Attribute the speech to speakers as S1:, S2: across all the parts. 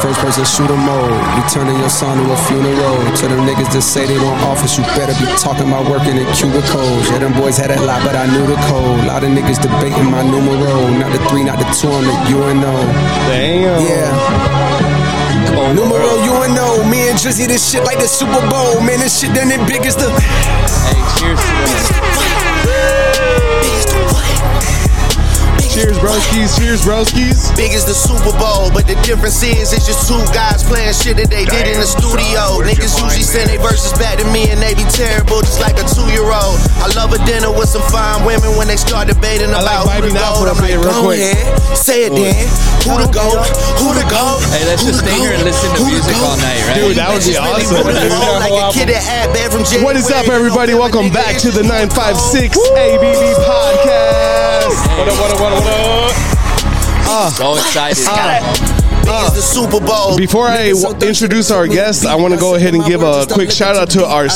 S1: first person shooter mode. You turning your son to a funeral. To them niggas that say they want office, you better be talking about working in cubicles. Yeah, them boys had that lot, but I knew the code. A lot of niggas debating my numero. Not the three, not the two, I'm the UNO.
S2: Damn.
S1: Yeah.
S2: Come on,
S1: Numero
S2: girl.
S1: UNO. Me and Drizzy, this shit like the Super Bowl. Man, this shit done it big as the.
S2: Hey, cheers to that.
S3: Cheers, broskies. Cheers, broskies.
S4: Big as the Super Bowl, but the difference is it's just two guys playing shit that they did in the studio. Niggas usually send they verses back to me and they be terrible, just like a two year old. I love a dinner with some fine women when they start debating
S3: I like
S4: about
S3: Bobby
S4: who the
S3: Knott
S4: gold.
S3: put up
S4: I'm
S3: there
S4: like,
S3: real
S4: go
S3: quick.
S4: ahead, say it then. Who the goat? Who the goat?
S2: Hey, let's
S4: Who
S2: just
S4: the
S2: stay here and
S4: goat?
S2: listen to
S4: Who the
S2: music
S4: goat?
S2: all night, right?
S3: Dude, that would be
S4: Bitches really
S3: awesome,
S4: ruled
S3: dude.
S4: the world like a
S3: That whole
S4: kid that had bad from
S3: What is up,
S4: January to
S3: everybody?
S4: November,
S3: Welcome
S4: nigga.
S3: back to the
S4: Who
S3: 956
S4: goat?
S3: ABB podcast.
S2: What up, what up, what up, what up?
S3: Ah.
S2: so excited.
S4: Big
S3: uh,
S4: as the Super Bowl.
S3: Before I w- introduce our guests, I want to go ahead and give a quick shout out to our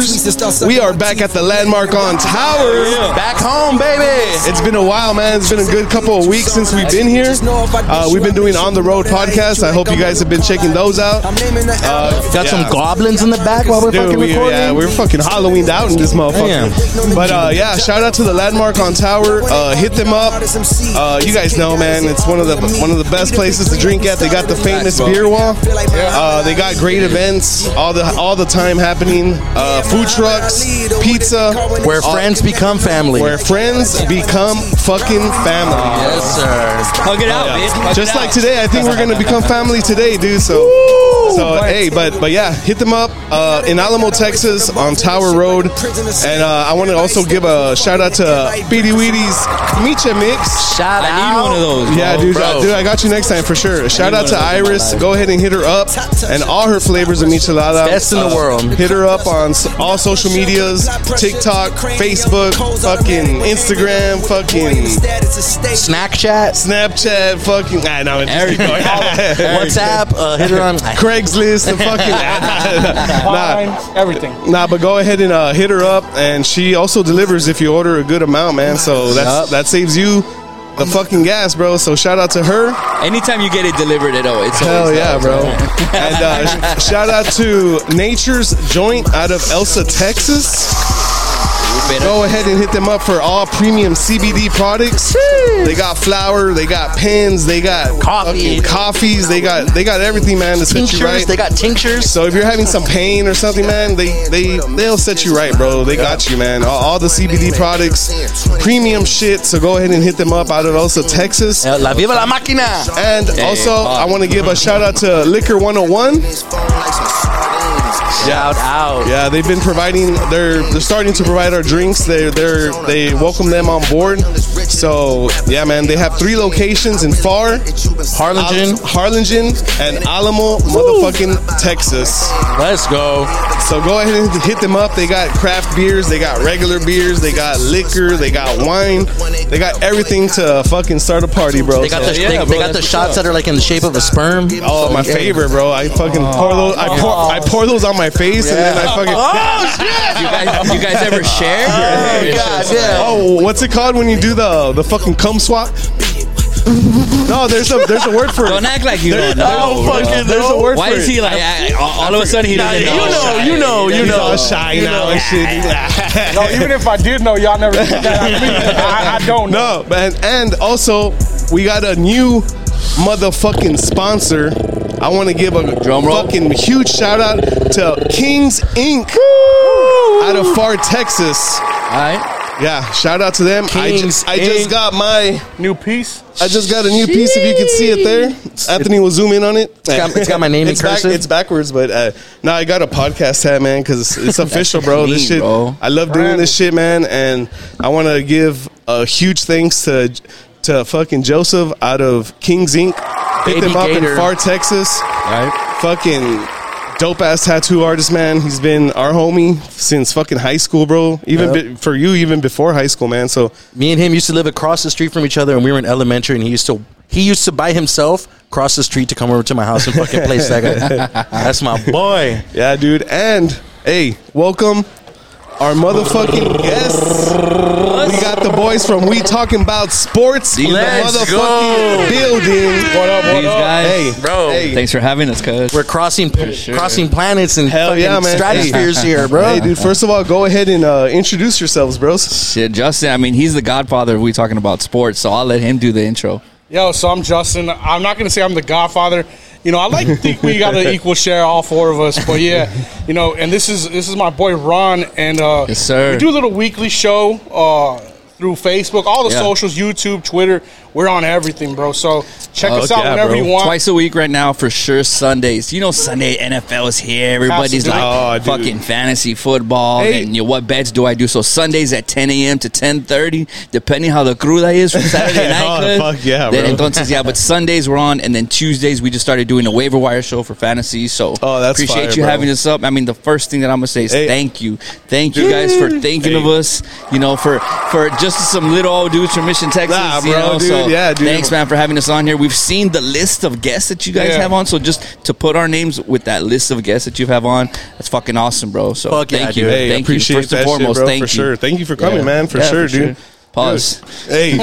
S3: sponsors. We are back at the Landmark on Tower.
S2: Back home, baby.
S3: It's been a while, man. It's been a good couple of weeks since we've been here. Uh, we've been doing on the road podcasts. I hope you guys have been checking those out.
S1: Uh,
S5: Got
S3: Yeah.
S5: some goblins in the back while we're
S3: Dude,
S5: fucking
S3: we,
S5: recording.
S3: yeah, we're fucking Halloweened out in this motherfucker.
S1: Damn.
S3: But uh, yeah, shout out to the Landmark on Tower. Uh, hit them up. Uh, you guys know, man, it's one of the one of the best places to drink at. They got the famous beer wall. Uh, they got great events all the all the time happening. Uh, food trucks, pizza,
S5: Where friends become family.
S3: where friends become fucking family.
S5: yes, sir.
S2: Hug it out,
S3: Oh, Yeah.
S2: bitch. Hug
S3: Just
S2: it
S3: like
S2: out.
S3: today, I think we're gonna become family today, dude. So, so hey, but but yeah, hit them up uh, in Alamo, Texas, on Tower Road, and uh, I want to also give a shout out to Beady Weedy's Micha Mix.
S5: Shout
S2: I need
S5: out.
S2: one of those.
S3: Yeah,
S2: bro.
S3: dude, uh, dude, I got you next time for sure. Shout out to Iris. Go ahead and hit her up and all her flavors of michelada.
S5: Best in the world.
S3: Hit her up on s- all social medias: TikTok, Facebook, fucking Instagram, fucking
S5: Snack chat.
S3: Snapchat, fucking. ah, I know.
S2: There you go.
S5: WhatsApp. Uh, hit her on.
S3: Craigslist, the fucking nah,
S6: everything.
S3: nah, but go ahead and uh, hit her up, and she also delivers if you order a good amount, man. So that's
S5: Yup.
S3: that saves you the fucking gas, bro. So shout out to her.
S2: Anytime you get it delivered, it oh, it's
S3: Hell
S2: always
S3: yeah,
S2: that.
S3: bro. and uh, sh- shout out to Nature's Joint out of Elsa, Texas. Go ahead and hit them up for all premium CBD products. They got flour, they got pens, they got
S5: Coffee.
S3: fucking coffees, they got they got everything, man. To set you
S5: Tinctures.
S3: right.
S5: They got tinctures.
S3: So if you're having some pain or something, man, they they they'll set you right, bro. They got you, man. All, all the CBD products, premium shit. So go ahead and hit them up out of Elsa, Texas.
S5: Uh, La viva la máquina.
S3: And also,
S2: fuck.
S3: I want to give a shout out to Liquor 101.
S5: Shout out.
S3: Yeah, they've been providing. They're they're starting to provide our drinks. They they're they welcome them on board. So yeah, man, they have three locations in Far,
S5: Harlingen.
S3: Harlingen, and Alamo, motherfucking Texas.
S5: Let's go.
S3: So go ahead and hit them up. They got craft beers, they got regular beers, they got liquor, they got wine, they got everything to fucking start a party, bro.
S5: They got the
S3: So-
S2: yeah,
S5: they,
S2: bro,
S5: they
S2: that's
S5: got the
S2: what's
S5: shots
S2: up.
S5: that are like in the shape of a sperm.
S3: Oh, my favorite, bro! I fucking pour those. I pour, I pour those on my face, and then I fucking.
S5: Oh shit!
S2: You guys, you guys ever share?
S5: Oh god, yeah.
S3: Oh, what's it called when you do the the fucking cum swap? No, there's a there's a word for
S2: Don't
S3: it.
S2: act like you don't know.
S3: Oh,
S2: bro.
S3: fucking there's a word
S2: Why
S3: for
S2: is he
S3: it.
S2: like, I, I- all of a sudden he doesn't know?
S5: you know, you
S3: He's
S5: know.
S3: all shy now and shit.
S6: No, even if I did know, y'all never did that. I, mean, I, I don't know.
S3: No, man, and also we got a new motherfucking sponsor. I want to give a
S2: Drum roll.
S3: fucking huge shout out to Kings Inc. out of Far Texas.
S2: All right.
S3: Yeah, shout out to them. I
S5: Kings
S3: just, I just
S5: Inc.
S3: got my
S6: New piece.
S3: I just got a new piece. If you can see it there, Anthony will zoom in on it. It's
S5: got- it's got my name in
S3: back-
S5: cursive.
S3: it's backwards, but uh, no, I got a podcast hat, man, because it's, it's official, bro. this
S2: mean,
S3: shit,
S2: bro.
S3: I love doing this shit, man, and I want to give a huge thanks to to fucking Joseph out of Kings Inc. Hit
S5: Baby
S3: them up in
S5: Gator.
S3: Far Texas.
S2: right.
S3: Fucking dope ass tattoo artist, man. He's been our homie since fucking high school, bro. Even be- for you, even before high school, man. So
S5: Me and him used to live across the street from each other, and we were in elementary. And he used to he used to by himself cross the street to come over to my house and fucking play Sega. That's my boy.
S3: Yeah, dude. And hey, welcome Our motherfucking guests. We got the boys from We Talking About Sports in the
S2: Let's
S3: motherfucking
S2: go.
S3: building. What up,
S2: These guys,
S3: Hey,
S2: bro.
S3: hey.
S7: Thanks for having us, cuz.
S5: We're crossing crossing planets and
S3: Hell
S5: fucking
S3: yeah, man.
S5: stratospheres here, bro.
S3: Hey, dude, first of all, go ahead and uh, introduce yourselves, bros.
S7: Shit, Justin, I mean, he's the godfather of we talking about sports, so I'll let him do the intro.
S6: Yo, so I'm Justin. I'm not gonna say I'm the Godfather. You know, I like to think we got an equal share, all four of us. But yeah, you know, and this is this is my boy Ron, and uh,
S7: Yes, sir.
S6: we do a little weekly show uh, through Facebook, all the
S7: Yeah.
S6: socials, YouTube, Twitter. We're on everything, bro. So check
S3: Oh,
S6: us out
S3: yeah,
S6: whenever
S3: bro.
S6: you want.
S7: Twice a week right now for sure Sundays. You know Sunday NFL is here. Everybody's
S6: Absolutely.
S7: like
S3: Oh, dude.
S7: fucking fantasy football
S3: Hey.
S7: and you know, what bets do I do? So Sundays at 10 a.m. to 10:30, depending how the cruda is from Saturday
S3: Oh,
S7: night. cuz.
S3: fuck yeah,
S7: Then
S3: bro.
S7: entonces, yeah, but Sundays we're on and then Tuesdays we just started doing a waiver wire show for fantasy. So
S3: Oh, that's
S7: appreciate
S3: fire,
S7: you
S3: bro.
S7: having us up. I mean, the first thing that I'm going to say is
S3: Hey.
S7: thank you. Thank you guys for thinking of us, you know, for for just some little old dudes from Mission, Texas,
S3: Nah,
S7: you
S3: bro,
S7: know.
S3: dude,
S7: so
S3: yeah, dude.
S7: thanks man for having us on here. We've seen the list of guests that you guys
S6: Yeah.
S7: have on, so just to put our names with that list of guests that you have on, that's fucking awesome, bro. So
S5: Fuck yeah,
S7: thank
S5: dude.
S7: you,
S3: Hey,
S7: thank you.
S3: appreciate
S7: First
S3: that
S7: and foremost,
S3: shit, bro,
S7: thank
S3: for
S7: you.
S3: sure. Thank you for coming, man, for
S7: Yeah,
S3: sure, dude.
S7: Pause.
S3: Hey,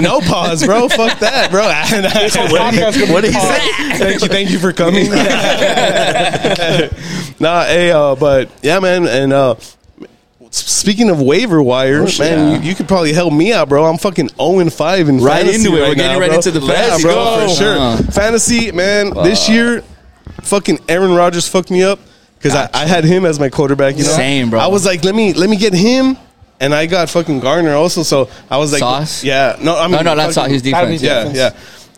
S3: no pause, bro. Fuck that, bro.
S6: Podcast gonna be
S5: what is
S6: called-
S3: thank you, thank you for coming. nah, hey, uh, but yeah, man, and uh, speaking of waiver wire,
S7: Oh,
S3: man,
S7: yeah.
S3: you, you could probably help me out, bro. I'm fucking 0 and 5 in
S7: Right
S3: fantasy
S7: into it.
S3: Right
S7: We're getting
S3: now,
S7: right
S3: bro.
S7: into the
S3: yeah,
S7: fantasy.
S3: bro,
S7: Let's
S3: for
S7: go.
S3: sure.
S7: Uh-huh.
S3: Fantasy, man. This year, fucking Aaron Rodgers fucked me up because I, I had him as my quarterback. You know,
S7: Same, bro.
S3: I was like, let me let me get him. And I got fucking Garner also, so I was like,
S7: Sauce?
S3: yeah, no, I mean,
S7: No, no, that's not his
S6: That'd be
S3: yeah,
S7: defense.
S6: defense.
S3: yeah.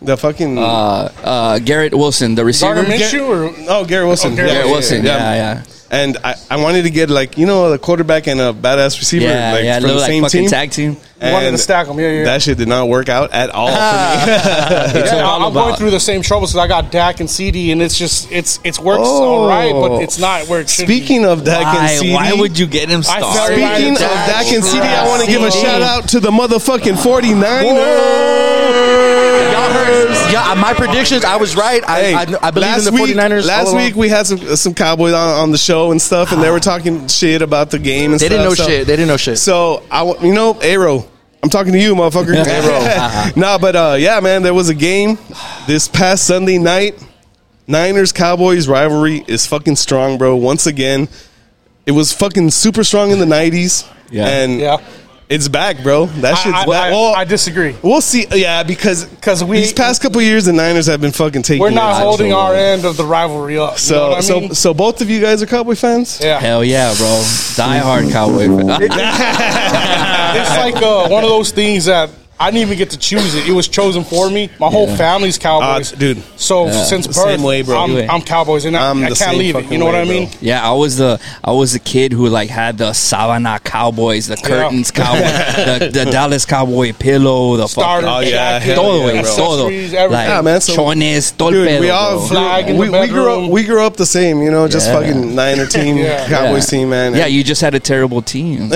S3: The fucking
S7: Uh, uh, Garrett Wilson, the receiver.
S6: Gardner
S7: Garrett
S6: Minshew or
S3: Oh, Garrett Wilson.
S6: Oh, Garrett Yeah,
S7: Wilson. Yeah, yeah,
S3: And I, I wanted to get like you know the quarterback and a badass receiver
S7: yeah,
S3: like
S7: yeah.
S3: from
S7: Little
S3: the
S7: like
S3: same
S7: fucking
S3: team.
S7: tag team.
S6: You wanted
S3: And
S6: to stack 'em, yeah, Ah. yeah, yeah.
S3: That shit did not work out at all. for me.
S6: Yeah,
S7: all
S6: I'm going
S7: about-
S6: through the same troubles because I got Dak and CD, and it's just it's it's works
S7: Oh.
S6: all right, but it's not where it should be.
S3: Speaking of Dak and
S5: Why,
S3: CD,
S5: why would you get him
S6: I felt
S5: started?
S3: speaking of
S6: Dak
S3: Dak and CD, I want to give a
S5: CD.
S3: shout out to the motherfucking 49ers.
S5: Y'all heard, yeah, uh, my predictions. I was right. I,
S3: Hey,
S5: I, I believe in the
S3: week,
S5: 49ers. all
S3: Last
S5: along. Ah.
S3: week we had some some Cowboys on, on the show and stuff, and they were talking shit about the game. And
S5: they didn't know
S3: stuff, so-
S5: shit. They didn't know shit.
S3: So I, wa- you know, Aero, I'm talking to you, motherfucker. Aero, nah, but uh, yeah, man, there was a game this past Sunday night. Niners Cowboys rivalry is fucking strong, bro. Once again, it was fucking super strong in the '90s,
S7: Yeah.
S3: and
S6: Yeah.
S3: it's back, bro. That
S6: I,
S3: shit's
S6: I,
S3: back.
S6: I,
S3: Well,
S6: I disagree.
S3: We'll see. Yeah, because
S6: 'Cause we-
S3: these past couple years, the Niners have been fucking taking.
S6: We're
S3: it.
S6: not holding our
S7: Absolutely.
S6: end of the rivalry up. So,
S3: So,
S6: I mean?
S3: so, so both of you guys are Cowboy fans.
S6: yeah,
S7: Hell yeah, bro. Die hard cowboy. fan.
S6: it's like uh, one of those things that I didn't even get to choose it. It was chosen for me. My whole family's Cowboys,
S3: Uh, dude.
S6: So since birth,
S3: Same way, bro.
S6: I'm, I'm Cowboys, and I,
S3: I'm
S6: I
S3: the
S6: can't
S3: same
S6: leave it.
S3: fucking
S6: You know what
S3: way,
S6: I
S3: bro.
S6: mean?
S7: yeah, I was the I was the kid who like had the Savannah Cowboys, the curtains cowboy, the, the Dallas Cowboy pillow, the fucking
S6: Starter,
S3: Oh, yeah,
S6: jacket,
S3: hell
S7: todo,
S3: yeah,
S7: güey,
S3: bro.
S7: todo.
S6: accessories, everything.
S7: Like,
S3: Yeah, man, so-
S7: chones, todo el
S3: Dude,
S7: pedo,
S3: we all
S7: bro.
S6: Flag in
S3: we,
S6: the
S3: we grew up
S6: bedroom.
S3: we grew up the same, you know, just
S7: Yeah.
S3: fucking Niner team,
S6: Yeah.
S3: Cowboys team, man.
S7: Yeah, you just had a terrible team.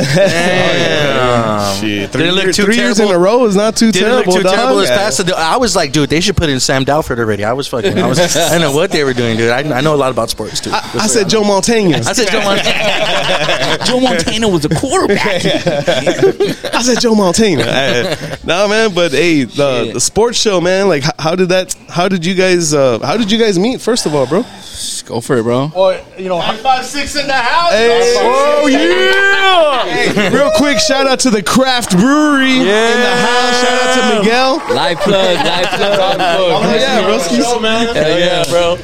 S6: um,
S3: Shit,
S5: Didn't
S3: three,
S5: it look
S3: year-
S5: too
S3: three years in a
S5: terrible?
S3: row is not too
S5: Didn't
S3: terrible.
S5: look too
S3: dog.
S5: terrible as
S3: Yeah.
S5: fast as the, I was like, dude, they should put in Sam Dalford already. I was fucking. I was. I don't know what they were doing, dude. I, I know a lot about sports too.
S3: I, I said Joe Montana.
S7: I said Joe Montana. Joe Montana was a quarterback.
S3: I said Joe Montana. Uh, nah, man, but hey, the,
S7: Shit.
S3: the sports show, man. Like, how, how did that? How did you guys? Uh, how did you guys meet? First of all, bro.
S7: Just go for it, bro.
S6: Well, you know,
S3: Hey, oh yeah! Hey, real quick, shout out to the Craft Brewery in the house. Shout out to Miguel.
S7: Live plug, live plug.
S3: Oh yeah, broskies.
S7: Hell yeah, bro.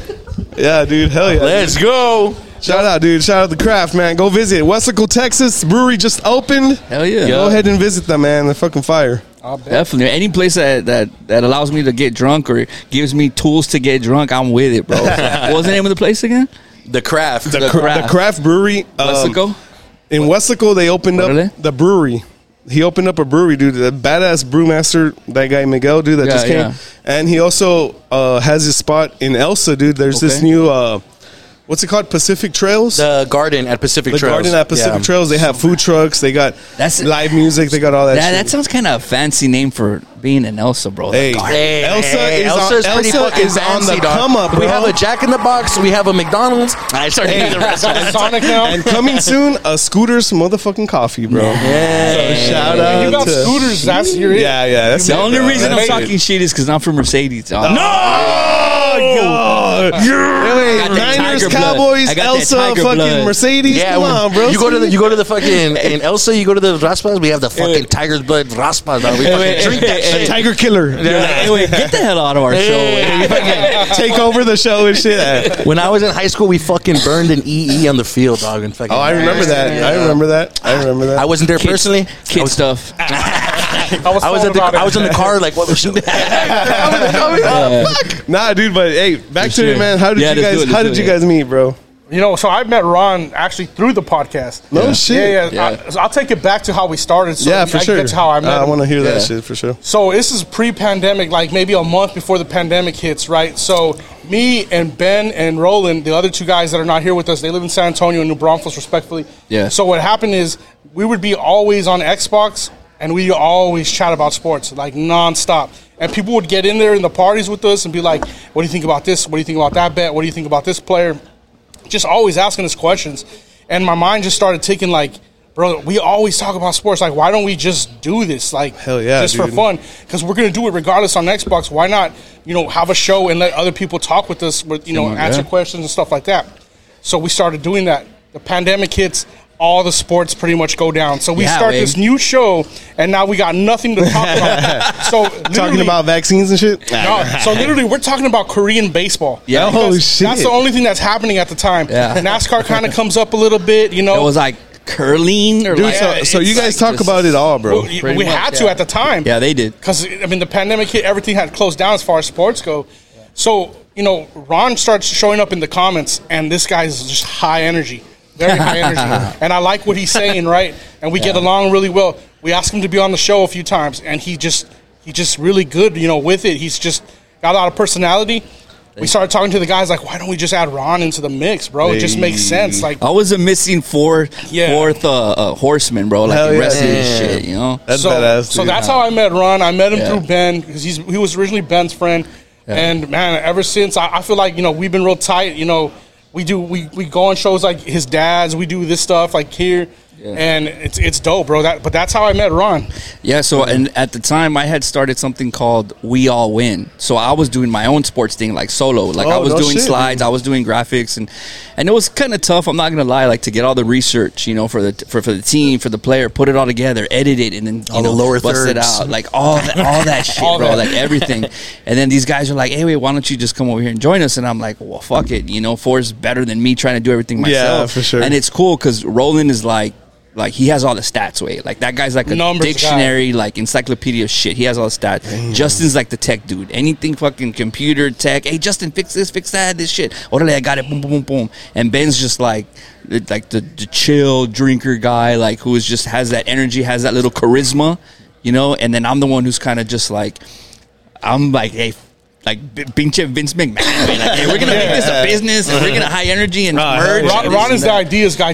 S3: Yeah, dude. Hell yeah.
S5: Let's go.
S3: Shout out, dude. Shout out the craft, man. Go visit Westlake, Texas. Brewery just opened.
S7: Hell yeah.
S3: Go ahead and visit them, man. They're fucking fire.
S7: Definitely. Any place that, that, that allows me to get drunk or gives me tools to get drunk, I'm with it, bro. what was the name of the place again?
S5: The craft.
S7: The Craft.
S3: The craft brewery. um,
S7: Mexico?
S3: in Westlake, they opened up
S7: Really?
S3: the brewery. He opened up a brewery, dude. The badass brewmaster, that guy Miguel, dude, that
S7: Yeah,
S3: just came.
S7: yeah.
S3: And he also uh, has his spot in Elsa, dude. There's this
S7: Okay.
S3: new uh, what's it called? Pacific Trails.
S5: The garden at Pacific
S3: the
S5: Trails.
S3: garden at Pacific
S5: Yeah.
S3: Trails. They have food trucks. They got
S7: That's-
S3: live music. They got all that.
S7: That,
S3: shit.
S7: that sounds kind of a fancy name for being an Elsa, bro.
S3: Hey,
S5: Hey,
S3: Elsa
S5: hey,
S3: is
S5: Elsa
S3: on,
S5: is pretty
S3: Elsa
S5: fucking
S3: is on the
S5: fancy, dog.
S3: come up.
S5: We
S3: bro.
S5: have a Jack in the Box. We have a McDonald's. I started hey. the rest.
S6: Got Sonic now.
S3: and coming soon a Scooter's motherfucking coffee, bro. So shout out
S6: you got
S3: to
S6: scooters. That's your it.
S3: Yeah, yeah. That's
S7: the
S3: it,
S7: only
S3: bro.
S7: reason I'm
S3: That's it.
S7: talking shit is because I'm from Mercedes. dog.
S3: Oh, God.
S7: I got that
S3: Niners,
S7: tiger blood.
S3: Cowboys,
S7: I got that
S3: Elsa,
S7: tiger
S3: fucking
S7: blood.
S3: Mercedes.
S5: Yeah,
S3: Come
S5: when
S3: on, bro.
S5: You go to the you go to the fucking in Elsa. You go to the raspas. We have the fucking tiger's blood raspas. Dog. We fucking drink that
S3: the
S5: shit.
S3: Tiger Killer.
S7: You're like, "Hey, wait, get the hell out of our show.
S5: Hey,
S3: Take over the show and shit.
S5: When I was in high school, we fucking burned an EE on the field, dog. And fucking
S3: Oh, I remember that. I remember that. I remember that.
S5: I wasn't there personally.
S7: Kid stuff.
S6: I was,
S5: I was
S6: told
S5: at the
S6: about it.
S5: I was in the car. Like what was she?
S3: Nah, dude. But hey, back
S7: For
S3: to it,
S7: sure.
S3: man. How did
S7: Yeah,
S3: you
S7: let's
S3: guys?
S7: do it,
S3: How
S7: let's
S3: did you
S7: do it.
S3: guys meet, bro?
S6: You know, so I met Ron actually through the podcast.
S3: No shit.
S6: Yeah, yeah. I, so I'll take it back to how we started. So
S3: Yeah, for
S6: I can
S3: sure.
S6: Get to how I met.
S3: Uh, I
S6: him.
S3: want to hear that shit for sure.
S6: So this is pre-pandemic, like maybe a month before the pandemic hits, right? So me and Ben and Roland, the other two guys that are not here with us, they live in San Antonio and New Braunfels, respectfully.
S7: Yeah.
S6: So what happened is we would be always on Xbox and we always chat about sports like nonstop. And people would get in there in the parties with us and be like, "What do you think about this? What do you think about that bet? What do you think about this player?" just always asking us questions. And my mind just started taking like, bro, we always talk about sports. Like, why don't we just do this? Like,
S3: Hell yeah,
S6: just for
S3: dude.
S6: fun. Because we're gonna do it regardless on Xbox. Why not, you know, have a show and let other people talk with us, with you know, answer questions and stuff like that. So we started doing that. The pandemic hits. All the sports pretty much go down. So we
S7: Yeah,
S6: start
S7: babe.
S6: this new show, and now we got nothing to talk about. so
S3: Talking
S6: literally-
S3: about vaccines and shit.
S6: no, so literally, we're talking about Korean baseball.
S7: Yeah.
S6: Because
S3: Holy shit.
S6: That's the only thing that's happening at the time.
S7: Yeah.
S6: NASCAR kind of comes up a little bit, you
S7: It
S6: know.
S7: was like curling or
S3: Dude,
S7: like.
S3: so, so you
S7: it's
S3: guys
S7: like
S3: talk
S7: just-
S3: about it all, bro.
S6: we
S7: pretty
S6: we
S7: much,
S6: had to
S7: yeah.
S6: at the time.
S7: Yeah, they did.
S6: because I mean the pandemic hit, everything had closed down as far as sports go. So you know, Ron starts showing up in the comments, and this guy's just high energy, very high energy, and I like what he's saying, right? And we get along really well. We asked him to be on the show a few times, and he just he just really good, you know, with it. He's just got a lot of personality. We started talking to the guys like, why don't we just add Ron into the mix, bro? It just makes sense. Like,
S7: I was a missing four,
S6: Yeah.
S7: fourth uh, uh, horseman, bro. Like
S3: Hell
S7: the
S3: yeah.
S7: rest of this
S5: Yeah.
S7: shit, you know?
S3: That's
S6: so,
S3: badass.
S6: so
S3: dude.
S6: that's how I met Ron. I met him
S7: Yeah.
S6: through Ben because he's he was originally Ben's friend, and man, ever since I, I feel like you know we've been real tight. You know, we do we, we go on shows like his dad's. We do this stuff like here, and it's it's dope, bro. That but that's how I met Ron.
S7: Yeah, so and at the time I had started something called We All Win. So I was doing my own sports thing like solo. Like I
S3: Oh,
S7: was
S3: no
S7: doing
S3: shit.
S7: slides, I was doing graphics and and it was kind of tough, I'm not going to lie, like to get all the research, you know, for the for, for the team, for the player, put it all together, edit it and then you
S5: All the
S7: know,
S5: lower
S7: bust it
S5: thirds.
S7: out, like all that all that shit,
S6: All
S7: bro,
S6: that.
S7: like everything. And then these guys are like, "Hey, wait, why don't you just come over here and join us?" And I'm like, "Well, fuck it, you know, four is better than me trying to do everything
S3: Yeah,
S7: myself."
S3: for sure.
S7: And it's cool cuz Roland is like like he has all the stats way. Like that guy's like a
S6: Numbers guy.
S7: dictionary very, like encyclopedia of shit. He has all the stats. Justin's like the tech dude. Anything fucking computer tech. Hey, Justin, fix this, fix that, this shit. Orale, I got it. Boom, boom, boom, boom. And Ben's just like, like the, the chill drinker guy, like who is just has that energy, has that little charisma, you know. And then I'm the one who's kind of just like, I'm like, hey. Like B- pinche Vince McMahon, like, hey, we're gonna make this a business, and we're gonna high energy and
S3: Ah,
S7: merge.
S3: hell yeah.
S7: and
S6: Ron,
S7: this
S6: Ron
S7: and
S6: is the
S7: that.
S6: ideas guy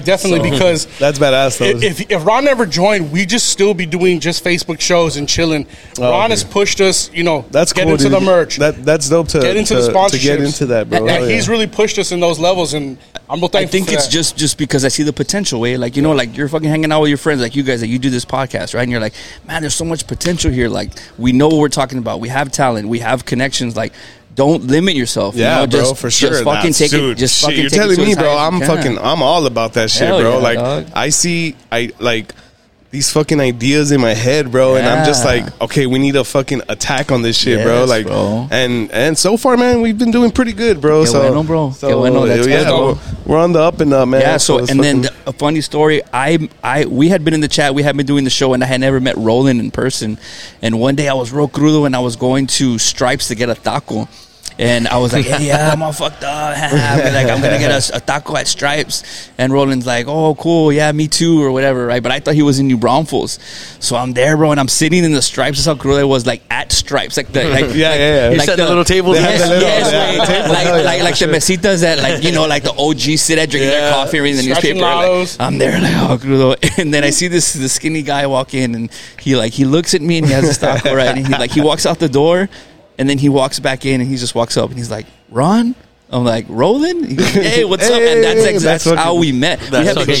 S6: definitely because
S3: That's badass, though.
S6: if, if if Ron never joined, we just still be doing just Facebook shows and chilling. Ron
S3: Oh, okay.
S6: has pushed us, you know,
S3: that's
S6: get
S3: cool,
S6: into
S3: dude.
S6: the merch.
S3: That that's dope to
S6: Get into
S3: to,
S6: the
S3: to get
S6: sponsorships.
S3: into that, bro.
S6: and
S3: Hell
S6: he's
S3: yeah.
S6: really pushed us in those levels, and I'm real thankful.
S7: I think
S6: for
S7: it's
S6: that.
S7: just just because I see the potential way. Like you know, like you're fucking hanging out with your friends, like you guys that you do this podcast, right? And you're like, man, there's so much potential here. Like we know what we're talking about. We have talent. We have connections. Like. Don't limit yourself.
S3: yeah,
S7: you know?
S3: bro,
S7: just,
S3: for sure.
S7: Just fucking
S3: Nah,
S7: take
S3: dude,
S7: it. Just
S3: shit,
S7: fucking
S3: You're
S7: take it
S3: telling
S7: to
S3: me,
S7: as high
S3: bro.
S7: as you
S3: I'm
S7: can.
S3: fucking. I'm all about that shit,
S7: Hell
S3: bro.
S7: yeah,
S3: like
S7: dog.
S3: I see, I like these fucking ideas in my head, bro, and I'm just
S7: Yeah.
S3: like, okay, we need a fucking attack on this shit, bro.
S7: Yes,
S3: Like,
S7: bro.
S3: and and so far, man, we've been doing pretty good, bro.
S7: Qué
S3: so,
S7: bueno, bro. Qué
S3: so
S7: bueno, that's
S3: yeah,
S7: good, bro.
S3: bro, we're on the up and up, man.
S7: Yeah. So,
S3: it's
S7: and then
S3: fucking-
S7: the, a funny story. I I we had been in the chat. We had been doing the show, and I had never met Roland in person. And one day I was real crudo, and I was going to Stripes to get a taco. And I was like, hey, yeah, I'm all fucked up. But, like, I'm gonna get a, a taco at Stripes. And Roland's like, oh, cool, yeah, me too, or whatever, right? But I thought he was in New Braunfels, so I'm there, bro, and I'm sitting in the Stripes. That's how cool it was, like at Stripes, like the like,
S3: Yeah,
S7: like,
S3: yeah, yeah.
S5: They set the little tables and
S7: Yes,
S5: the little-
S7: yes,
S3: yeah,
S7: wait,
S3: the tables.
S7: like
S3: Oh, yeah,
S7: like, like the mesitas that like you know like the OG sit at drinking their coffee reading the
S6: Stretching
S7: newspaper. like,
S6: lados.
S7: I'm there like oh crudo, and then I see this this skinny guy walk in and he like he looks at me and he has a stock right and he like he walks out the door and then he walks back in and he just walks up and he's like Ron. I'm like Roland. He goes, hey, what's up? And that's
S3: Hey, that's
S7: ex- that's,
S3: fucking-
S7: how we met. We
S5: that's
S7: have been
S5: fucking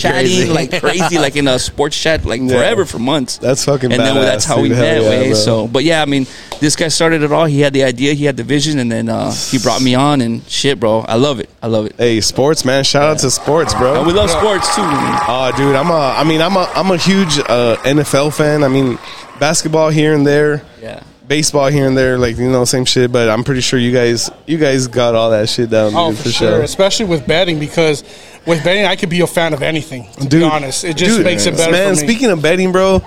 S5: crazy.
S7: chatting like crazy, like in a sports chat, like forever for months.
S3: That's fucking
S7: And then
S3: badass,
S7: that's how we
S3: dude. Hell
S7: met.
S3: yeah,
S7: way.
S3: bro.
S7: So, but yeah, I mean, this guy started it all. He had the idea, he had the vision, and then uh, he brought me on. And shit, bro, I love it. I love it.
S3: Hey, sports, man. Shout out to sports, bro.
S7: And we love sports too.
S3: Oh, dude, I'm a. I mean, I'm a. I'm a huge uh, NFL fan. I mean, basketball here and there,
S7: Yeah.
S3: baseball here and there, like you know, same shit. But I'm pretty sure you guys, you guys got all that shit down,
S6: Oh,
S3: dude,
S6: for, sure.
S3: sure.
S6: Especially with betting, because with betting, I could be a fan of anything. To
S3: Dude,
S6: be honest, it just
S3: dude,
S6: makes it better.
S3: Man,
S6: for me.
S3: speaking of betting, bro,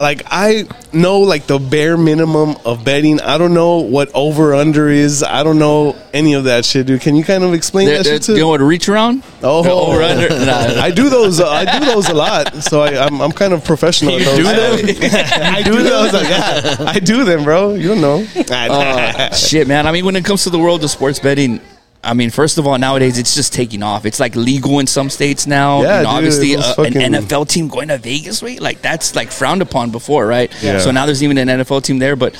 S3: like I know like the bare minimum of betting. I don't know what over under is. I don't know any of that shit, dude. Can you kind of explain
S7: They're,
S3: that
S7: they're,
S3: shit to?
S7: you know what, reach around?
S3: Oh.
S7: They're over under. Nah.
S3: I do those. Uh, I do those a lot, so I, I'm, I'm kind of professional. at
S5: do
S3: those. I do those. Like, yeah, I do them, bro. You don't know.
S7: Uh, shit, man. I mean, when it comes to the world of sports betting, I mean, first of all, nowadays it's just taking off. It's like legal in some states now.
S3: Yeah,
S7: and
S3: dude,
S7: obviously,
S3: those
S7: uh,
S3: fucking-
S7: an NFL team going to Vegas, right? Like that's like frowned upon before, right?
S3: Yeah.
S7: So now there's even an NFL team there, but.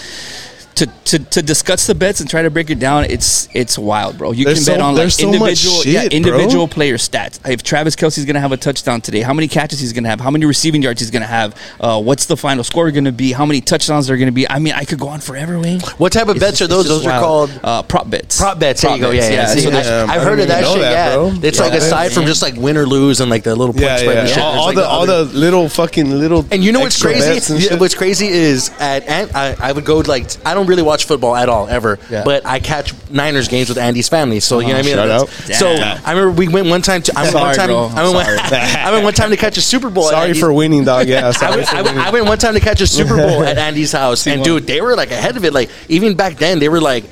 S7: To, to, to discuss the bets and try to break it down, it's it's wild, bro. You
S3: There's
S7: can
S3: so-
S7: bet on like
S3: there's so much
S7: individual, yeah,
S3: shit, bro.
S7: individual player stats. If Travis Kelsey's going to have a touchdown today, how many catches he's going to have, how many receiving yards he's going to have, uh, what's the final score going to be, how many touchdowns they're going to be. I mean, I could go on forever, Wayne.
S5: What type of
S7: It's
S5: bets
S7: just-
S5: are those?
S7: it's just
S5: Those are
S7: wild.
S5: called-
S7: uh, prop bets.
S5: Prop bets. There you go. Yeah, yeah. See,
S7: so
S5: that's-
S7: that's,
S3: Yeah, I
S5: I've
S3: didn't
S5: heard of
S3: even
S5: that
S3: know
S5: shit.
S3: that,
S5: yeah,
S3: bro.
S5: it's
S3: Yeah.
S5: like aside from just like win or lose and like the little point
S3: yeah,
S5: spread
S3: yeah.
S5: and shit.
S3: All,
S5: there's,
S3: all
S5: like,
S3: the all
S5: other-
S3: the little fucking little.
S5: And you know what's
S3: extra bets
S5: crazy?
S3: and
S5: Yeah,
S3: shit.
S5: What's crazy is at and I, I would go like I don't really watch football at all ever,
S7: Yeah.
S5: but I catch Niners games with Andy's family. So you know what I mean.
S3: Uh-huh. Shout out.
S5: That's- So
S7: Damn.
S5: I remember we went one time to I went
S7: Sorry,
S5: one time
S7: bro.
S5: I went one,
S7: Sorry.
S5: I went one time to catch a Super Bowl. at
S3: sorry
S5: Andy's-
S3: for winning, dog. Yeah,
S5: I
S3: sorry
S5: went, I,
S3: for
S5: went,
S3: winning.
S5: I went one time to catch a Super Bowl at Andy's house, and dude, they were like ahead of it. Like even back then, they were like,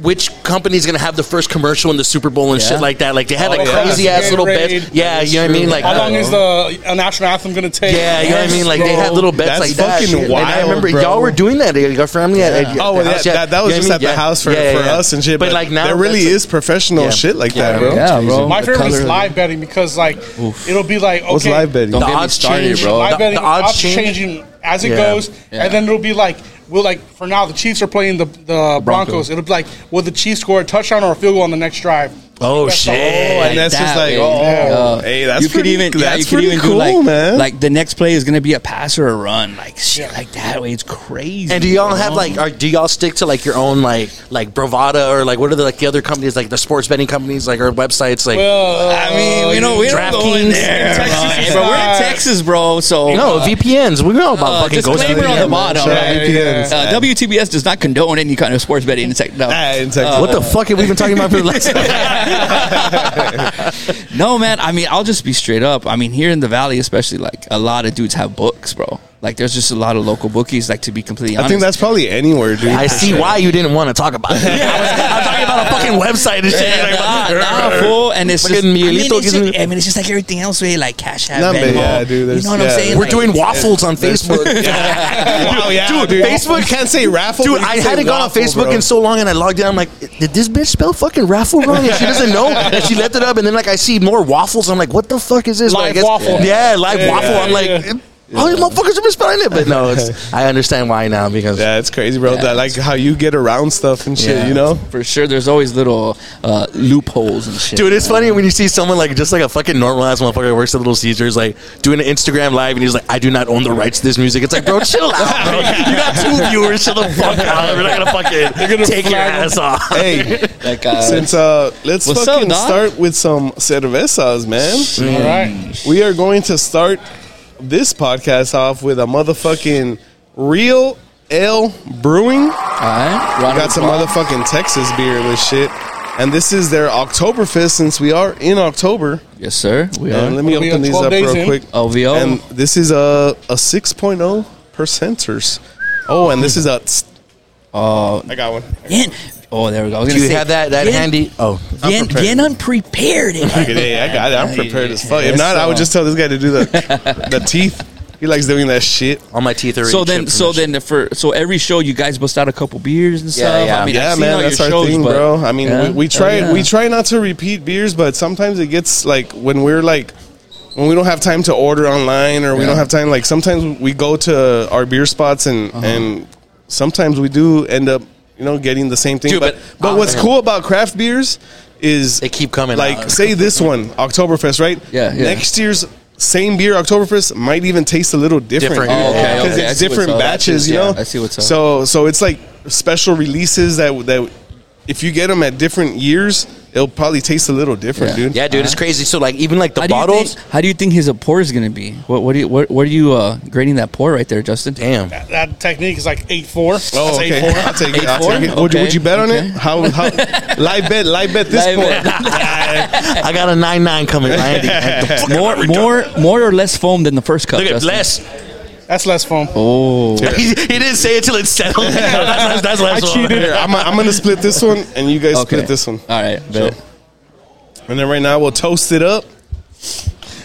S5: which company's gonna have the first commercial in the Super Bowl and
S7: Yeah.
S5: shit like that? Like they had like
S6: Oh, yeah.
S5: crazy ass little bets.
S6: Gatorade.
S5: Yeah, you know what I mean? Like
S6: how
S5: uh,
S6: long is the a national anthem going to take?
S5: yeah, you know what I mean. Like they had little bets
S3: That's
S5: like that.
S3: fucking
S5: And I
S3: wild,
S5: remember
S3: bro.
S5: y'all were doing that. Your family at, at
S3: Oh,
S5: the
S3: well, that,
S5: house, yeah.
S3: that, that
S5: You
S3: was
S5: know
S3: just
S5: what I
S3: at the
S5: mean? Yeah.
S3: house for,
S5: Yeah, yeah,
S3: for
S5: yeah.
S3: us and shit. But, like now, there really
S5: that's a-
S3: is professional
S5: Yeah.
S3: shit like
S5: Yeah,
S3: that, bro.
S7: Yeah, bro.
S6: My
S7: The
S6: favorite is
S7: color-
S6: live betting because like it'll be like okay,
S3: What's live betting?
S7: Don't
S5: The
S7: get me
S5: odds
S7: started,
S5: change,
S7: bro.
S6: Live
S5: The-
S6: betting
S5: the odds
S6: odds
S5: change.
S6: changing as it
S5: Yeah.
S6: goes,
S7: Yeah.
S6: and then it'll be like will like for now the Chiefs are playing the the Broncos.
S7: Broncos.
S6: It'll be like will the Chiefs score a touchdown or a field goal on the next drive?
S5: Oh
S6: That's the-
S5: shit!
S3: Oh, and that's just like,
S7: way.
S3: oh,
S7: Yeah.
S3: hey, that's
S7: you
S3: pretty-
S7: could even yeah,
S3: that's
S7: you could
S3: pretty
S7: even
S3: cool,
S7: do like
S3: man.
S7: like the next play is gonna be a pass or a run, like shit, like that way. It's crazy.
S5: And do y'all
S7: bro.
S5: have like, are, do y'all stick to like your own like like Bravada or like what are the like the other companies like the sports betting companies like or websites like?
S6: Well,
S7: I mean, you know, we don't go in
S5: DraftKings.
S7: there,
S6: Texas
S7: bro.
S6: is
S7: Hey, bro, We're in
S6: not-
S7: Texas, bro. So
S5: no
S3: uh,
S5: VPNs. We know about
S7: uh,
S5: fucking ghost
S7: disclaimer on the
S5: VPN.
S7: bottom.
S3: Shout out
S6: Yeah,
S3: VPNs.
S7: Uh, WTBS does not condone any kind of sports betting in Texas. No.
S3: Ah, in Texas.
S5: What the fuck have we been talking about for the last?
S7: No, man. I mean, I'll just be straight up. I mean, here in the valley, especially, like a lot of dudes have books, bro. Like, there's just a lot of local bookies. Like, to be completely honest,
S3: I think that's probably anywhere, dude.
S5: I see why you didn't want to talk about it. I was, I'm talking about a fucking website and shit. Like,
S7: Nah,
S5: ah,
S7: nah, fool. And it's just, I
S5: Fucking
S7: mean, it's
S5: Miguelito gives
S7: just,
S5: me-
S7: I mean, it's just like everything else, way like Cash App,
S3: Nah, but
S7: Venmo.
S3: yeah, dude,
S7: you
S3: there's-
S7: know what I'm
S3: yeah.
S7: saying?
S5: We're
S7: Like,
S5: doing waffles on Facebook.
S3: wow, yeah, dude,
S5: Facebook-
S3: You can't say raffle.
S5: Dude,
S3: but you
S5: I
S3: can say
S5: hadn't gone on
S3: waffle,
S5: Facebook
S3: bro.
S5: in so long, and I logged in. I'm like, did this bitch spell fucking raffle wrong? And she doesn't know. And she left it up, and then like I see more waffles. I'm like, what the fuck is this? But I
S6: Live
S5: guess-
S6: waffle.
S5: Yeah, live
S6: Yeah,
S5: waffle. I'm like,
S6: yeah.
S5: all these motherfuckers have been spelling it, but no, it's, I understand why now because
S3: Yeah, it's crazy, bro. that like how you get around stuff and shit,
S7: yeah,
S3: you know.
S7: for sure. There's always little uh, loopholes and shit.
S5: Dude, it's funny when you see someone like just like a fucking normal ass motherfucker that works at Little Caesars, like doing an Instagram live, and he's like, "I do not own the rights to this music." It's like, bro, chill out, bro. You got two viewers, chill the fuck out. We're not gonna fucking
S6: gonna
S5: take your
S6: flag them.
S5: ass off.
S3: Hey,
S7: like, uh,
S3: since uh, let's
S7: What's
S3: fucking
S7: up, dog?
S3: start with some cervezas, man.
S6: All right.
S3: We are going to start this podcast off with a motherfucking real ale brewing.
S7: all right, round
S3: Got
S7: of
S3: some
S7: applause.
S3: motherfucking Texas beer and this shit. And this is their Oktoberfest since we are in October.
S7: Yes, sir. We
S3: And
S7: are
S3: let me
S6: Well, we
S3: open
S6: are
S3: these
S6: 12
S3: up
S6: days
S3: real
S6: in.
S3: quick.
S7: OVO.
S3: And oh this is a, a 6.0 percenters. Oh, and this is a
S7: uh,
S3: I got one.
S7: Bien, oh, there we go. I was
S5: Do
S7: gonna
S5: you
S7: say,
S5: have that that
S7: bien-
S5: handy? Oh,
S7: Bien,
S3: prepared.
S7: bien unprepared. eh.
S3: I got it. I got it. I'm prepared as fuck. If not, I would just tell this guy to do the the teeth. He likes doing that shit.
S5: all my teeth are.
S7: So
S5: already
S7: then,
S5: chipped from
S7: so
S5: that
S7: then, the for so every show, you guys bust out a couple beers and
S5: Yeah,
S7: stuff.
S5: yeah.
S7: I mean,
S3: yeah,
S7: I've seen all
S3: man,
S7: your
S3: that's our
S7: shows,
S3: thing,
S7: but-
S3: bro. I mean,
S7: Yeah?
S3: we, we
S7: Oh,
S3: try
S7: yeah.
S3: we try not to repeat beers, but sometimes it gets like when we're like when we don't have time to order online or we
S7: Yeah.
S3: don't have time. Like sometimes we go to our beer spots and
S7: Uh-huh.
S3: and sometimes we do end up you know getting the same thing.
S5: Dude,
S3: but
S5: but-
S3: but,
S5: oh,
S3: what's
S5: man.
S3: cool about craft beers is
S5: They keep coming
S3: Like
S5: out.
S3: say this one Oktoberfest, right?
S7: Yeah, yeah.
S3: Next year's. Same beer Oktoberfest might even taste a little different,
S5: Different. Oh, okay,
S3: because
S7: okay, I
S3: it's
S7: see what's
S3: different
S7: up.
S3: batches, you
S7: Yeah,
S3: know.
S7: I see what's up.
S3: So so so it's like special releases that that if you get them at different years, it'll probably taste a little different,
S7: Yeah.
S3: dude.
S5: Yeah, dude, it's crazy. So like even like the
S7: How do, you
S5: bottles.
S7: think, how do you think his pour is gonna be? What what do you what, what are you uh, grading that pour right there, Justin?
S5: Damn.
S6: That, that technique is like eight four.
S3: Oh, okay. I'll take it. I'll take it. Would, you- would you bet on it? How? how live bet. Live bet this
S7: Live
S3: point.
S5: I got a nine nine coming. I ain't- I ain't-
S7: More more more or less foam than the first cup.
S5: Look at
S7: Justin?
S5: bless.
S6: That's less foam.
S7: Oh,
S5: He, he didn't say it till it's settled. that's, that's less
S3: I
S5: one.
S3: cheated. I'm, I'm gonna split this one, and you guys
S7: okay.
S3: split this one.
S7: All right, bet.
S3: And then right now we'll toast it up.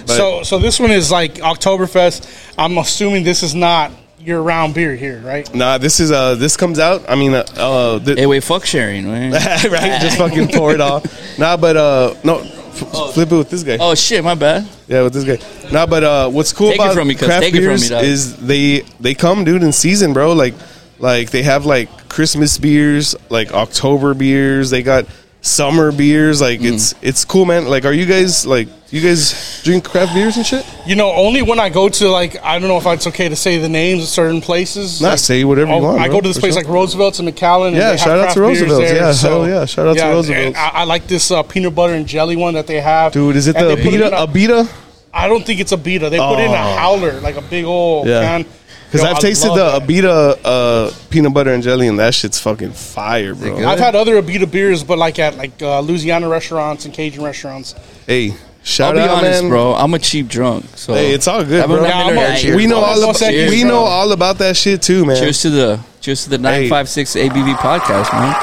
S3: But-
S6: so so this one is like Oktoberfest. I'm assuming this is not year round beer here, right?
S3: Nah, this is uh, this comes out. I mean, uh, uh the,
S7: Hey, wait, fuck sharing. man.
S3: right? Just fucking pour it off. Nah, but uh, no, f- flip it with this guy.
S7: oh shit, my bad.
S3: Yeah, with this guy. Nah, but uh, what's cool
S7: Take it
S3: about
S7: from me, cuz.
S3: craft
S7: Take it from
S3: beers
S7: me, dog.
S3: is they they come, dude, in season, bro. Like like they have like Christmas beers, like October beers. They got summer beers. Like
S7: Mm.
S3: it's it's cool, man. Like, are you guys like you guys drink craft beers and shit?
S6: You know, only when I go to like I don't know if it's okay to say the names of certain places.
S3: Nah,
S6: Like,
S3: say whatever you
S6: oh,
S3: want,
S6: I
S3: bro,
S6: go to this
S3: for
S6: place
S3: sure.
S6: like Roosevelt's and McAllen. and
S3: Yeah,
S6: they have
S3: shout out to
S6: craft beers
S3: Roosevelt's.
S6: there,
S3: Yeah, hell yeah, shout out to
S6: and
S3: Roosevelt's.
S6: I, I like this uh, peanut butter and jelly one that they have.
S3: Dude, is it
S6: And
S3: the
S6: they put
S3: Abita?
S6: in a-
S3: Abita?
S6: I don't think it's a beta. They put in
S3: Oh.
S6: a howler, like a big old
S3: Yeah.
S6: can.
S3: Because
S6: Yo,
S3: I've
S6: I
S3: tasted
S6: love
S3: the
S6: that.
S3: Abita uh, peanut butter and jelly, and that shit's fucking fire, bro.
S7: good?
S6: I've had other Abita beers, but like at like uh, Louisiana restaurants and Cajun restaurants.
S3: Hey,
S7: I'll
S3: shout
S7: be
S3: out,
S7: honest,
S3: man.
S7: bro. I'm a cheap drunk. So
S3: Hey, it's all good,
S7: Have a
S3: bro.
S7: Miller
S6: Nah, I'm
S7: Lite.
S6: a-
S7: Cheers,
S3: We know
S7: bro.
S3: all
S6: Cheers,
S3: about
S6: bro.
S3: we know all about that shit too, man.
S7: Cheers to the cheers to the nine five six ABV podcast, man.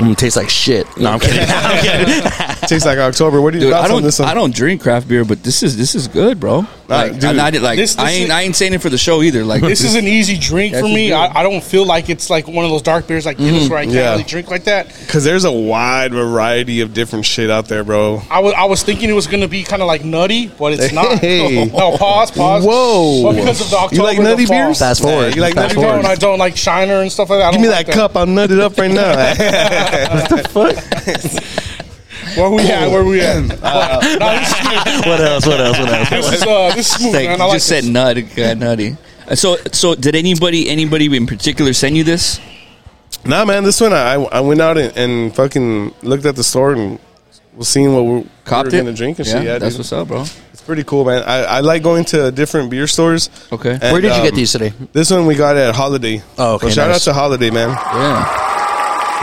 S5: Mm, tastes like shit. No, I'm kidding. I'm kidding.
S3: Tastes like October. What do you
S7: Dude,
S3: thoughts
S7: I
S3: on this
S7: don't
S3: one?
S7: I don't drink craft beer, but this is this is good, bro. Like,
S3: dude.
S7: I, I did like
S6: This- this
S7: I ain't
S6: is-
S7: I ain't saying it for the show either. Like
S6: This is an easy drink for
S7: That's
S6: me.
S7: good.
S6: I, I don't feel like it's like one of those dark beers like Guinness where I can't
S3: Mm-hmm. Yeah.
S6: really drink like that.
S3: Because there's a wide variety of different shit out there, bro.
S6: I was I was thinking it was going to be kind of like nutty, but it's not.
S3: Hey.
S6: No, pause, pause.
S3: Whoa.
S6: But because of the October,
S3: You like
S6: the
S3: nutty
S6: fall-
S3: beers?
S5: Fast forward.
S3: Yeah, you like
S5: Fast
S3: nutty
S6: I don't.
S3: beers?
S6: I don't like Shiner and stuff like that. I
S3: Give
S6: don't
S3: me
S6: like
S3: that cup. I'm nutted up right now.
S6: Where we at? Where we at? no, this is smooth.
S5: what else? What else? What else?
S6: This is, uh, this is smooth,
S7: Like,
S6: man. I
S7: you
S6: like
S7: just said
S6: this.
S7: nut, it got nutty. Uh, So, so did anybody, anybody in particular send you this?
S3: nah, man. This one, I I went out and, and fucking looked at the store and was seeing what we're,
S7: Copped
S3: we're
S7: it.
S3: gonna drink and shit. Yeah,
S7: that's
S3: dude.
S7: what's up, bro.
S3: it's pretty cool, man. I, I like going to different beer stores.
S7: Okay.
S3: And,
S5: Where did you get
S3: um,
S5: these today?
S3: This one we got at Holiday.
S5: Oh, okay,
S3: So shout
S5: nice.
S3: out to Holiday, man.
S7: Yeah.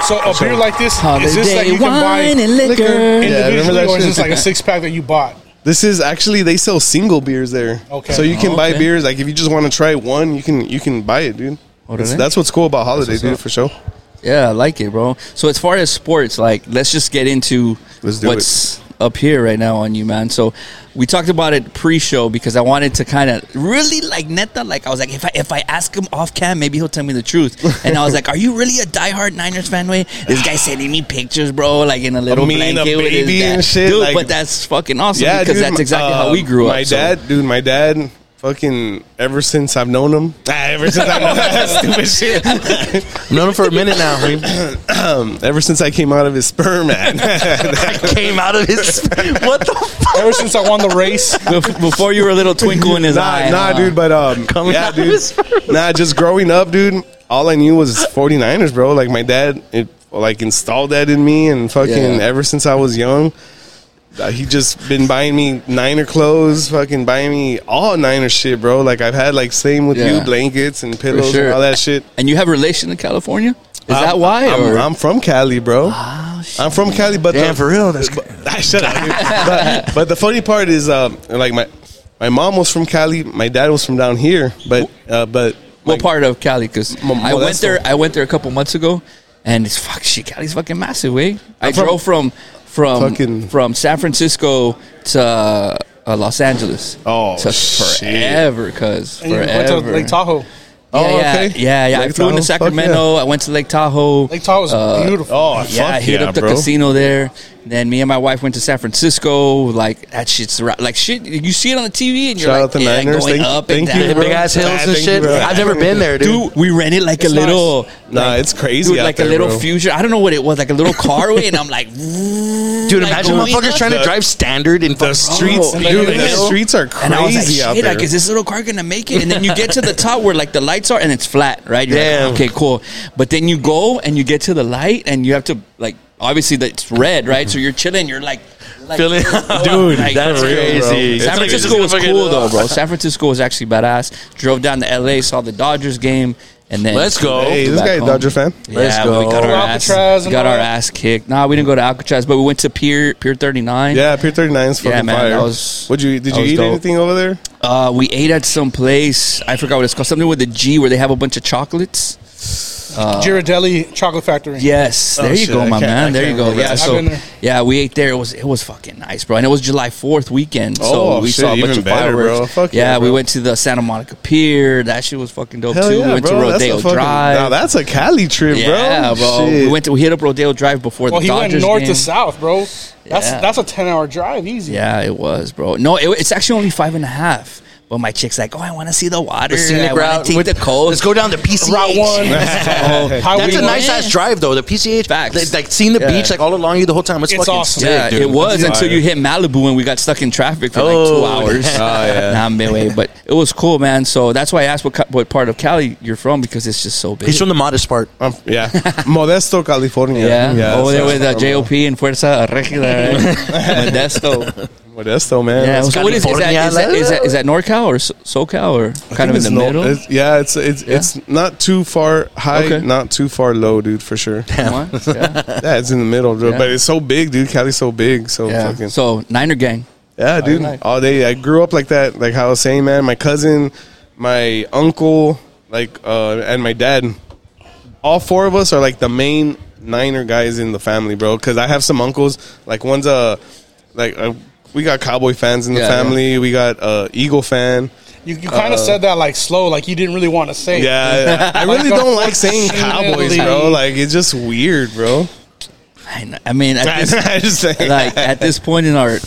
S6: So a beer like this is this that you can buy
S7: wine and liquor.
S3: Yeah, remember
S6: individually,
S3: that
S6: or is
S3: shit?
S6: this like a six pack that you bought?
S3: This is actually they sell single beers there.
S6: Okay.
S3: So you can
S7: Oh,
S3: buy
S7: okay.
S3: beers like if you just want to try one, you can you can buy it, dude.
S7: do
S3: It's-
S7: they?
S3: that's what's cool about holiday,
S7: Oh, what's
S3: dude,
S7: up.
S3: for sure.
S7: Yeah, I like it, bro. So as far as sports, like let's just get into
S3: Let's do
S7: what's up here right now on you, man. So we talked about it pre-show because I wanted to kind of really like Neta, like I was like, if I if I ask him off cam, maybe he'll tell me the truth. And I was like, are you really a diehard Niners fan? Way this guy sending me pictures, bro, like in a little
S3: mean, a
S7: blanket with his
S3: baby
S7: dad.
S3: and shit,
S7: dude.
S3: like-
S7: but that's fucking awesome because
S3: dude,
S7: that's
S3: my-
S7: exactly
S3: uh,
S7: how we grew up.
S3: My
S7: so-
S3: dad, dude, my dad fucking ever since I've known him. Ah, ever since I've known that stupid shit.
S5: I've known him for a minute now. He
S3: ever since I came out of his sperm, man.
S5: came out of his. What the fuck?
S6: Ever since I won the race,
S7: Bef- Before you were a little twinkle in his
S3: nah,
S7: eye.
S3: nah,
S7: huh?
S3: dude, but um
S5: Coming
S3: yeah,
S5: out of
S3: dude.
S5: his
S3: Nah, just growing up, dude, all I knew was 49ers, bro. Like my dad it like installed that in me and fucking
S7: Yeah.
S3: ever since I was young. Uh, he just been buying me Niner clothes, fucking buying me all Niner shit, bro. Like I've had like same with
S7: Yeah.
S3: you, blankets and pillows
S7: sure.
S3: and all that shit.
S7: And you have a relation in California? Is that
S3: I'm-
S7: why?
S3: I'm,
S7: or-
S3: I'm from Cali, bro.
S7: Uh,
S3: I'm from Cali, but
S5: Damn,
S3: the,
S5: for real? That's
S3: I shut up. dude. but, but the funny part is, um, like my my mom was from Cali, my dad was from down here, but uh, but
S7: what part of Cali? Because I went
S3: Modesto.
S7: there. I went there a couple months ago, and it's fuck shit. Cali's fucking massive, eh? I
S3: from-
S7: drove from from
S3: Fucking-
S7: from San Francisco to uh, Los Angeles.
S3: Oh,
S7: so
S3: shit.
S7: forever, cuz
S6: And you
S7: forever.
S6: went to Lake Tahoe.
S7: Yeah,
S3: Oh,
S7: yeah,
S3: okay.
S7: Yeah, yeah.
S3: Lake
S7: I flew into
S3: Tahoe, fuck
S7: Sacramento. I went to Lake Tahoe.
S6: Lake Tahoe's
S7: Uh,
S6: beautiful.
S3: Oh,
S7: Yeah, I
S3: fuck
S7: hit
S3: yeah,
S7: up the
S3: bro.
S7: casino there. Then me and my wife went to San Francisco. Like that shit's ra- like shit. You see it on the TV, and you're
S3: Shout
S7: like,
S3: out the
S7: yeah,
S3: Niners.
S7: going
S3: Thank-
S7: up
S3: thank
S7: and
S3: you,
S7: down.
S3: bro.
S5: Big ass hills
S3: Yeah,
S5: and
S3: thank you,
S5: shit.
S3: bro.
S5: I've never been there, dude.
S7: Dude, we rented like a
S6: It's
S7: little,
S3: Nah, it's crazy.
S7: dude,
S3: out
S7: like
S3: there,
S7: a little
S3: bro.
S7: fusion. I don't know what it was, like a little car way, and I'm like, dude,
S5: Dude, imagine motherfuckers trying to drive standard in
S3: The streets,
S7: Bro,
S3: dude.
S7: like-
S3: The streets are
S7: And I was like,
S3: crazy
S7: shit,
S3: out there.
S7: like, is this little car gonna make it? And then you get to the top where like the lights are, and it's flat, right? You're
S5: Damn.
S7: like, okay, cool. But then you go and you get to the light, and you have to like, obviously that's red, right? So you're chilling, you're like, like
S5: Feeling, dude,
S7: Like,
S5: that's
S7: real,
S5: crazy.
S3: bro.
S5: It's
S7: San
S5: like,
S7: Francisco was
S5: it's fucking-
S7: cool though, bro. San Francisco was actually badass. Drove down to LA, saw the Dodgers game, and then
S5: Let's go.
S3: Hey,
S7: to
S3: this
S7: back
S3: guy a
S7: home.
S3: Dodger fan.
S7: Yeah,
S5: Let's
S7: but
S5: go.
S7: we got our
S6: Go
S7: ass,
S6: Alcatraz
S7: we
S6: and
S7: got
S6: all
S7: our
S6: that.
S7: ass kicked. Nah, we didn't go to Alcatraz, but we went to Pier Pier Thirty Nine.
S3: Yeah, Pier 39 is fucking
S7: man,
S3: fire.
S7: that was-
S3: Would you did
S7: that
S3: you
S7: was
S3: eat
S7: dope.
S3: anything over there?
S7: Uh, we ate at some place. I forgot what it's called. Something with a G where they have a bunch of chocolates.
S3: uh,
S6: Girardelli Chocolate Factory.
S7: Yes, there you
S3: Oh, shit,
S7: go,
S3: I
S7: my
S3: can't- I
S7: man. There
S3: can't
S7: you go.
S3: remember
S7: Yeah,
S6: that. I've
S7: so
S6: been there.
S7: yeah, we ate there. It was it was fucking nice, bro. And it was July Fourth weekend, so
S3: Oh,
S7: we
S3: shit,
S7: saw a bunch
S3: even
S7: of
S3: better, bro.
S7: fireworks.
S3: Fuck
S7: yeah,
S3: yeah,
S7: we
S3: bro.
S7: went to the Santa Monica Pier. That shit was fucking dope too. we went to
S3: That's a
S7: Rodeo
S3: fucking-
S7: Drive.
S3: Nah, that's a Cali trip, bro.
S7: yeah, bro. We
S3: Shit.
S7: went to we hit up Rodeo Drive before
S6: Well,
S7: the
S6: Oh, he
S7: Dodgers
S6: went north
S7: game.
S6: to south, bro. That's
S7: Yeah.
S6: that's a ten hour drive, easy.
S7: Yeah, it was, bro. No, it, it's actually only five and a half. But my chick's like, oh, I want to see the water.
S5: The scenic
S7: I wanna
S5: route
S7: take
S5: with
S7: the coast.
S5: Let's go down to PCH.
S6: Route one. Highway
S5: That's a
S6: one.
S5: nice ass drive though. The PCH,
S7: Facts.
S5: like- like seeing the
S7: Yeah.
S5: beach like oh, all along you the whole time. It's,
S6: It's
S5: fucking
S6: awesome.
S5: sick,
S7: Yeah,
S5: dude.
S7: it was
S3: That's fire.
S7: until you hit Malibu and we got stuck in traffic for
S5: Oh.
S7: like two hours.
S3: Oh, yeah.
S7: Nah, man, wait, but it was cool, man. So that's why I asked what co- what part of Cali you're from because it's just so big.
S5: He's from the modest part.
S3: I'm- yeah. Modesto, California.
S7: yeah, over
S3: so-
S7: there with uh, JOP and Fuerza Regida, right? Modesto.
S3: Modesto, man.
S7: Yeah,
S3: That's-
S7: so what is, is, that, is, that, is, that, is that NorCal or So- SoCal or kind of in
S3: it's
S7: the
S3: no-
S7: middle?
S3: it's- yeah, it's it's it's not too far high,
S7: Okay.
S3: not too far low, dude, for sure.
S7: Come on. Yeah.
S3: yeah, it's in the middle, bro.
S7: Yeah.
S3: But it's so big, dude. Cali's so big, so
S7: Yeah.
S3: fucking
S7: So Niner gang.
S3: Yeah, dude. All day. I grew up like that. Like how I was saying, man. My cousin, my uncle, like, uh, and my dad. All four of us are like the main Niner guys in the family, bro. Because I have some uncles. Like one's a, like uh we got Cowboy fans in the
S7: Yeah, yeah.
S3: family. We got uh, Eagle fan.
S6: You, you kind of said that like slow, like you didn't really want to say. it.
S3: Yeah, I really don't like saying Cowboys, bro. Like it's just weird, bro.
S7: I kn- I mean,
S3: I
S7: at this,
S3: just think
S7: like at this point in our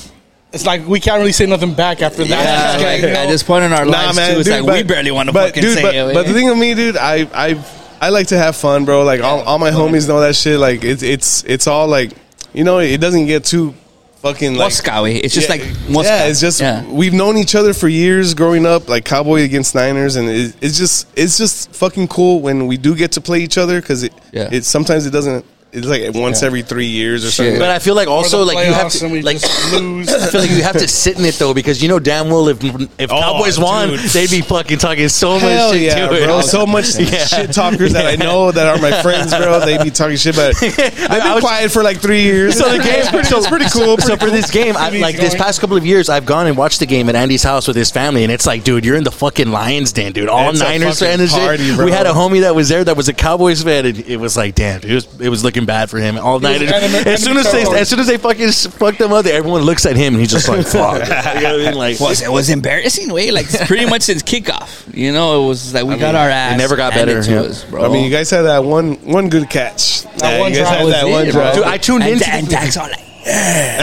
S6: it's like we can't really say nothing back after
S7: yeah,
S6: that. It's
S7: like,
S6: you know,
S7: at this point in our
S3: Nah,
S7: lives
S3: man,
S7: too, it's
S3: dude,
S7: like
S3: but-
S7: we barely want to
S3: but,
S7: fucking
S3: dude,
S7: say
S3: but,
S7: it. eh?
S3: But the thing of me, dude, I I I like to have fun, bro. Like all, all my homies know that shit. Like it's it's it's all like you know, it doesn't get too fucking like
S7: Moscow. eh? It's just
S3: yeah,
S7: like Moscow.
S3: Yeah, it's just
S7: Yeah.
S3: we've known each other for years growing up, like Cowboy against Niners, and it, it's just it's just fucking cool when we do get to play each other because it
S7: Yeah.
S3: it sometimes it doesn't. It's like once every three years or something.
S5: But I feel like
S6: we're in
S5: also
S6: the
S5: like you have
S6: playoffs
S5: to
S6: and we
S5: like
S6: just lose.
S5: I feel like you have to sit in it though because you know damn well if if Cowboys won they'd be fucking talking so
S3: Oh, Hell
S5: much shit
S3: yeah,
S5: to it.
S3: bro! So much
S5: Yeah.
S3: shit talkers that I know that are my friends, bro. They be talking shit, but they've been
S5: I was-
S3: quiet for like three years.
S5: So the game,
S3: it's pretty,
S5: so,
S3: it's pretty cool.
S5: So for this game, I,
S6: Pretty
S5: like this
S6: going.
S5: past couple of years, I've gone and watched the game at Andy's house with his family, and it's like, dude, you're in the fucking Lions den, dude. All
S3: It's a
S5: Niners
S3: fucking
S5: fan and shit.
S3: party, bro.
S5: We had a homie that was there that was a Cowboys fan, and it was like, damn, it was it was looking bad for him. All
S6: was
S5: Niners.
S6: adamant-
S5: As soon as they
S6: adamant
S5: as soon as they fucking s- fucked them up, everyone looks at him, and he's just like, fuck. You know what I mean? Like,
S7: was it was embarrassing way like pretty much since kickoff. You know, it was like we got our ass.
S5: never got
S7: handed
S5: better,
S7: to
S5: yeah.
S7: us, bro.
S3: I mean, you guys had that one one good catch.
S6: That one
S3: you guys
S6: drive
S3: had
S6: was
S3: that
S7: it,
S3: one
S7: bro.
S3: drive.
S5: dude, I tuned
S7: and,
S5: into
S7: Da- and Dak's all like,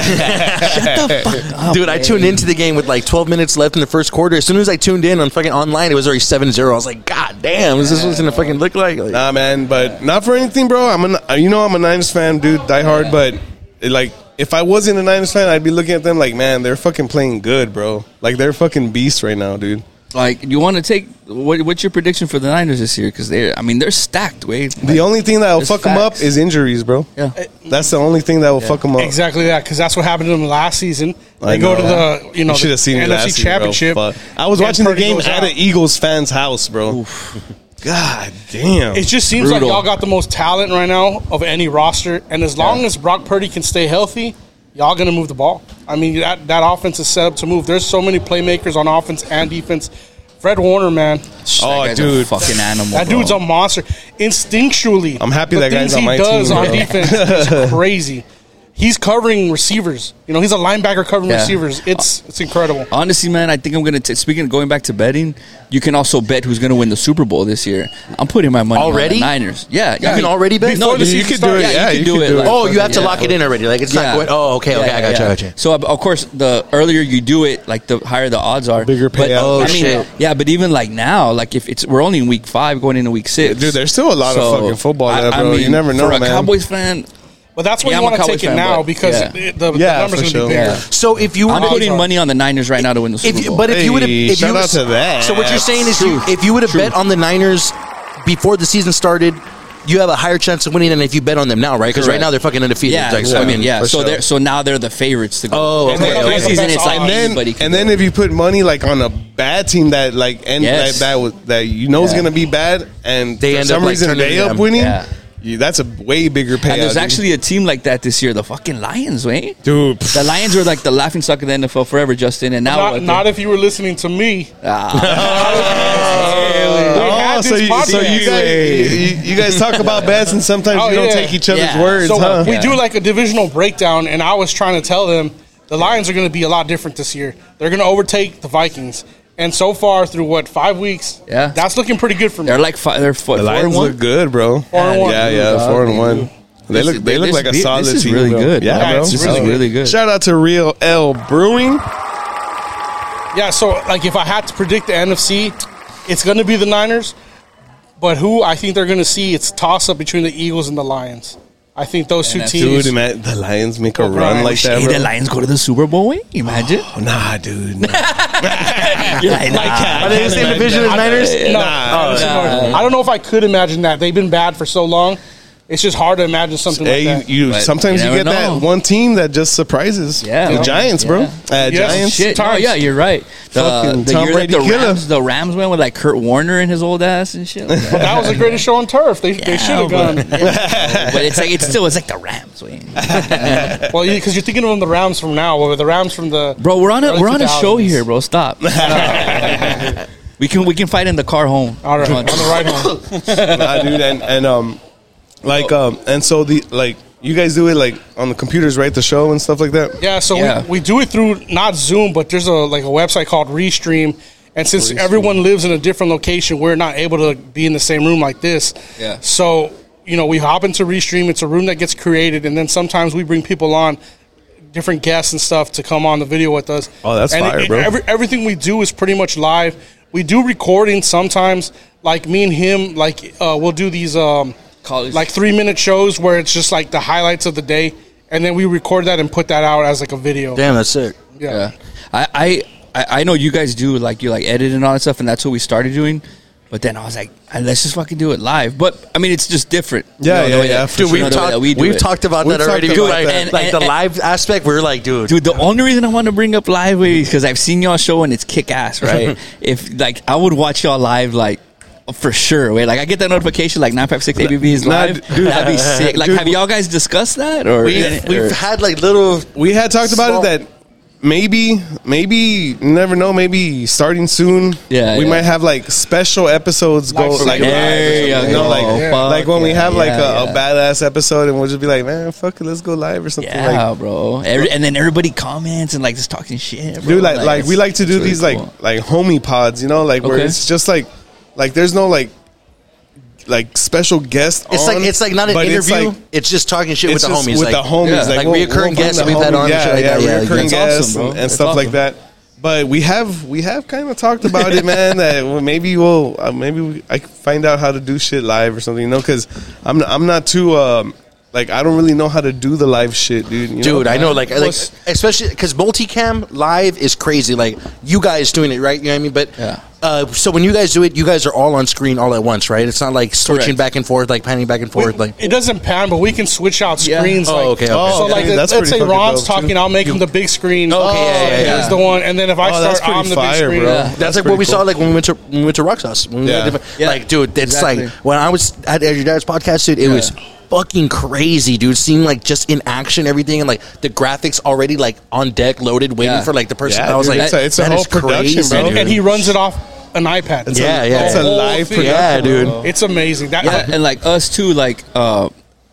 S7: yeah. shut the fuck up,
S5: Dude, I tuned into the game with like 12 minutes left in the first quarter. As soon as I tuned in on fucking online, it was already 7-0. I was like, God damn, is this what's gonna fucking look like? Like,
S3: Nah, man, but not for anything, bro. I'm a, you know I'm a Niners fan, dude, die hard. But it, like, if I wasn't a Niners fan, I'd be looking at them like, man, they're fucking playing good, bro. Like they're fucking beasts right now, dude.
S7: Like, you want to take what, what's your prediction for the Niners this year? Because they're, I mean, they're stacked, way.
S3: The only Oh, thing that will
S7: It's
S3: fuck them up
S7: facts.
S3: is injuries, bro.
S7: Yeah.
S3: That's the only thing that will fuck them up.
S6: Exactly that, because that's what happened to them last season. They
S3: I
S6: go
S3: know.
S6: to the you know
S3: you should have seen
S6: the
S3: me last
S6: NFC
S3: season, bro.
S6: Championship.
S3: Fuck. I was
S6: and
S3: watching the
S6: Purdy
S3: game
S6: goes
S3: at
S6: out.
S3: an Eagles fan's house, bro. God damn.
S6: It just seems
S7: Brutal.
S6: like y'all got the most talent right now of any roster, and as long as Brock Purdy can stay healthy, y'all gonna move the ball. I mean, that that offense is set up to move. There's so many playmakers on offense and defense. Fre- Fred Warner, man,
S3: Oh,
S7: that guy's a
S3: dude.
S7: fucking animal.
S6: that dude's a
S7: bro.
S6: monster. Instinctually,
S3: I'm happy
S6: the
S3: that guy's
S6: things
S3: on
S6: he
S3: my
S6: does
S3: team,
S6: on
S3: bro.
S6: defense is crazy. He's covering receivers. You know, he's a linebacker covering
S7: Yeah.
S6: receivers. It's it's incredible.
S7: Honestly, man, I think I'm gonna. T- speaking of going back to betting, you can also bet who's gonna win the Super Bowl this year. I'm putting my money
S5: Already?
S7: on the Niners. Yeah,
S5: You can already bet?
S7: No,
S6: Before the
S7: you,
S3: You
S6: season
S3: could do it.
S6: started.
S3: Yeah,
S7: you can do it. like-
S5: Oh, you have to lock it in already. Like it's not
S7: Yeah.
S5: going. Oh, okay, okay, I got you, I got you.
S7: So of of course, the earlier you do it, like the higher the odds are.
S3: Bigger
S7: But,
S3: payout.
S5: Oh,
S7: I mean,
S5: shit.
S7: Yeah, but even like now, like if it's we're only in week five, going into week six.
S3: Dude, there's still a lot of fucking football left, bro. You never know,
S7: for a
S3: man.
S7: Cowboys fan,
S6: But that's why
S7: Yeah,
S6: you
S7: I'm a
S6: want to
S7: Cowboys
S6: take it
S7: fan,
S6: now
S7: but-
S6: because
S7: yeah.
S6: it- the, the
S3: Yeah,
S6: numbers
S3: for
S6: are going to
S3: sure.
S6: be bigger.
S7: Yeah.
S5: So if you were
S7: I'm
S5: to-
S7: putting money on the Niners right now to win the Super
S5: If you,
S7: Bowl.
S5: but if you would have,
S3: Hey,
S5: if you
S3: shout
S5: would've-
S3: out to that.
S5: So what you're saying is, you,
S7: Truth.
S5: if you would have
S7: Truth.
S5: bet on the Niners before the season started, you have a higher chance of winning than if you bet on them now, right? Because right
S7: Correct.
S5: now they're fucking undefeated.
S7: yeah,
S5: Like, so,
S7: so,
S5: I mean,
S7: yeah.
S5: for
S7: So
S5: sure.
S7: they're so now they're the favorites to go.
S5: Oh,
S6: And they
S5: okay,
S6: don't
S5: okay.
S6: have the
S7: Preseason,
S6: best
S7: it's like
S3: and
S6: odds.
S3: then
S7: anybody can
S3: and then
S7: go.
S3: if you put money like on a bad team that like and
S7: Yes.
S3: that that was- that you know is
S7: Yeah.
S3: gonna be bad and
S5: They
S3: for
S5: end
S3: some
S5: up, like,
S3: reason
S5: turning
S3: they
S5: it
S3: up
S5: down.
S3: winning,
S7: Yeah.
S3: you- that's a way bigger payout.
S7: And there's
S3: dude.
S7: actually a team like that this year, the fucking Lions, wait.
S3: dude.
S7: The Lions were like the laughing stock of the NFL forever, Justin. And now Ah,
S6: Not, not if you were listening to me. We had
S3: Oh, so
S6: this
S3: you, so
S6: podcast.
S3: you guys, you, you guys talk about bets, and sometimes
S6: Oh,
S3: you don't
S6: yeah.
S3: take each other's
S7: Yeah.
S3: words,
S6: So
S3: huh?
S6: we do like a divisional breakdown, and I was trying to tell them the Lions are going to be a lot different this year. They're going to overtake the Vikings, and so far through what five weeks,
S7: Yeah.
S6: that's looking pretty good for me.
S7: they're like five, they're four,
S3: The
S7: four and
S3: Lions
S7: one.
S3: look good, bro.
S6: Four and one.
S3: Yeah, yeah, four and one. They
S7: This
S3: look,
S7: is-
S3: they look
S7: this
S3: like a
S7: be-
S3: solid
S7: this is
S3: team.
S7: really
S3: bro.
S7: good.
S3: Yeah,
S7: Yeah,
S3: bro.
S7: it's really really good.
S3: Shout out to Real L Brewing.
S6: Yeah, so like if I had to predict the NFC, it's going to be the Niners, but who I think they're going to see it's toss up between the Eagles and the Lions. I think those two
S7: NFC.
S6: teams.
S3: Dude, man, the Lions make a
S6: Oh,
S3: run
S6: Brian.
S3: like that,
S7: Hey,
S3: bro.
S7: the Lions go to the Super Bowl, wait. Imagine.
S3: Oh, nah, dude. nah.
S7: You're like, nah.
S5: Are they the same division as Niners?
S6: No,
S3: Nah.
S6: NFC North. I don't know if I could imagine that. They've been bad for so long. It's just hard to imagine something
S3: Hey,
S6: like that.
S3: you, you-
S7: But
S3: sometimes
S7: you
S3: you,
S7: never
S3: get
S7: know.
S3: that one team that just surprises.
S7: Yeah.
S3: the Giants, bro.
S7: Yeah.
S3: Uh,
S6: Yes.
S3: Giants.
S7: Shit. Oh,
S6: Times.
S7: yeah, you're right. The,
S3: Fucking
S7: the
S3: Tom
S7: year that
S3: Brady
S7: the
S3: killer.
S7: Rams, the Rams went with like Kurt Warner and his old ass and shit. Like,
S6: But that was the greatest show on turf. They,
S7: yeah,
S6: they should have
S7: but-
S6: gone.
S7: yeah. But it's like it's still it's like the Rams, wait.
S6: Well, because you're thinking of them the Rams from now, or the Rams from the
S7: Bro, we're on a
S6: early
S7: we're on a show
S6: 2000s.
S7: here, bro. Stop. we can we can fight in the car home.
S6: All right, on
S7: Come on.
S6: the right home.
S3: nah, dude, and and um, like um, and so the like you guys do it like on the computers, right? The show and stuff like that.
S6: Yeah, so
S7: Yeah.
S6: We, we do it through not Zoom, but there's a like a website called Restream, and since everyone lives in a different location, we're not able to be in the same room like this.
S7: Yeah.
S6: So you know, we hop into Restream. It's a room that gets created, and then sometimes we bring people on. Different guests and stuff to come on the video with us.
S3: Oh, that's
S6: and
S3: fire, bro.
S6: every- everything we do is pretty much live. We do recording sometimes, like me and him. Like uh, we'll do these um,
S7: College.
S6: like three minute shows where it's just like the highlights of the day, and then we record that and put that out as like a video.
S5: Damn, that's sick.
S6: Yeah.
S7: Yeah. I, I I I know you guys do like you like edit and all that stuff, and that's what we started doing. But then I was like, "Ah, let's just fucking do it live. But I mean, it's just different. you
S3: Yeah,
S7: know, the
S3: yeah,
S7: way
S3: yeah,
S7: that-
S3: for
S7: you
S5: Dude,
S7: know,
S5: we've,
S7: the way
S5: talked,
S7: that we
S5: we've
S7: do it.
S5: talked about
S3: We've
S5: that
S3: talked
S5: already.
S3: about
S5: Dude,
S3: that.
S5: like,
S7: And-
S5: like the
S7: and-
S5: live aspect, we were like, dude,
S7: Dude, the only reason I want to bring up live is because I've seen y'all show and it's kick ass, right? if like I would watch y'all live, like for sure. Wait, like I get that notification like nine five six ABV is
S3: Nah,
S7: live.
S3: dude.
S7: That'd be sick. Like,
S3: Dude,
S7: have y'all guys discussed that or?
S5: we've,
S7: or-
S5: we've had like little.
S3: We had talked about it that maybe, maybe never know. Maybe starting soon.
S7: Yeah,
S3: we
S7: yeah.
S3: might have like special episodes go
S6: Live
S3: like
S6: stream.
S7: There
S3: live or something,
S7: you
S3: you know,
S7: go.
S3: like
S7: Oh, Fuck
S3: like when we
S7: yeah,
S3: have like a,
S7: yeah, yeah.
S3: a badass episode, and we'll just be like, man, fuck it, let's go live or something. like
S7: yeah, bro. Every, and then everybody comments and like just talking shit. Bro.
S3: Dude, like, like we
S7: it's-
S3: like to
S7: it's
S3: do
S7: really
S3: these
S7: cool.
S3: like like homie pods, you know, like where
S7: Okay.
S3: it's just like like there's no like like special guest.
S5: It's
S3: on,
S5: like it's like not an
S3: but it's,
S5: interview. It's,
S3: like,
S5: just talking shit with
S3: it's
S5: the
S3: just
S5: homies.
S3: with
S5: like,
S3: the homies, oh,
S7: yeah.
S5: like
S3: we'll-
S5: reocurring
S3: we'll bring
S5: guests
S3: the
S5: that we've had
S3: homie-
S5: on and
S3: yeah,
S5: shit like
S3: yeah,
S5: that. Yeah, like,
S3: recurring
S5: that's
S3: guests
S7: awesome, bro.
S3: and, and
S7: That's
S3: stuff like
S7: awesome.
S3: that. But we have we have kind of talked about it, man. That well, maybe we'll uh, maybe we, I can find out how to do shit live or something, you know? Because I'm I'm not too um like I don't really know how to do the live shit, dude. You
S5: Dude,
S3: know?
S5: I know, like, like
S6: Plus-
S5: especially because multicam live is crazy. Like, you guys doing it, right? You know what I mean? But
S7: Yeah.
S5: uh, so when you guys do it, you guys are all on screen all at once, right? It's not like switching
S7: Correct.
S5: back and forth, like panning back and forth, like.
S6: it doesn't pan, but we can switch out
S7: Yeah.
S6: screens.
S5: Oh,
S6: like,
S5: okay, okay.
S6: So,
S3: Oh,
S6: like,
S3: dude, that's
S6: let's
S3: pretty
S6: say
S3: fucking
S6: Ron's
S3: dope, too.
S6: talking, I'll make him the big screen. Oh,
S5: Okay, yeah, yeah, yeah.
S6: He's the one, and then if I
S3: Oh, that's
S6: start, I'm
S3: pretty
S6: the
S3: fire,
S6: big screen.
S3: bro.
S5: That's,
S3: That's
S5: like what
S3: pretty
S5: we saw
S3: cool.
S5: like when we went to when we went to Rock Sauce. When we
S3: Yeah.
S5: had different,
S7: Yeah.
S5: Like, dude, it's
S7: Exactly.
S5: like when I was at, at your dad's podcast, dude, it was fucking crazy, dude. Seeing like just in action everything and like the graphics already like on deck, loaded, waiting
S7: Yeah.
S5: for like the person.
S3: Yeah,
S5: I was
S3: dude,
S5: like,
S3: it's a- it's a
S5: that
S3: whole
S5: is
S3: production,
S5: crazy,
S3: bro.
S5: dude.
S6: And he runs it off an iPad. It's
S5: Yeah,
S6: a,
S5: yeah.
S3: It's a
S6: whole
S3: live
S6: thing.
S5: Yeah, dude.
S6: It's amazing. That
S7: yeah, and like us too. Like, uh,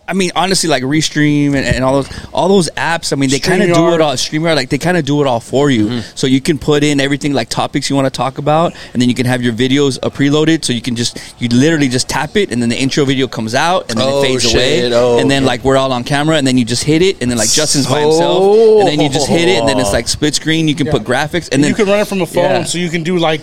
S7: I mean, honestly, like Restream and, and all those all those apps. I mean, they kind of do
S6: StreamYard.
S7: it all. Streamyard, like they kind of do it all for you. So you can put in everything, like topics you want to talk about, and then you can have your videos uh, preloaded. So you can just you literally just tap it, and then the intro video comes out, and then
S2: Oh,
S7: it fades
S2: shit.
S7: away,
S2: Oh,
S7: and then
S2: okay.
S7: like we're all on camera, and then you just hit it, and then like Justin's by
S2: So-
S7: himself, and then you just hit it, and then it's like split screen. You can put graphics, and then
S6: you can run it from a phone,
S7: Yeah
S6: so you can do like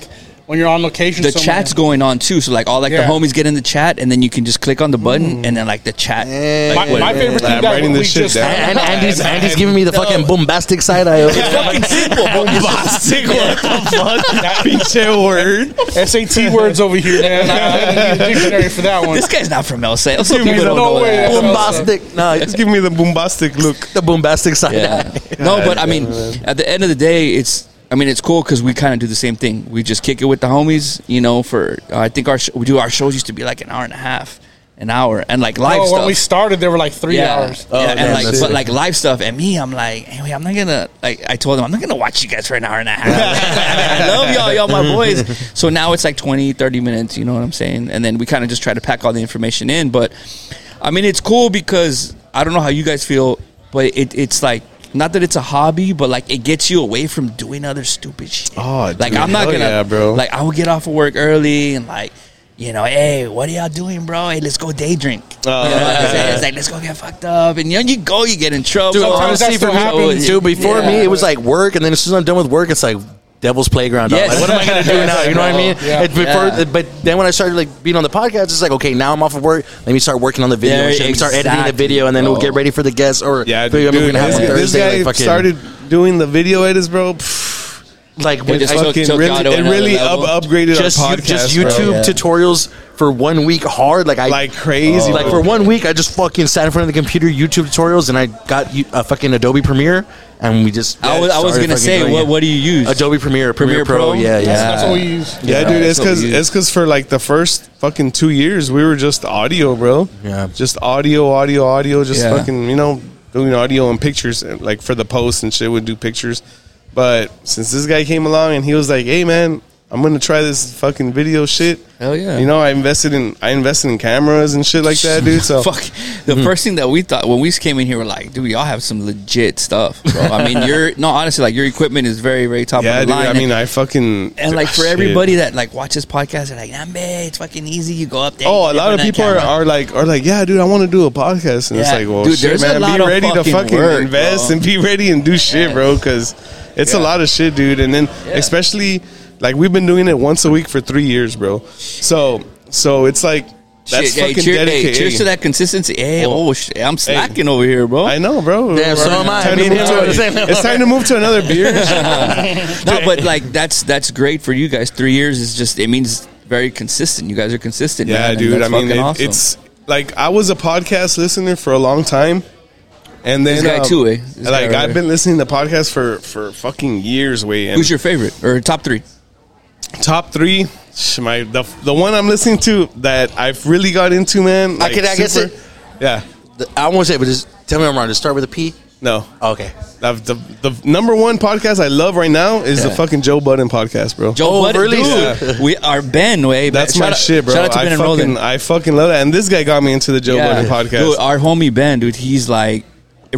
S6: when you're on location.
S7: the
S6: somewhere.
S7: chat's going on too. So like all like
S6: Yeah.
S7: the homies get in the chat, and then you can just click on the button, and then like the chat.
S6: My,
S7: Like, what-
S6: my favorite thing
S3: I'm
S6: that
S3: writing
S6: we
S3: this shit
S6: just
S3: down.
S6: had-
S5: And Andy's Andy's giving me the fucking bombastic side eye.
S3: Bombastic. What the fuck? Pinche word.
S6: SAT words over here, man. I need a dictionary for that one.
S7: this guy's not from El Salvador. So
S6: Dude, there's
S7: people don't
S6: no
S7: know
S6: way.
S7: that.
S5: Bombastic. No, it's
S3: Just give me the bombastic look.
S5: the bombastic side
S7: Yeah.
S5: eye.
S7: no, but I mean, at the end of the day, it's. I mean, it's cool because we kind of do the same thing. We just kick it with the homies, you know. For uh, I think our sh- we do our shows used to be like an hour and a half, an hour, and like live
S6: Oh,
S7: stuff.
S6: when we started, there were like three hours.
S3: Oh,
S7: Yeah, and
S5: damn,
S7: like,
S5: that's
S7: but
S5: it.
S7: like live stuff. And me, I'm like, anyway, I'm not gonna like. I told him I'm not gonna watch you guys for an hour and a half. I love y'all, y'all my boys. So now it's like 20, 30 minutes. You know what I'm saying? And then we kind of just try to pack all the information in. But I mean, it's cool because I don't know how you guys feel, but it, it's like. Not that it's a hobby, but like it gets you away from doing other stupid shit.
S3: Oh, dude,
S7: like I'm not
S3: hell
S7: gonna,
S3: yeah, bro.
S7: Like I will get off of work early and like, you know, hey, what are y'all doing, bro? Hey, let's go day drink.
S3: Oh.
S7: You know what I'm saying? It's like let's go get fucked up, and you know, you go, you get in trouble.
S5: Dude,
S6: Sometimes
S5: honestly,
S6: that still
S5: for me,
S6: happens.
S5: dude, before
S7: Oh, Yeah.
S5: me, it was like work, and then as soon as I'm done with work, it's like devil's playground. dog.
S7: Yes.
S5: Like, what am I gonna do now? You know what I mean?
S6: Yeah.
S5: It- before,
S7: Yeah.
S5: But then when I started like being on the podcast, it's like okay, now I'm off of work. Let me start working on the video.
S7: There-
S5: and shit. Let me start editing the
S7: exactly, Oh.
S5: video, and then we'll
S7: bro.
S5: get ready for the guests. Or
S3: Yeah,
S5: maybe
S3: dude,
S5: we're gonna have
S3: this,
S5: one
S3: this
S5: Thursday,
S3: guy
S5: like, fucking-
S3: started doing the video edits, bro. Pfft,
S5: like
S7: It
S5: with
S7: just
S5: I-
S7: took-
S3: fucking
S7: took
S3: really,
S7: y'all to
S3: it
S7: another
S3: really up,
S7: level.
S3: upgraded
S5: just
S3: our
S5: you-
S3: podcast.
S5: just
S3: bro.
S5: YouTube tutorials for one week hard. Like I
S3: like crazy.
S5: Like for one week, I just fucking sat in front of the computer, YouTube tutorials, and I got you- a fucking Adobe Premiere, and we just.
S7: I was, I was
S5: started fucking
S7: gonna say,
S5: doing
S7: what
S5: it.
S7: what do you use?
S5: Adobe Premiere, Premiere,
S7: Premiere
S5: Pro,
S7: Pro?
S5: yeah, yeah.
S6: That's what we use.
S3: Yeah,
S7: Yeah,
S3: dude, it's
S7: that's what
S3: because
S7: we use.
S3: it's because for like the first fucking two years we were just audio, bro.
S5: Yeah.
S3: just audio, audio, audio, just
S7: Yeah.
S3: fucking you know doing audio and pictures and, like for the posts and shit. Would do pictures, but since this guy came along and he was like, "Hey, man." I'm gonna try this fucking video shit.
S7: Hell yeah.
S3: You know, I invested in I invested in cameras and shit like that, dude. So
S7: Fuck. The
S5: Hmm.
S7: first thing that we thought when we came in here, we're like, dude, y'all have some legit stuff, bro. I mean, you're no, honestly, like your equipment is very, very top
S3: yeah,
S7: of
S3: dude.
S7: the line.
S3: I mean, I fucking
S7: and like for
S3: shit.
S7: everybody that like watches podcasts, they're like, nah, man, it's fucking easy. You go up there.
S3: Oh, a lot
S7: you flip
S3: of
S7: on that
S3: people are,
S7: camera.
S3: are like are like, yeah, dude, I want to do a podcast, and it's
S7: Yeah.
S3: like, well,
S7: Dude,
S3: shit,
S7: there's
S3: man,
S7: a lot
S3: be
S7: of
S3: ready to
S7: fucking
S3: fucking
S7: work,
S3: invest
S7: bro.
S3: and be ready and do shit, bro, because it's a
S7: Yeah.
S3: lot of shit, dude. And then especially like we've been doing it once a week for three years, bro. So so it's like that's
S7: Shit, hey,
S3: fucking
S7: cheer- hey,
S3: dedicated.
S7: cheers to that consistency. Hey,
S3: Oh.
S7: oh, shit, I'm slacking over here, bro.
S3: I know, bro.
S5: Damn, so
S3: We're
S5: am I.
S3: time to
S5: Me and
S3: move
S5: him
S3: to
S5: are on
S3: a-
S5: the same level.
S3: It's time to move to another beer.
S7: no, but like that's that's great for you guys. Three years is just it means very consistent. You guys are consistent.
S3: Yeah,
S7: man, and
S3: dude. I
S7: that's
S3: mean,
S7: fucking
S3: it-
S7: awesome.
S3: it's like I was a podcast listener for a long time, and then
S7: This guy
S3: um,
S7: too, eh? This guy
S3: like
S7: right
S3: I've
S7: here.
S3: been listening to podcasts for for fucking years. Way and
S7: who's your favorite or top three?
S3: top three? sh- My the the one I'm listening to that I've really got into, man. Like,
S5: can- I guess
S3: super-
S5: it-
S3: Yeah.
S5: The- I won't say, but just tell me I'm wrong. Just start with a P.
S3: No.
S5: Okay.
S3: I've, the the number one podcast I love right now is the
S7: Yeah.
S3: fucking Joe Budden podcast, bro.
S7: Joe
S5: Oh,
S7: Budden,
S5: really?
S7: dude. We are Ben way.
S3: That's my
S7: shout out-
S3: shit, bro.
S7: Shout out to
S3: I
S7: Ben and
S3: fucking
S7: Roland.
S3: I fucking love that. And this guy got me into the Joe
S7: Yeah.
S3: Budden podcast.
S7: Dude, our homie Ben, dude, he's like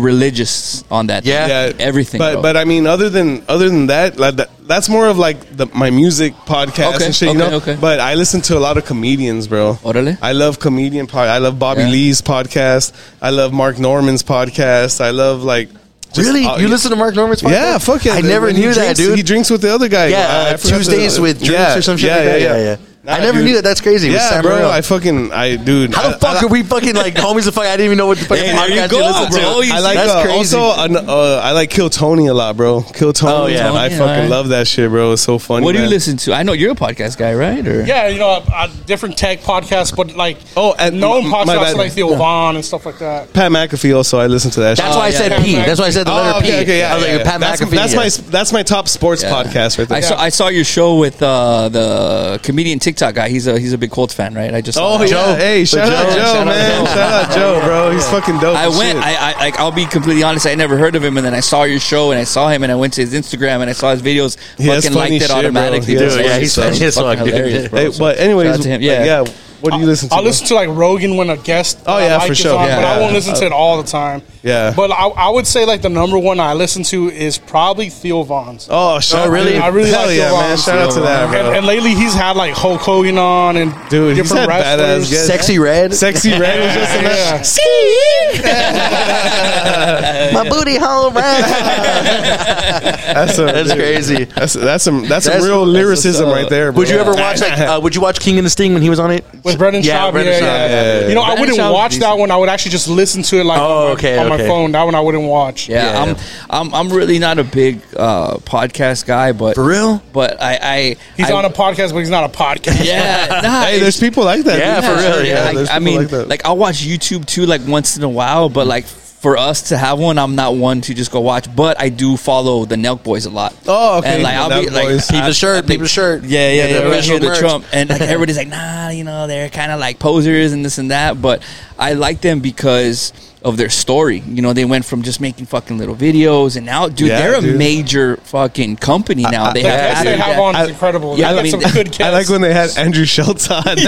S7: religious on that.
S5: Yeah.
S7: thing. everything.
S3: But
S7: bro.
S3: but I mean, other than other than that, like that, that's more of like the, my music podcast
S7: Okay,
S3: and shit. You
S7: okay,
S3: know.
S7: okay.
S3: But I listen to a lot of comedians, bro.
S7: Órale.
S3: I love comedian pod. I love Bobby
S7: Yeah.
S3: Lee's podcast. I love Mark Norman's podcast. I love like. just-
S5: really?
S3: uh,
S5: you listen to Mark Norman's podcast?
S3: Yeah, fuck yeah.
S5: I never
S3: When he
S5: knew that,
S3: drinks-
S5: dude.
S3: He drinks with the other guy.
S5: yeah,
S3: I- I
S5: uh,
S3: forgot the-
S5: Tuesdays with drinks
S3: yeah,
S5: or some shit.
S3: Yeah,
S5: like that.
S3: yeah, yeah.
S5: I
S3: Nah,
S5: never
S3: dude.
S5: knew that. That's crazy. It was
S3: Yeah,
S5: sad,
S3: bro.
S5: real.
S3: I fucking, I, dude.
S5: How the
S3: I-
S5: fuck
S3: I-
S5: are we fucking like homies? The fuck, I didn't even know what the fuck.
S7: Hey, there you go, bro. You
S3: I like
S5: That's
S3: uh,
S5: crazy.
S3: also an, uh, I like Kill Tony a lot, bro. Kill Tony.
S5: Oh, yeah.
S3: I
S7: Tony,
S3: fucking
S7: alright.
S3: love that shit, bro. It's so funny.
S7: what do you
S3: man.
S7: listen to? I know you're a podcast guy, right? Or
S6: Yeah, you know, uh, uh, different tech podcasts, but like
S3: Oh, and
S6: known
S3: m- my
S6: podcasts
S3: bad.
S6: like the Ovan and stuff like that.
S3: Pat McAfee also. I listen to that.
S5: That's
S3: shit.
S5: why I
S7: yeah,
S5: said
S6: yeah.
S5: P. That's why I said the letter
S3: Oh, okay,
S5: P.
S3: okay, yeah,
S5: I was like,
S3: yeah, yeah.
S5: Pat
S3: that's,
S5: McAfee.
S3: That's
S5: yeah.
S3: my that's my top sports
S7: Yeah.
S3: podcast right there.
S7: I saw I saw your show with uh, the comedian TikTok guy. He's a he's a big Colts fan, right? I just saw
S3: Oh
S7: that.
S3: yeah, hey, shout out Joe,
S7: Shout out
S3: man,
S7: Joe.
S3: shout out Joe, bro. He's fucking dope.
S7: I
S3: as
S7: went.
S3: oh, shit.
S7: I, I like. I'll be completely honest. I never heard of him, and then I saw your show, and I saw him, and I went to his Instagram, and I saw his videos.
S3: He has
S7: fucking
S3: funny
S7: liked it
S3: shit, bro.
S7: automatically.
S3: He has
S5: funny stuff. He's
S7: fucking
S5: fucking
S7: hilarious,
S5: dude.
S7: bro.
S3: Hey, but anyways,
S7: Shout out to him.
S3: like, yeah.
S7: Yeah.
S3: What do you listen to?
S6: I'll
S3: bro?
S6: listen to like Rogan when a guest.
S3: Oh,
S6: I
S3: yeah,
S6: like
S3: for
S6: is
S3: sure.
S6: on,
S7: Yeah.
S6: but I won't listen to it all the time.
S3: Yeah.
S6: But I, I would say like the number one I listen to is probably Theo Vaughn's.
S3: oh, shout
S5: Oh, really?
S6: I really
S3: Hell
S6: like
S3: yeah,
S6: Theo
S3: man.
S6: Vaughn.
S3: Shout out to that, bro.
S6: And, and lately he's had like Hulk Hogan on and
S3: Dude, he's
S6: different
S3: had badass
S6: wrestlers.
S3: guests.
S5: Sexy red.
S3: Sexy Red was just in that.
S6: Yeah.
S5: My booty hole red.
S3: That's, a,
S5: That's
S3: dude,
S5: crazy.
S3: That's that's some that's, some
S5: That's-
S3: real
S5: that's
S3: lyricism
S5: what's up.
S3: right there. Bro.
S5: Would you ever watch like? Uh, would you watch King and the Sting when he was on it?
S6: With Brendan
S5: Yeah,
S6: Schaub,
S5: Brendan
S6: yeah,
S5: Schaub,
S6: yeah.
S5: yeah,
S3: yeah,
S6: You know, I
S7: Brendan
S6: wouldn't
S7: Schaub's
S6: watch that
S7: decent.
S6: one. I would actually just listen to it like
S5: Oh,
S6: on, my,
S5: okay,
S6: on
S5: okay.
S6: my phone. That one I wouldn't watch.
S5: Yeah.
S7: Yeah, I'm, I'm I'm really not a big uh, podcast guy, but
S5: For real?
S7: But I, I
S6: He's
S7: I-
S6: on a podcast, but he's not a podcast.
S7: yeah. Nah,
S3: Hey, there's people like that.
S5: Yeah,
S3: dude.
S5: for real, yeah.
S3: there's
S7: I, I
S3: people
S7: mean,
S3: like that.
S7: like, I'll watch YouTube too, like once in a while, but like for us to have one, I'm not one to just go watch. But I do follow the Nelk Boys a lot.
S3: Oh, okay,
S7: And like I'll be
S3: Nelk
S7: like,
S3: Boys.
S7: I-
S5: Keep the
S7: I
S5: shirt.
S7: think-
S5: Keep the shirt.
S7: Yeah, yeah,
S5: the
S7: yeah. right here,
S5: original
S7: the
S5: merch.
S7: Trump, and like everybody's like, nah, you know, they're kind of like posers and this and that. But I like them because of their story. You know, they went from just making fucking little videos, and now, dude,
S3: Yeah,
S7: they're a
S3: dude.
S7: major fucking company now. they
S6: The
S7: have
S6: guests they
S7: added
S6: have
S7: that.
S6: on
S3: I-
S6: is incredible.
S7: yeah,
S6: Yeah,
S7: I
S6: I
S7: mean,
S6: some good guests.
S3: I like when they had Andrew Schultz on. Andrew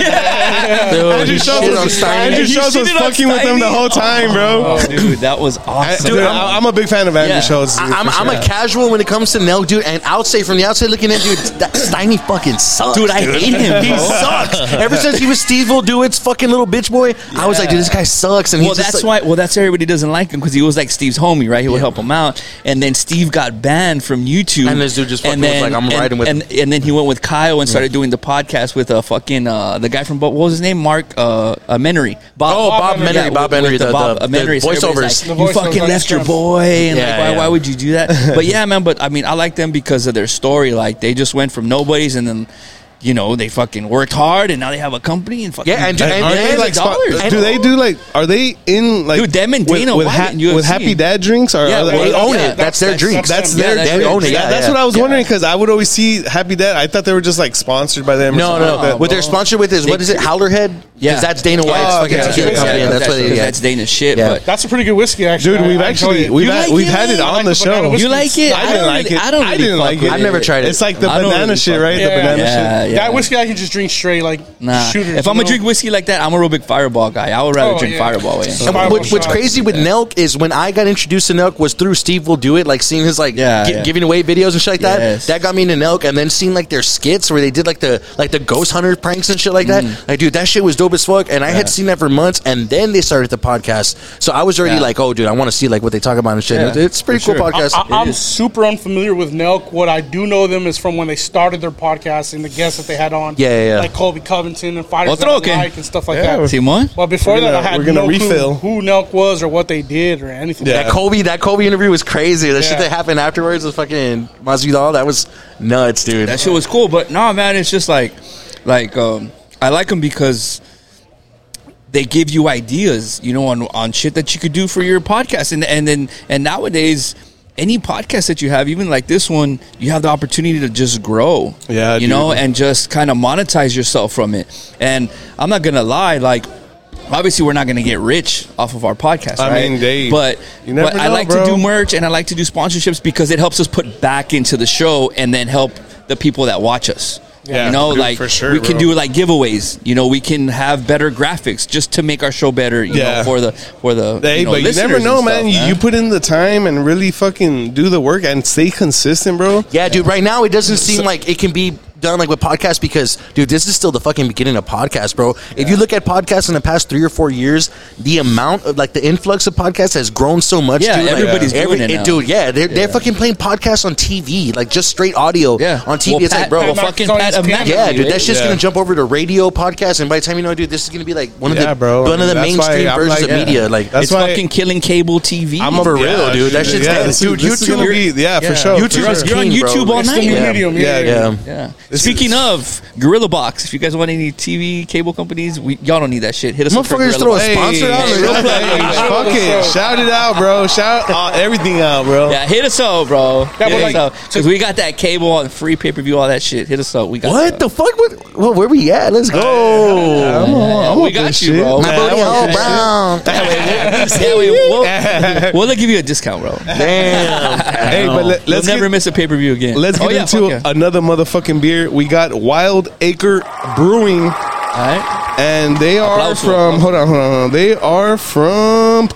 S7: he
S3: Schultz
S7: shit on
S3: was,
S7: Steiny.
S3: Andrew
S7: He
S3: Schultz
S7: shit
S3: was
S7: on
S3: fucking with them the
S7: Steiny.
S3: whole time, bro.
S7: Oh, dude, that was
S3: I,
S7: awesome.
S3: dude, I, I'm a big fan of Andrew
S7: Yeah.
S3: Schultz. dude,
S5: I- I'm,
S3: for
S5: I'm
S3: sure.
S5: a casual when it comes to Nell, dude, and I'll say from the outside looking in, dude, that Steiny fucking sucks.
S7: Dude, I hate him,
S5: He
S7: bro.
S5: sucks. Ever since he was Steve O'Dewitt's fucking little bitch boy, I was like, dude, this guy sucks. And he's
S7: well,
S5: just
S7: that's
S5: like,
S7: why. Well, that's why everybody doesn't like him because he was like Steve's homie, right? He would help him out, and then Steve got banned from YouTube.
S5: And this dude just
S7: and
S5: fucking was like, "I'm
S7: and-
S5: riding with
S7: and, and then he went with Kyle and started doing the podcast with a fucking uh, the guy from what was his name? Mark uh, uh Menery. Bob,
S5: Oh, Bob Menery,
S7: with-
S5: Bob
S7: with
S5: Menery, the-
S7: Bob
S5: the-
S7: uh,
S5: the
S7: Menery. So everybody's
S5: voiceovers.
S7: like,
S6: The
S7: you fucking
S6: voiceovers,
S7: left your
S6: yeah.
S7: boy, and
S5: Yeah,
S7: like, why,
S5: yeah.
S7: why would you do that? But yeah, man. But I mean, I like them because of their story. Like they just went from nobodies and then. You know they fucking worked hard, and now they have a company and fucking
S5: Yeah, and- and-
S3: Are they
S5: and-
S3: like? spot-
S5: dollars.
S3: do they do like? Are they in like?
S7: Dude, them and
S3: with-
S7: Dana
S3: with,
S7: White in
S3: with
S7: UFC.
S3: happy dad drinks. Or
S7: Yeah,
S3: are
S5: they
S7: well,
S5: own
S7: yeah,
S5: it. That's their
S6: that's-
S5: dream.
S6: that's
S5: That's
S6: them.
S5: their
S7: Yeah, that's
S5: they
S7: their
S5: own it.
S7: dream.
S5: Yeah,
S3: Yeah, that's
S5: yeah.
S3: what I was wondering because I would always see Happy Dad. I thought they were just like sponsored by them. Or
S5: No,
S3: something
S5: no.
S3: Like that.
S5: What they're sponsored with is what is it? Howlerhead. 'Cause
S7: Yeah.
S5: that's Dana White's
S3: Oh,
S5: fucking
S3: okay.
S5: tequila
S3: Yeah,
S5: company.
S3: yeah,
S5: That's what.
S7: because
S5: Yeah.
S7: that's Danish shit.
S5: Yeah.
S7: But
S6: That's a pretty good whiskey, actually.
S3: dude,
S6: I-
S3: we've
S6: I enjoy
S3: actually
S6: it.
S3: we've
S7: You
S3: had,
S7: like
S3: we've
S7: it?
S3: had it
S7: I
S3: on
S6: like
S3: the
S6: the
S3: show.
S6: banana
S7: You like it?
S3: I didn't like
S7: really-
S3: it.
S7: I don't.
S3: I
S7: Really
S3: didn't
S7: fuck
S3: like
S7: with
S3: it.
S5: I've never tried it.
S3: It's like the
S7: I don't
S3: banana
S7: really
S3: shit,
S7: fuck
S3: right?
S7: with
S3: The
S6: it.
S3: banana
S7: Yeah,
S3: shit.
S7: yeah.
S6: That whiskey I can just drink straight, like
S7: Nah.
S6: shooters.
S7: if
S6: you
S7: I'm gonna
S6: know?
S7: drink whiskey like that, I'm a real big Fireball guy. I would rather
S6: Oh,
S7: drink
S6: yeah.
S7: Fireball. Yeah.
S5: And
S6: Fireball
S5: what, what's
S6: shot.
S5: crazy with Nelk is when I got introduced to Nelk was through Steve Will Do It, like seeing his like
S7: Yeah,
S5: gi-
S7: yeah.
S5: giving away videos and shit like that.
S7: Yes.
S5: That got me into Nelk, and then seeing like their skits where they did like the like the ghost hunter pranks and shit like that.
S7: Mm.
S5: Like, dude, that shit was dope as fuck, and I had seen that for months. And then they started the podcast, so I was already
S7: Yeah.
S5: like, oh, dude, I want to see like what they talk about and shit.
S7: Yeah,
S5: It's a pretty
S7: for
S5: cool
S7: sure.
S5: podcast.
S6: I, I'm super unfamiliar with Nelk. What I do know them is from when they started their podcast and the guests that they had on.
S5: Yeah, yeah, yeah.
S6: Like Colby Covington and fighters
S7: Otro,
S6: that I
S7: okay.
S6: like and stuff like
S3: Yeah,
S6: that.
S7: Simon.
S6: But before
S3: We're
S6: that, I
S3: gonna-
S6: had
S3: we're gonna
S6: no
S3: refill.
S6: clue who Nelk was or what they did or anything.
S3: Yeah.
S5: that Kobe, that Kobe interview was crazy. The shit
S6: Yeah.
S5: that happened afterwards was fucking Masvidal. That was nuts, dude.
S7: That shit was cool, but nah, man, it's just like, like um, I like them because they give you ideas, you know, on on shit that you could do for your podcast, and and then and nowadays. Any podcast that you have, even like this one, you have the opportunity to just grow.
S3: Yeah,
S7: You
S3: dude.
S7: know, and just kind of monetize yourself from it. And I'm not going to lie, like, obviously, we're not going to get rich off of our podcast.
S3: I
S7: right?
S3: mean, they-
S7: But,
S3: you never
S7: but I
S3: know,
S7: like
S3: bro.
S7: to do merch and I like to do sponsorships because it helps us put back into the show and then help the people that watch us.
S3: Yeah,
S7: you know,
S3: dude,
S7: like
S3: for sure,
S7: we can
S3: bro.
S7: do like giveaways. You know, we can have better graphics just to make our show better. You
S3: Yeah.
S7: know, for the for the
S3: Hey,
S7: you know,
S3: but you never
S7: listeners
S3: know,
S7: and
S3: man. you,
S7: stuff,
S3: you put in the time and really fucking do the work and stay consistent, bro.
S5: Yeah, dude. Right now, it doesn't seem like it can be done like with podcasts because, dude, this is still the fucking beginning of podcasts, bro. If you look at podcasts in the past three or four years, the amount of like the influx of podcasts has grown so much.
S7: Yeah,
S5: dude. Like,
S7: everybody's doing it now.
S5: dude. Yeah, they're, they're fucking playing podcasts on TV, like just straight audio
S7: yeah,
S5: on TV.
S7: Well,
S5: it's like,
S7: Pat-
S5: bro,
S7: well,
S6: Mac-
S7: fucking
S6: Sony's
S7: Pat
S6: Pan-
S7: Mac-
S5: yeah, dude, that's just
S3: Yeah.
S5: gonna jump over to radio podcast, and by the time you know, dude, this is gonna be like one of
S3: Yeah,
S5: the
S3: bro.
S5: one of the
S3: That's why
S5: mainstream
S3: I'm
S5: versions
S3: like-
S5: of
S3: yeah.
S5: media. Like,
S3: That's
S7: it's
S3: why-
S7: fucking killing cable TV.
S3: I'm a-
S5: for
S3: yeah,
S5: real, dude. That
S3: dude,
S5: shit's
S3: yeah,
S5: dead.
S3: this is-
S5: dude.
S3: this is
S5: YouTube,
S3: gonna be- yeah, for
S7: Yeah.
S3: sure.
S5: YouTube
S3: for
S7: you're,
S5: is
S3: sure.
S7: you're on
S5: king, bro.
S7: YouTube all
S6: It's the new
S7: night.
S5: Yeah.
S6: medium.
S3: Yeah,
S6: Yeah.
S5: yeah.
S7: Yeah, Speaking of Gorilla Box, if you guys want any TV cable companies, we, y'all don't need that shit. Hit us up for
S5: Motherfuckers
S7: Gorilla
S5: throw a
S7: Box.
S5: sponsor out
S7: Hey,
S5: there.
S7: real play.
S3: Fuck it. Shout it out, bro. Shout uh, everything out, bro.
S7: Yeah, hit us up, bro.
S6: but
S7: hit
S6: like-
S7: us up. 'Cause we got that cable on free pay per view, all that shit. Hit us up. We got
S5: What the fuck? What, well, where we at? Let's go.
S3: Oh. I'm on- I'm
S7: we
S3: on
S7: got
S3: this
S7: you,
S3: shit.
S7: bro.
S5: My
S7: Man,
S5: booty
S7: I
S5: all
S7: want
S5: brown.
S7: that. Yeah, we- we'll, we'll, give you a discount, bro.
S5: Damn.
S3: Hey, but let,
S7: Let's
S3: us
S7: never
S3: get,
S7: miss a pay per view again.
S3: let's
S7: Oh,
S3: get
S7: yeah,
S3: into
S7: fuck yeah.
S3: another motherfucking beer. We got Wild Acre Brewing,
S7: All right.
S3: and they are
S7: Aplauso,
S3: from.
S7: aplauso.
S3: Hold on, hold on, hold on. They are from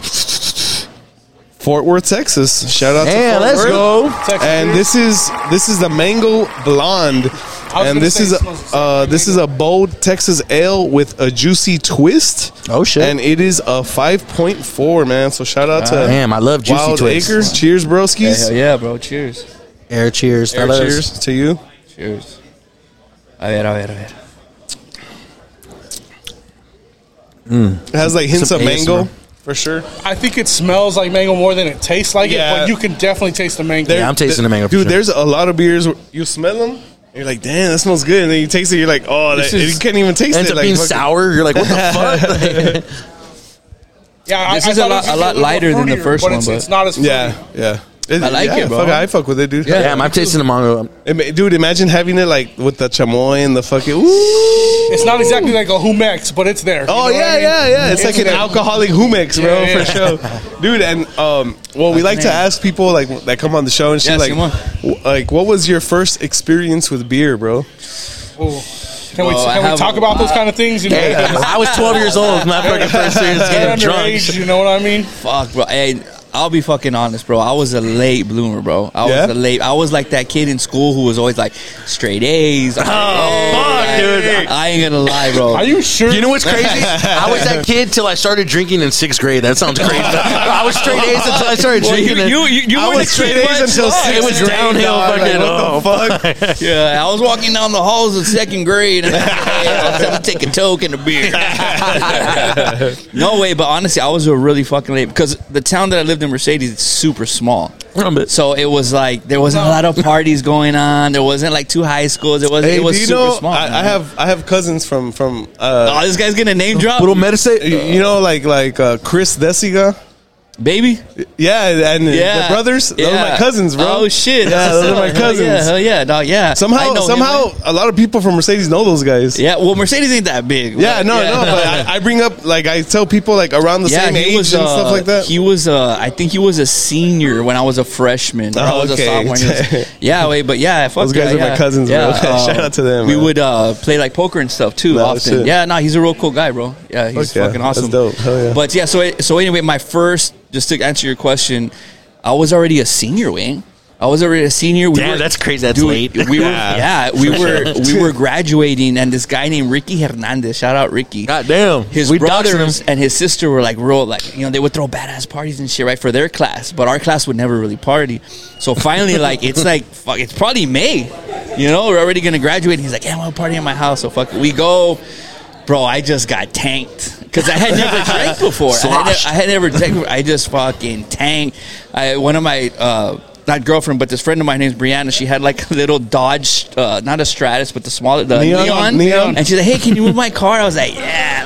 S3: Fort Worth, Texas. Shout out to
S5: Damn,
S3: Fort
S5: let's
S3: Worth.
S5: go.
S6: Texas
S3: and
S6: beer.
S3: this is this is the mango blonde and
S6: gonna
S3: this
S6: say
S3: is
S6: it
S3: a,
S6: smells like
S3: uh, this is a bold texas ale with a juicy twist
S5: Oh, shit.
S3: and it is a 5.4 man so shout out to
S7: uh,
S5: Damn, I love juicy
S3: wild
S5: twists.
S3: acre cheers
S7: Yeah,
S3: broskies
S7: hell yeah, bro. Cheers.
S5: Air cheers,
S3: Air
S5: fellas.
S3: cheers to you
S7: Cheers. A ver, a ver, a ver.
S3: it has like hints
S5: Some
S3: of mango
S5: ASMR.
S3: for sure
S6: I think it smells like mango more than it tastes like
S3: Yeah.
S6: it, but you can definitely taste the mango.
S3: There-
S5: I'm tasting the mango for
S3: dude
S5: sure.
S3: there's a lot of beers where you smell them and you're like damn that smells good and then you taste it you're like oh that,
S7: is-
S3: you can't even taste it
S5: Ends up
S3: like
S5: being
S3: fuck it.
S5: sour. You're like, what the fuck?
S6: yeah,
S7: This
S6: I,
S7: is
S6: I thought
S7: a
S6: it was
S7: lot- a
S6: gonna
S7: lot
S6: be a little
S7: lighter than the
S6: fruitier,
S7: first
S6: but
S7: one,
S6: It's,
S7: but-
S6: it's not as fruity.
S3: yeah yeah
S7: I like
S3: yeah,
S7: it, bro.
S3: fuck I fuck with it, dude.
S5: Damn, I'm tasting the mango.
S3: Ima- Dude, imagine having it like with the chamoy and the fucking. Ooh.
S6: It's not exactly like a Humex, but it's there. You know
S3: Oh
S6: what
S3: yeah,
S6: I mean?
S3: yeah, yeah! It's, like an
S6: there.
S3: alcoholic humex, bro,
S6: Yeah, yeah.
S3: for sure, dude. And um, well, we like to ask people like that come on the show and shit,
S7: Yes,
S3: like,
S7: come on.
S3: w- like, what was your first experience with beer, bro?
S6: Ooh. Can we,
S7: Well, I
S6: can we
S7: have
S6: talk
S7: a
S6: about those
S7: lot.
S6: kind of things? You know,
S5: Damn, I was 12 years old. My fucking first experience
S6: they're
S5: getting drunk.
S6: underage. You know what I mean?
S7: Fuck, bro. Hey, I'll be fucking honest, bro. I was a late bloomer, bro. I
S3: Yeah?
S7: was a late. I was like that kid in school who was always like straight A's. Oh,
S5: fuck, dude.
S7: I ain't gonna lie, bro.
S6: Are you sure?
S5: You know what's crazy? I was that kid till I started drinking in sixth grade. That sounds crazy. I was straight A's until I started
S7: Well, you,
S5: drinking. and-
S7: you, you, you
S3: I
S7: weren't
S3: was
S7: a
S3: straight
S7: kid
S3: A's
S7: much.
S3: until
S7: Fuck.
S5: it was
S3: Dang,
S5: downhill
S3: dog, like,
S5: fucking. oh,
S3: what the fuck?
S7: Yeah, I was walking down the halls of second grade, and I was like, hey, I'll have to take a toke and a beer. no way, but honestly, I was a really fucking late because the town that I lived in, Mercedes, it's super small.
S5: Little bit.
S7: So it was like there wasn't a lot of parties going on. There wasn't like two high schools. It was
S3: Hey,
S7: it was
S3: do you
S7: super
S3: know?
S7: small.
S3: I, I
S7: man.
S3: have I have cousins from from uh,
S7: Oh, this guy's gonna name drop,
S5: Little medicine.
S3: you you know like like uh, Chris Desiga.
S7: baby.
S3: Yeah, and
S7: Yeah,
S3: the brothers, those are
S7: Yeah.
S3: my cousins, bro.
S7: Oh shit,
S3: Yeah, those are my cousins.
S7: Yeah, hell yeah, dog. Yeah. I
S3: Somehow,
S7: know him,
S3: somehow,
S7: right?
S3: a lot of people from Mercedes know those guys.
S7: yeah. Well, Mercedes ain't that big.
S3: Yeah,
S7: but-
S3: no, no, but I, I bring up like I tell people like around the same age and
S7: uh,
S3: stuff like that.
S7: He was, uh, I think he was a senior when I was a freshman. or I
S3: Oh,
S7: was
S3: okay.
S7: a sophomore. and he was- yeah, wait, but yeah, fuck
S3: Those guys
S7: yeah,
S3: are my
S7: yeah. um,
S3: cousins, bro. Shout out to them,
S7: We
S3: man.
S7: would uh, play like poker and stuff too
S3: No
S7: often.
S3: shit.
S7: Yeah, no, he's a real cool guy, bro. Yeah, he's
S3: Fuck yeah.
S7: fucking
S3: That's
S7: awesome.
S3: dope. Hell yeah.
S7: But yeah, so it- so anyway, my first, just to answer your question, I was already a senior, wing. I was already a senior. We
S5: Damn, that's crazy. That's
S7: Dude,
S5: late.
S7: We were,
S3: Yeah.
S7: yeah, we were, we were graduating, and this guy named Ricky Hernandez. Shout out Ricky.
S5: God damn.
S7: His
S5: we doxing
S7: brothers
S5: him.
S7: and his sister were like real, like you know, they would throw badass parties and shit, right, for their class. But our class would never really party. So finally, like it's like fuck, it's probably May. You know, we're already gonna graduate. And he's like, yeah, I want to party at my house. So fuck, it. we go. Bro, I just got tanked because I had never drank before. I had,
S5: Sloshed.
S7: ne- I had never drank. Before. I just fucking tanked. I one of my. uh not girlfriend, but this friend of mine name's Brianna. She had like a little Dodge, uh, not a Stratus, but the smaller, the
S3: Neon,
S7: neon,
S3: Neon.
S7: And she's like, "Hey, can you move my car?" I was like, "Yeah,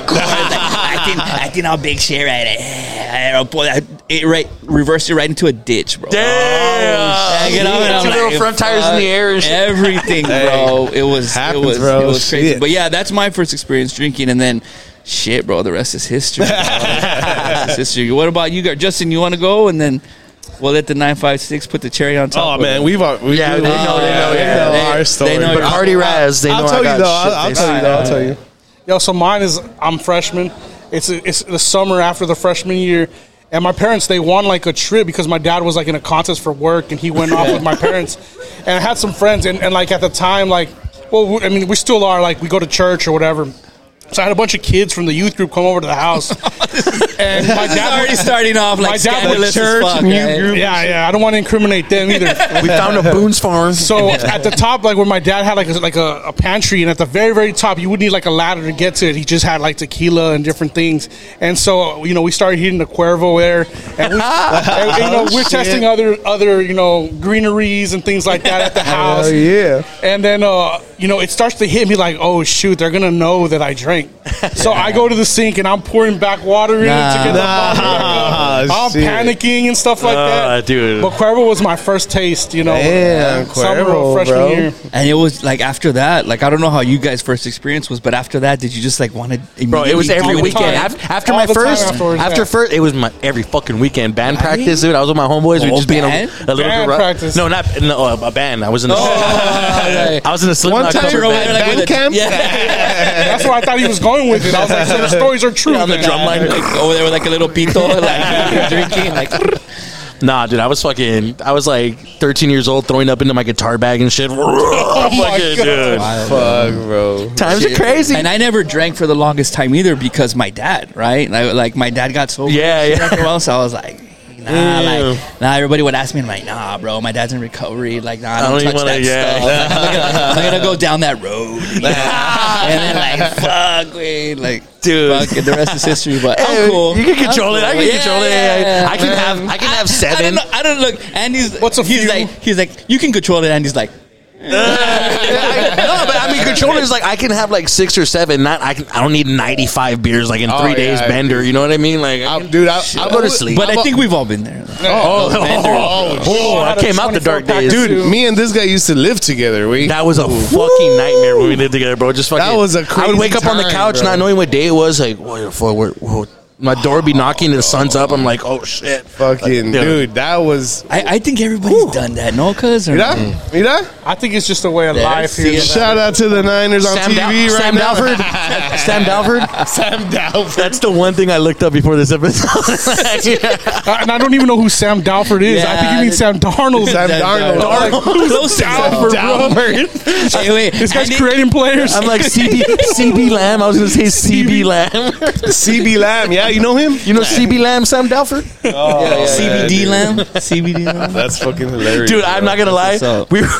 S7: of course." I, think, I think I'll big share right. I don't pull that. It right, reversed it right into a ditch, bro.
S5: Damn.
S7: I get up and I'm
S5: Two
S7: like,
S5: little front tires in the air and
S7: "Fuck,
S5: shit.
S7: Everything, bro. It was
S3: Happens,
S7: it was
S3: bro.
S7: it was crazy.
S3: Shit.
S7: But yeah, that's my first experience drinking, and then shit, bro. The rest is history. bro. The rest is history. What about you, guys? Justin? You want to go, and then we'll let the nine five six put the cherry on top.
S3: oh
S7: of
S3: man,
S7: it.
S3: we've al- we,
S5: Yeah,
S3: we-
S5: they know, they know,
S3: we
S5: yeah.
S3: know
S7: They-
S3: our
S7: they
S3: story.
S7: know
S3: but
S5: But
S7: your-
S3: I'll,
S5: Hardy Raz, they know
S3: I'll
S5: I
S3: tell you
S5: got
S3: though. I'll, I'll
S5: shit
S3: tell you though. I'll
S7: say.
S3: tell you.
S6: Yo, so mine is I'm freshman. It's it's the summer after the freshman year, and my parents they won like a trip because my dad was like in a contest for work, and he went off with my parents, and I had some friends, and, and like at the time like, well, we- I mean we still are like we go to church or whatever, So I had a bunch of kids from the youth group come over to the house, and my
S7: It's
S6: dad
S7: already starting off
S6: my
S7: like
S6: dad went
S7: scandalous as
S6: church,
S7: fuck.
S3: new
S7: eh?
S3: group.
S6: Yeah, yeah. I don't want to incriminate them either.
S5: We found a Boone's farm.
S6: So at the top, like where my dad had like a, like a, a pantry, and at the very very top, you would need like a ladder to get to it. He just had like tequila and different things, and so you know we started hitting the Cuervo there, and we and, you know
S3: Oh,
S6: we're testing other other you know greeneries and things like that at the house.
S3: Oh yeah.
S6: And then uh, you know it starts to hit me like, oh shoot, they're gonna know that I drank. So I go to the sink and I'm pouring back water in to get the bottle back up.
S3: Nah,
S6: I'm
S3: shit.
S6: panicking and stuff like
S5: Ah,
S6: that.
S5: dude.
S6: But Cuervo was my first taste, you know.
S3: Damn,
S6: summer of
S3: Cuervo,
S6: freshman
S3: bro.
S6: year.
S7: And it was like after that, like I don't know how you guys first experience was, but after that, did you just like want to?
S5: Bro, it was every
S6: the
S5: weekend.
S6: time.
S5: After, after
S6: All
S5: my
S6: the time
S5: first,
S6: afterwards,
S5: after
S6: yeah.
S5: first, it was my every fucking weekend band practice, dude. I was with my homeboys. we
S7: Oh,
S5: just being a,
S7: band?
S5: a little
S6: Band
S5: garage-
S6: practice.
S5: No, not no, uh, a, a band. I was in a, I was in a
S3: One
S5: Slipknot
S3: time
S5: cover
S3: you're over there
S5: band.
S3: like with a-
S7: Yeah,
S6: That's where I thought he was going with it. I was like, so the stories are true.
S5: on the
S6: then.
S5: drum line.
S7: like over there with like a little pito, like drinking, like
S5: Nah, dude, I was fucking. I was like 13 years old, throwing up into my guitar bag and shit. fucking, dude.
S3: Fuck, bro.
S5: Times are crazy.
S7: And I never drank for the longest time either because my dad, right? Like, like my dad got sober.
S5: Yeah,
S7: and shit
S5: yeah.
S7: After a while, so I was like. Nah, like, nah, everybody would ask me, I'm like, nah, bro, my dad's in recovery. Like, nah, I don't,
S5: don't even
S7: touch
S5: wanna-
S7: that
S5: yeah.
S7: stuff. Like, I'm, gonna, I'm gonna go down that road. you know? and then, like, fuck, wait, like,
S5: Dude.
S7: fuck, and the rest is history, but
S5: Hey,
S7: I'm cool.
S5: You can control
S7: I'm
S5: it. I
S7: cool.
S5: can
S7: Yeah,
S5: control it.
S7: yeah, yeah.
S5: I can have. I can have
S7: I don't
S5: seven.
S7: know. I don't look. Andy's.
S6: What's a
S7: he's
S6: few?
S7: like? He's like. You can control it. Andy's like.
S5: no, but I mean, controller is like I can have like six or seven. Not I. Can, I don't need ninety five beers like in
S8: Oh,
S5: three
S8: yeah,
S5: days
S8: I
S5: bender. You know what I mean? Like, I,
S8: I,
S5: can-
S8: dude, I, I'll
S5: go to sleep.
S7: But
S8: I'm
S7: I
S8: a-
S7: think we've all been there.
S8: Oh,
S5: oh,
S8: oh, oh,
S5: oh, I
S6: had a
S5: came out the dark
S6: 24 pack
S5: days,
S6: of
S8: dude, me and this guy used to live together. We
S5: That was a fucking nightmare when we lived together, bro. Just fucking.
S8: That was a
S5: I would
S8: crazy
S5: wake up on the
S8: time,
S5: couch
S8: bro.
S5: not knowing what day it was. Like, what the fuck? Where, whoa. My door would be knocking, and the sun's up. I'm like, oh shit.
S8: fucking
S5: Yeah.
S8: dude. That was
S7: I, I think everybody's done that. No, cuz or
S8: mira, mira.
S6: I think it's just a way of
S7: Mm. Yeah,
S6: life
S7: see
S6: here.
S7: it.
S8: Shout out to the Niners on
S5: Sam,
S8: TV
S5: Dal-
S8: right
S5: Sam
S8: now.
S5: Dalford. Sam Dalford.
S8: Sam Dalford.
S5: That's the one thing I looked up before this episode.
S6: I- Uh, and I don't even know who Sam Dalford is. I think you
S7: Yeah,
S6: mean Sam Darnold.
S8: Sam Darnold.
S7: Close
S6: Dalford, bro.
S7: Hey, wait,
S6: This guy's
S7: Andy-
S6: creating players.
S5: I'm like CB CB Lamb. I was gonna say CB Lamb.
S8: CB Lamb. Yeah, you know him. Oh,
S5: You know CB Lamb, Sam Dalford.
S7: CBD lamb. CBD lamb.
S8: That's fucking hilarious,
S5: Dude, I'm not gonna lie.
S7: what's up.
S5: We, were-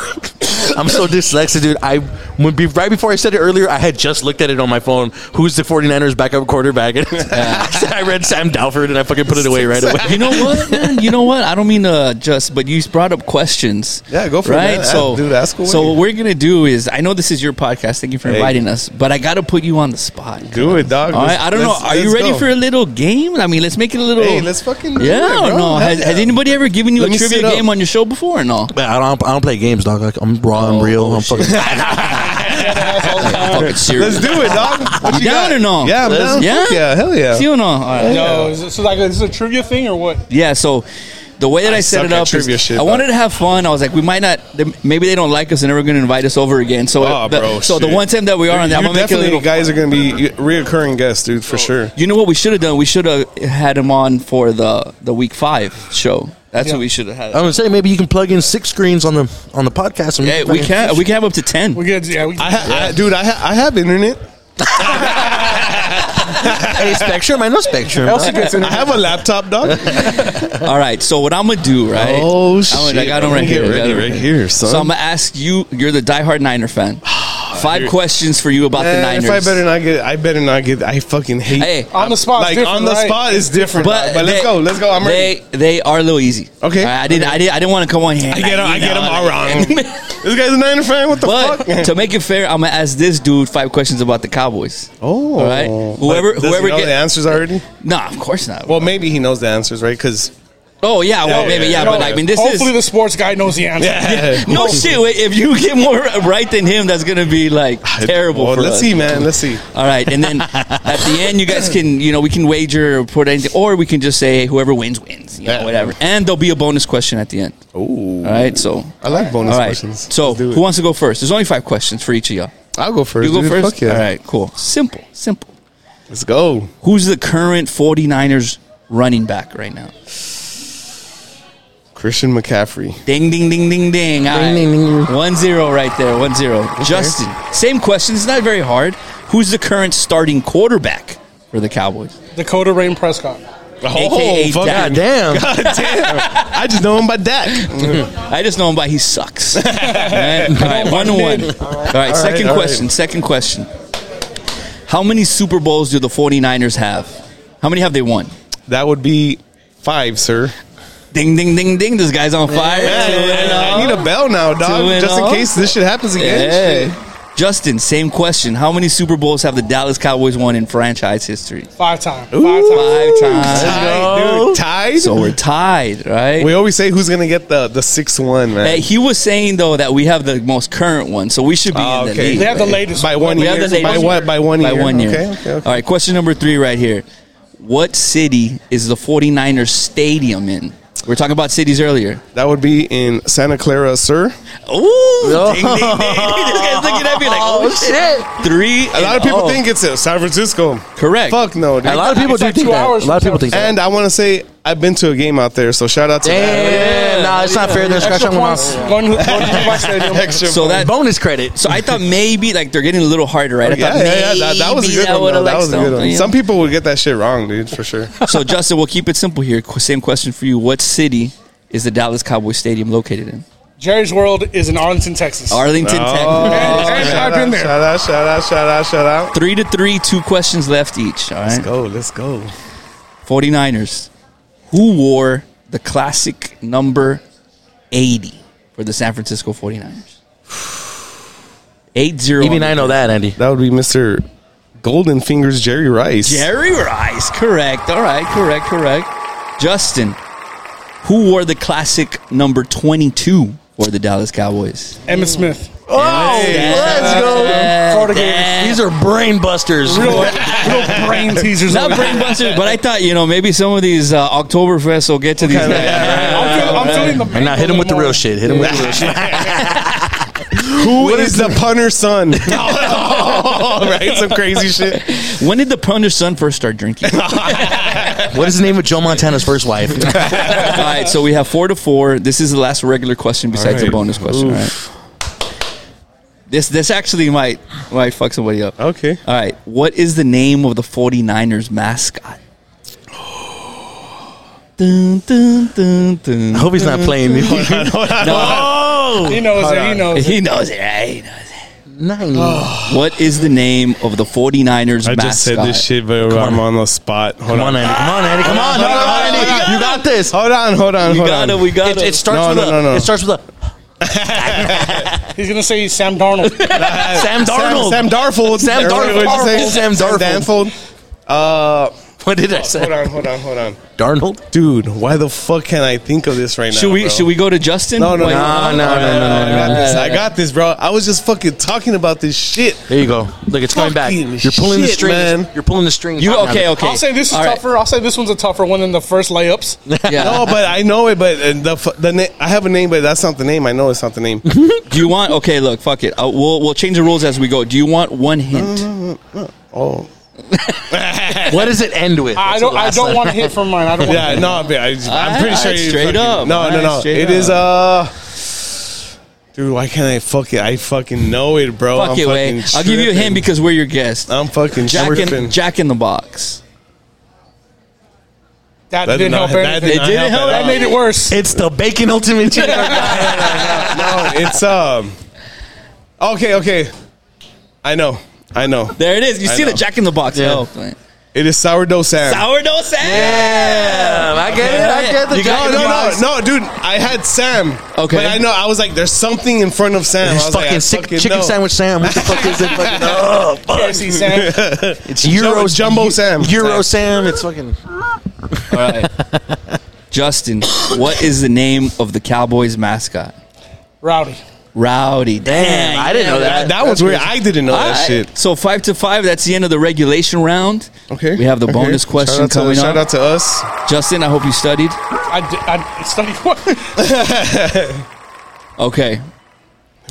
S5: I'm so dyslexic, dude. I when be, right before I said it earlier, I had just looked at it on my phone. Who's the 49ers backup quarterback? And I said- I read Sam Dalford, and I fucking put it away right away.
S7: You know what, man? You know what? I don't mean to just, but you brought up questions.
S8: Yeah, go for it,
S7: right?
S8: man.
S7: So,
S8: Dude, ask away.
S7: So what we're gonna do is, I know this is your podcast. Thank you for
S8: Hey.
S7: inviting us, but I gotta put you on the spot.
S8: Do it, dog.
S7: All right, I don't know.
S8: Let's-
S7: Are you
S8: let's
S7: ready
S8: go.
S7: for a little game? I mean, let's make it a little.
S8: Hey, let's fucking. do
S7: yeah,
S8: it,
S7: or
S8: bro.
S7: no?
S8: Hell
S7: Has,
S8: yeah.
S7: has anybody ever given you
S8: Let
S7: a
S8: me
S7: trivia
S8: sit up.
S7: game on your show before or no?
S5: Man, I don't, I don't play games, dog. Like, I'm raw, I'm real, I'm fucking.
S7: Fucking serious.
S8: Let's do it, dog. What
S7: You down
S8: got?
S7: or no?
S8: Yeah, I'm
S7: Let's-
S8: down.
S7: Yeah?
S8: Fuck yeah, hell yeah.
S7: See or no? All right.
S6: No, is this like a, is this a trivia thing or what?
S7: Yeah, so the way that I, set
S8: suck
S7: it
S8: at
S7: up, is
S8: trivia shit,
S7: I
S8: though.
S7: wanted to have fun. I was like, we might not, they- maybe they don't like us and they're never going to invite us over again. So,
S8: Oh,
S7: the,
S8: bro,
S7: so the
S8: shit.
S7: one time that we are on that, I'm
S8: You're
S7: gonna make it a
S8: definitely
S7: little.
S8: guys are gonna be reoccurring guests, dude, for sure.
S7: You know what we should have done? We should have had him on for the the week five show. That's what we should have
S5: I'm
S8: Oh,
S7: had.
S5: gonna say maybe you can plug in six screens on the on the podcast. and
S7: Hey, we
S5: fucking-
S7: can we can have up to ten.
S6: We could, yeah, we,
S8: I, ha- I dude, I, ha- I have internet.
S5: Hey, Spectrum, I know Spectrum.
S8: I have a laptop, dog.
S7: All right. So what I'm gonna do, right?
S8: Oh shit!
S7: I'm gonna, I got him right
S8: Get
S7: here. I got
S8: ready,
S7: him
S8: right here, son.
S7: So I'm gonna ask you. You're the diehard Niner fan. Five questions for you about the
S8: Man,
S7: Niners.
S8: Eh, If I better not get, I better not get. I fucking hate.
S7: Hey,
S6: on the spot,
S8: like on the spot is different. But, but let's
S7: they-
S8: go. Let's go. I'm ready.
S7: they, They are a little easy.
S8: Okay.
S7: I, I didn't. I didn't. I didn't want to come on here.
S8: I get him. I get him all wrong.
S7: wrong.
S8: this guy's a Niner fan. What the
S7: But
S8: fuck?
S7: to make it fair, I'm gonna ask this dude five questions about the Cowboys.
S8: Oh,
S7: All right. Whoever-
S8: But does he
S7: whoever
S8: know
S7: get-
S8: the answers already.
S7: Nah, of course not.
S8: Well, maybe he knows the answers, right? Because
S7: oh yeah, well maybe yeah,
S8: yeah,
S7: but
S8: yeah.
S7: I mean this
S6: Hopefully,
S7: is
S6: the sports guy knows the answer.
S7: no shit. Wait, if you get more right than him, that's gonna be like terrible.
S8: Ah, Well,
S7: for
S8: let's
S7: us.
S8: see, man. Let's see.
S7: All right, and then at the end, you guys can you know we can wager or put anything, or we can just say whoever wins wins, you know,
S8: Yeah.
S7: whatever. And there'll be a bonus question at the end.
S8: Ooh,
S7: All right, so
S8: I like bonus
S7: all right,
S8: questions.
S7: so
S8: Let's do it.
S7: who wants to go first? There's only five questions for each of y'all.
S8: I'll go first.
S7: You go
S8: dude.
S7: first.
S8: Fuck yeah.
S7: All right, cool. Simple, simple.
S8: Let's go.
S7: Who's the current 49ers running back right now?
S8: Christian McCaffrey.
S7: Ding, ding, ding, ding, ding. All right.
S5: ding, ding, ding.
S7: One zero right there. One zero. Justin, same question. It's not very hard. Who's the current starting quarterback for the Cowboys?
S6: Dakota Rain Prescott.
S8: Oh,
S7: AKA
S3: Oh, fuck
S7: Dak.
S5: God damn.
S3: I just know him by Dak.
S7: I just know him by he sucks. All right, all right, one to one. All right, second question. Second question. How many Super Bowls do the 49ers have? How many have they won?
S3: That would be five, sir.
S7: Ding, ding, ding, ding. This guy's on fire. Two and oh.
S3: I need a bell now,
S7: Two
S3: dog,
S7: and
S3: just in
S7: oh.
S3: case this shit happens again.
S7: Yeah. Justin, same question. How many Super Bowls have the Dallas Cowboys won in franchise history?
S6: Five time.
S7: Five
S6: Five time.
S7: times.
S3: Tied, dude, tied.
S7: So we're tied, right?
S3: we always say who's gonna get the the sixth one,
S7: Uh,
S3: man.
S7: he was saying though that we have the most current one, so we should be
S3: Oh,
S7: in the
S3: okay.
S7: league.
S6: They have the
S7: right?
S6: latest.
S3: By one
S7: We have
S3: year.
S7: the
S3: By
S7: latest.
S3: what? By one
S7: by
S3: year.
S7: one year.
S3: Okay, okay, okay.
S7: All right, question number three right here. What city is the 49ers stadium in? We were talking about cities earlier.
S3: That would be in Santa Clara, sir.
S7: Oh, ding, ding, ding. this guy's looking at me like, oh, shit. Three. oh.
S3: A lot of people think it's uh, San Francisco.
S7: Correct.
S3: Fuck no, dude.
S5: A lot of people
S6: It's
S5: do
S6: like
S5: think
S6: two
S5: that. A
S6: hours
S5: lot of
S6: from
S5: people think that.
S3: And I want to say I've been to a game out there, so shout out to
S5: Damn. Nah, it's not fair. There's scratch
S6: Extra
S5: that one
S6: points.
S5: off.
S6: Going to- going to my stadium.
S3: Extra
S7: So that
S5: Bonus credit.
S7: So I thought maybe like they're getting a little harder, right? I
S3: Oh, Yeah,
S7: thought
S3: yeah, yeah. That, that was a
S7: maybe
S3: good one.
S7: would've,
S3: though. That
S7: like,
S3: was a good
S7: something,
S3: one.
S7: yeah.
S3: Some people would get that shit wrong, dude, for sure.
S7: So Justin, we'll keep it simple here. Qu- Same question for you. What city is the Dallas Cowboys Stadium located in?
S6: Jerry's World is in Arlington, Texas.
S7: Arlington, Texas.
S6: And- and I've been there.
S3: Oh, Shout out, shout out, shout out, shout out.
S7: Three to three, two questions left each. All right.
S3: Let's go, let's go.
S7: 49ers. Who wore the classic number 80 for the San Francisco 49ers? 80.
S5: Even I know that, Andy.
S3: That would be Mr. Golden Fingers Jerry Rice.
S7: Jerry Rice, correct. All right, correct, correct. Justin, who wore the classic number 22 for the Dallas Cowboys?
S6: Emmett Smith.
S5: Oh, let's go.
S6: Florida Gators.
S5: These are brain busters.
S6: Real, real brain teasers.
S7: Not brain busters, but I thought, you know, maybe some of these uh, Oktoberfests will get to these.
S6: I'm, feel, I'm feeling the
S5: And now hit him with the real
S6: more.
S5: shit. Hit him with the real shit.
S3: What is the punter's son? right? Some crazy shit.
S7: When did the punter's son first start drinking?
S5: What is the name of Joe Montana's first wife?
S7: All right, so we have four to four. This is the last regular question besides the bonus question. All right. This this actually might might fuck somebody up.
S3: Okay.
S7: All right, what is the name of the 49ers mascot? Dun, dun, dun, dun.
S5: I hope he's not playing me.
S3: Oh!
S6: He knows it. He knows it.
S7: He knows it. right? He knows it.
S5: Nine.
S7: What is the name of the 49ers
S3: I
S7: mascot?
S3: just said this shit, but I'm on the spot. Hold
S5: Come on,
S3: on.
S5: Andy. Come on, Andy. Come on. Come on, Andy. You got this.
S3: Hold on, hold on,
S7: We
S3: hold
S7: got
S3: on.
S7: it. We got
S5: It,
S7: it.
S5: it starts
S3: No,
S5: with
S3: no,
S5: a.
S3: no, no.
S5: It starts with a.
S6: He's gonna say he's Sam Darnold.
S5: Sam Darnold.
S3: Sam, Sam Darfold.
S5: Sam
S3: Or what did you
S5: Darfold.
S3: say?
S5: Sam Darfold.
S3: Danfold. Uh,
S5: What did I say?
S3: hold on, hold on, hold on.
S5: Darnold.
S3: Dude, why the fuck can I think of this right now?
S7: should we
S3: bro?
S7: should we go to Justin?
S3: No, no,
S7: Wait,
S5: No, no,
S3: I
S5: no, no, no,
S3: got
S5: no.
S3: this. I got this, bro. I was just fucking talking about this shit.
S5: There you go. Look, it's coming back.
S3: Fucking
S5: You're pulling the
S3: shit,
S5: strings.
S3: man.
S5: You're pulling the strings.
S7: You
S5: out now.
S7: okay? Okay.
S6: I'll say this is
S7: All right.
S6: tougher. I'll say this one's a tougher one than the first layups.
S7: Yeah.
S3: No, but I know it. But uh, the fu- the na- I have a name, but that's not the name. I know it's not the name.
S7: Do you want? Okay, look, fuck it. Uh, we'll we'll change the rules as we go. Do you want one hint?
S3: Oh,
S5: What does it end with?
S6: I
S5: That's
S6: don't.
S5: the
S6: I
S5: last
S6: don't
S5: line.
S6: want to hit from mine. I don't want.
S3: yeah, no, I, I, I'm
S7: Alright,
S3: pretty sure.
S7: alright,
S3: you
S7: straight
S3: fucking-
S7: up.
S3: No, no,
S7: Alright,
S3: no.
S7: straight
S3: It is uh. Dude, why can't I fuck it? I fucking know it, bro.
S7: Fuck
S3: I'm
S7: it, way.
S3: fucking
S7: I'll give you a
S3: tripping.
S7: hint because we're your guest.
S3: I'm fucking
S7: Jack
S3: tripping.
S7: in, Jack in the box.
S6: That,
S3: That
S6: didn't
S3: no,
S6: help
S3: that
S6: anything.
S3: did not
S7: didn't help
S3: at
S6: That
S3: all.
S6: made it worse.
S5: It's the bacon ultimate. Cheeseburger.
S3: No, it's um. Okay, okay. I know. I know.
S7: There it is. You
S3: I
S7: see
S3: know.
S7: the Jack in the box. Oh, man.
S3: It is sourdough Sam.
S7: Sourdough Sam.
S5: I get it. I get the
S7: You
S5: Jack
S7: got
S3: no,
S5: in
S3: no,
S5: the Box.
S3: no, no, dude. I had Sam.
S7: Okay.
S3: But I know. I was like, there's something in front of Sam. I
S5: It's
S3: was
S5: fucking
S3: like, I
S5: sick
S3: fucking
S5: chicken
S3: know.
S5: sandwich Sam. What the fuck is it? Fucking, oh, fuck.
S6: KFC Sam.
S5: It's Euro
S3: Jumbo Sam.
S5: Euro Sam. It's fucking.
S7: All right. Justin, what is the name of the Cowboys mascot?
S6: Rowdy.
S7: Rowdy. Damn.
S5: I didn't know
S3: That, that one's weird. I didn't know that shit.
S7: So five to five. That's the end of the regulation round.
S3: Okay.
S7: We have the
S3: Okay.
S7: bonus
S3: Shout
S7: question
S3: out to-
S7: coming
S3: Shout
S7: up.
S3: out to us.
S7: Justin, I hope you studied.
S6: I, did, I studied what?
S7: Okay.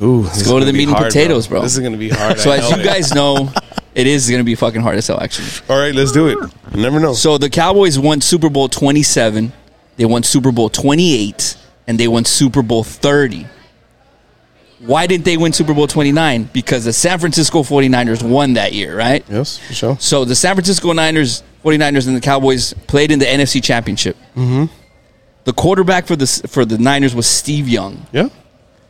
S3: Ooh, let's
S7: go to the meat and potatoes, bro.
S3: This is gonna be hard.
S7: So
S3: I
S7: as
S3: know
S7: you
S3: it.
S7: guys know, it is going to be fucking hard as hell, actually.
S3: all right, let's do it. You never know.
S7: So the Cowboys won Super Bowl 27, they won Super Bowl 28, and they won Super Bowl 30. Why didn't they win Super Bowl 29? Because the San Francisco 49ers won that year, right?
S3: Yes, for sure.
S7: So the San Francisco Niners, 49ers, and the Cowboys played in the NFC Championship. Mm-hmm. The quarterback for the for the Niners was Steve Young.
S3: Yeah.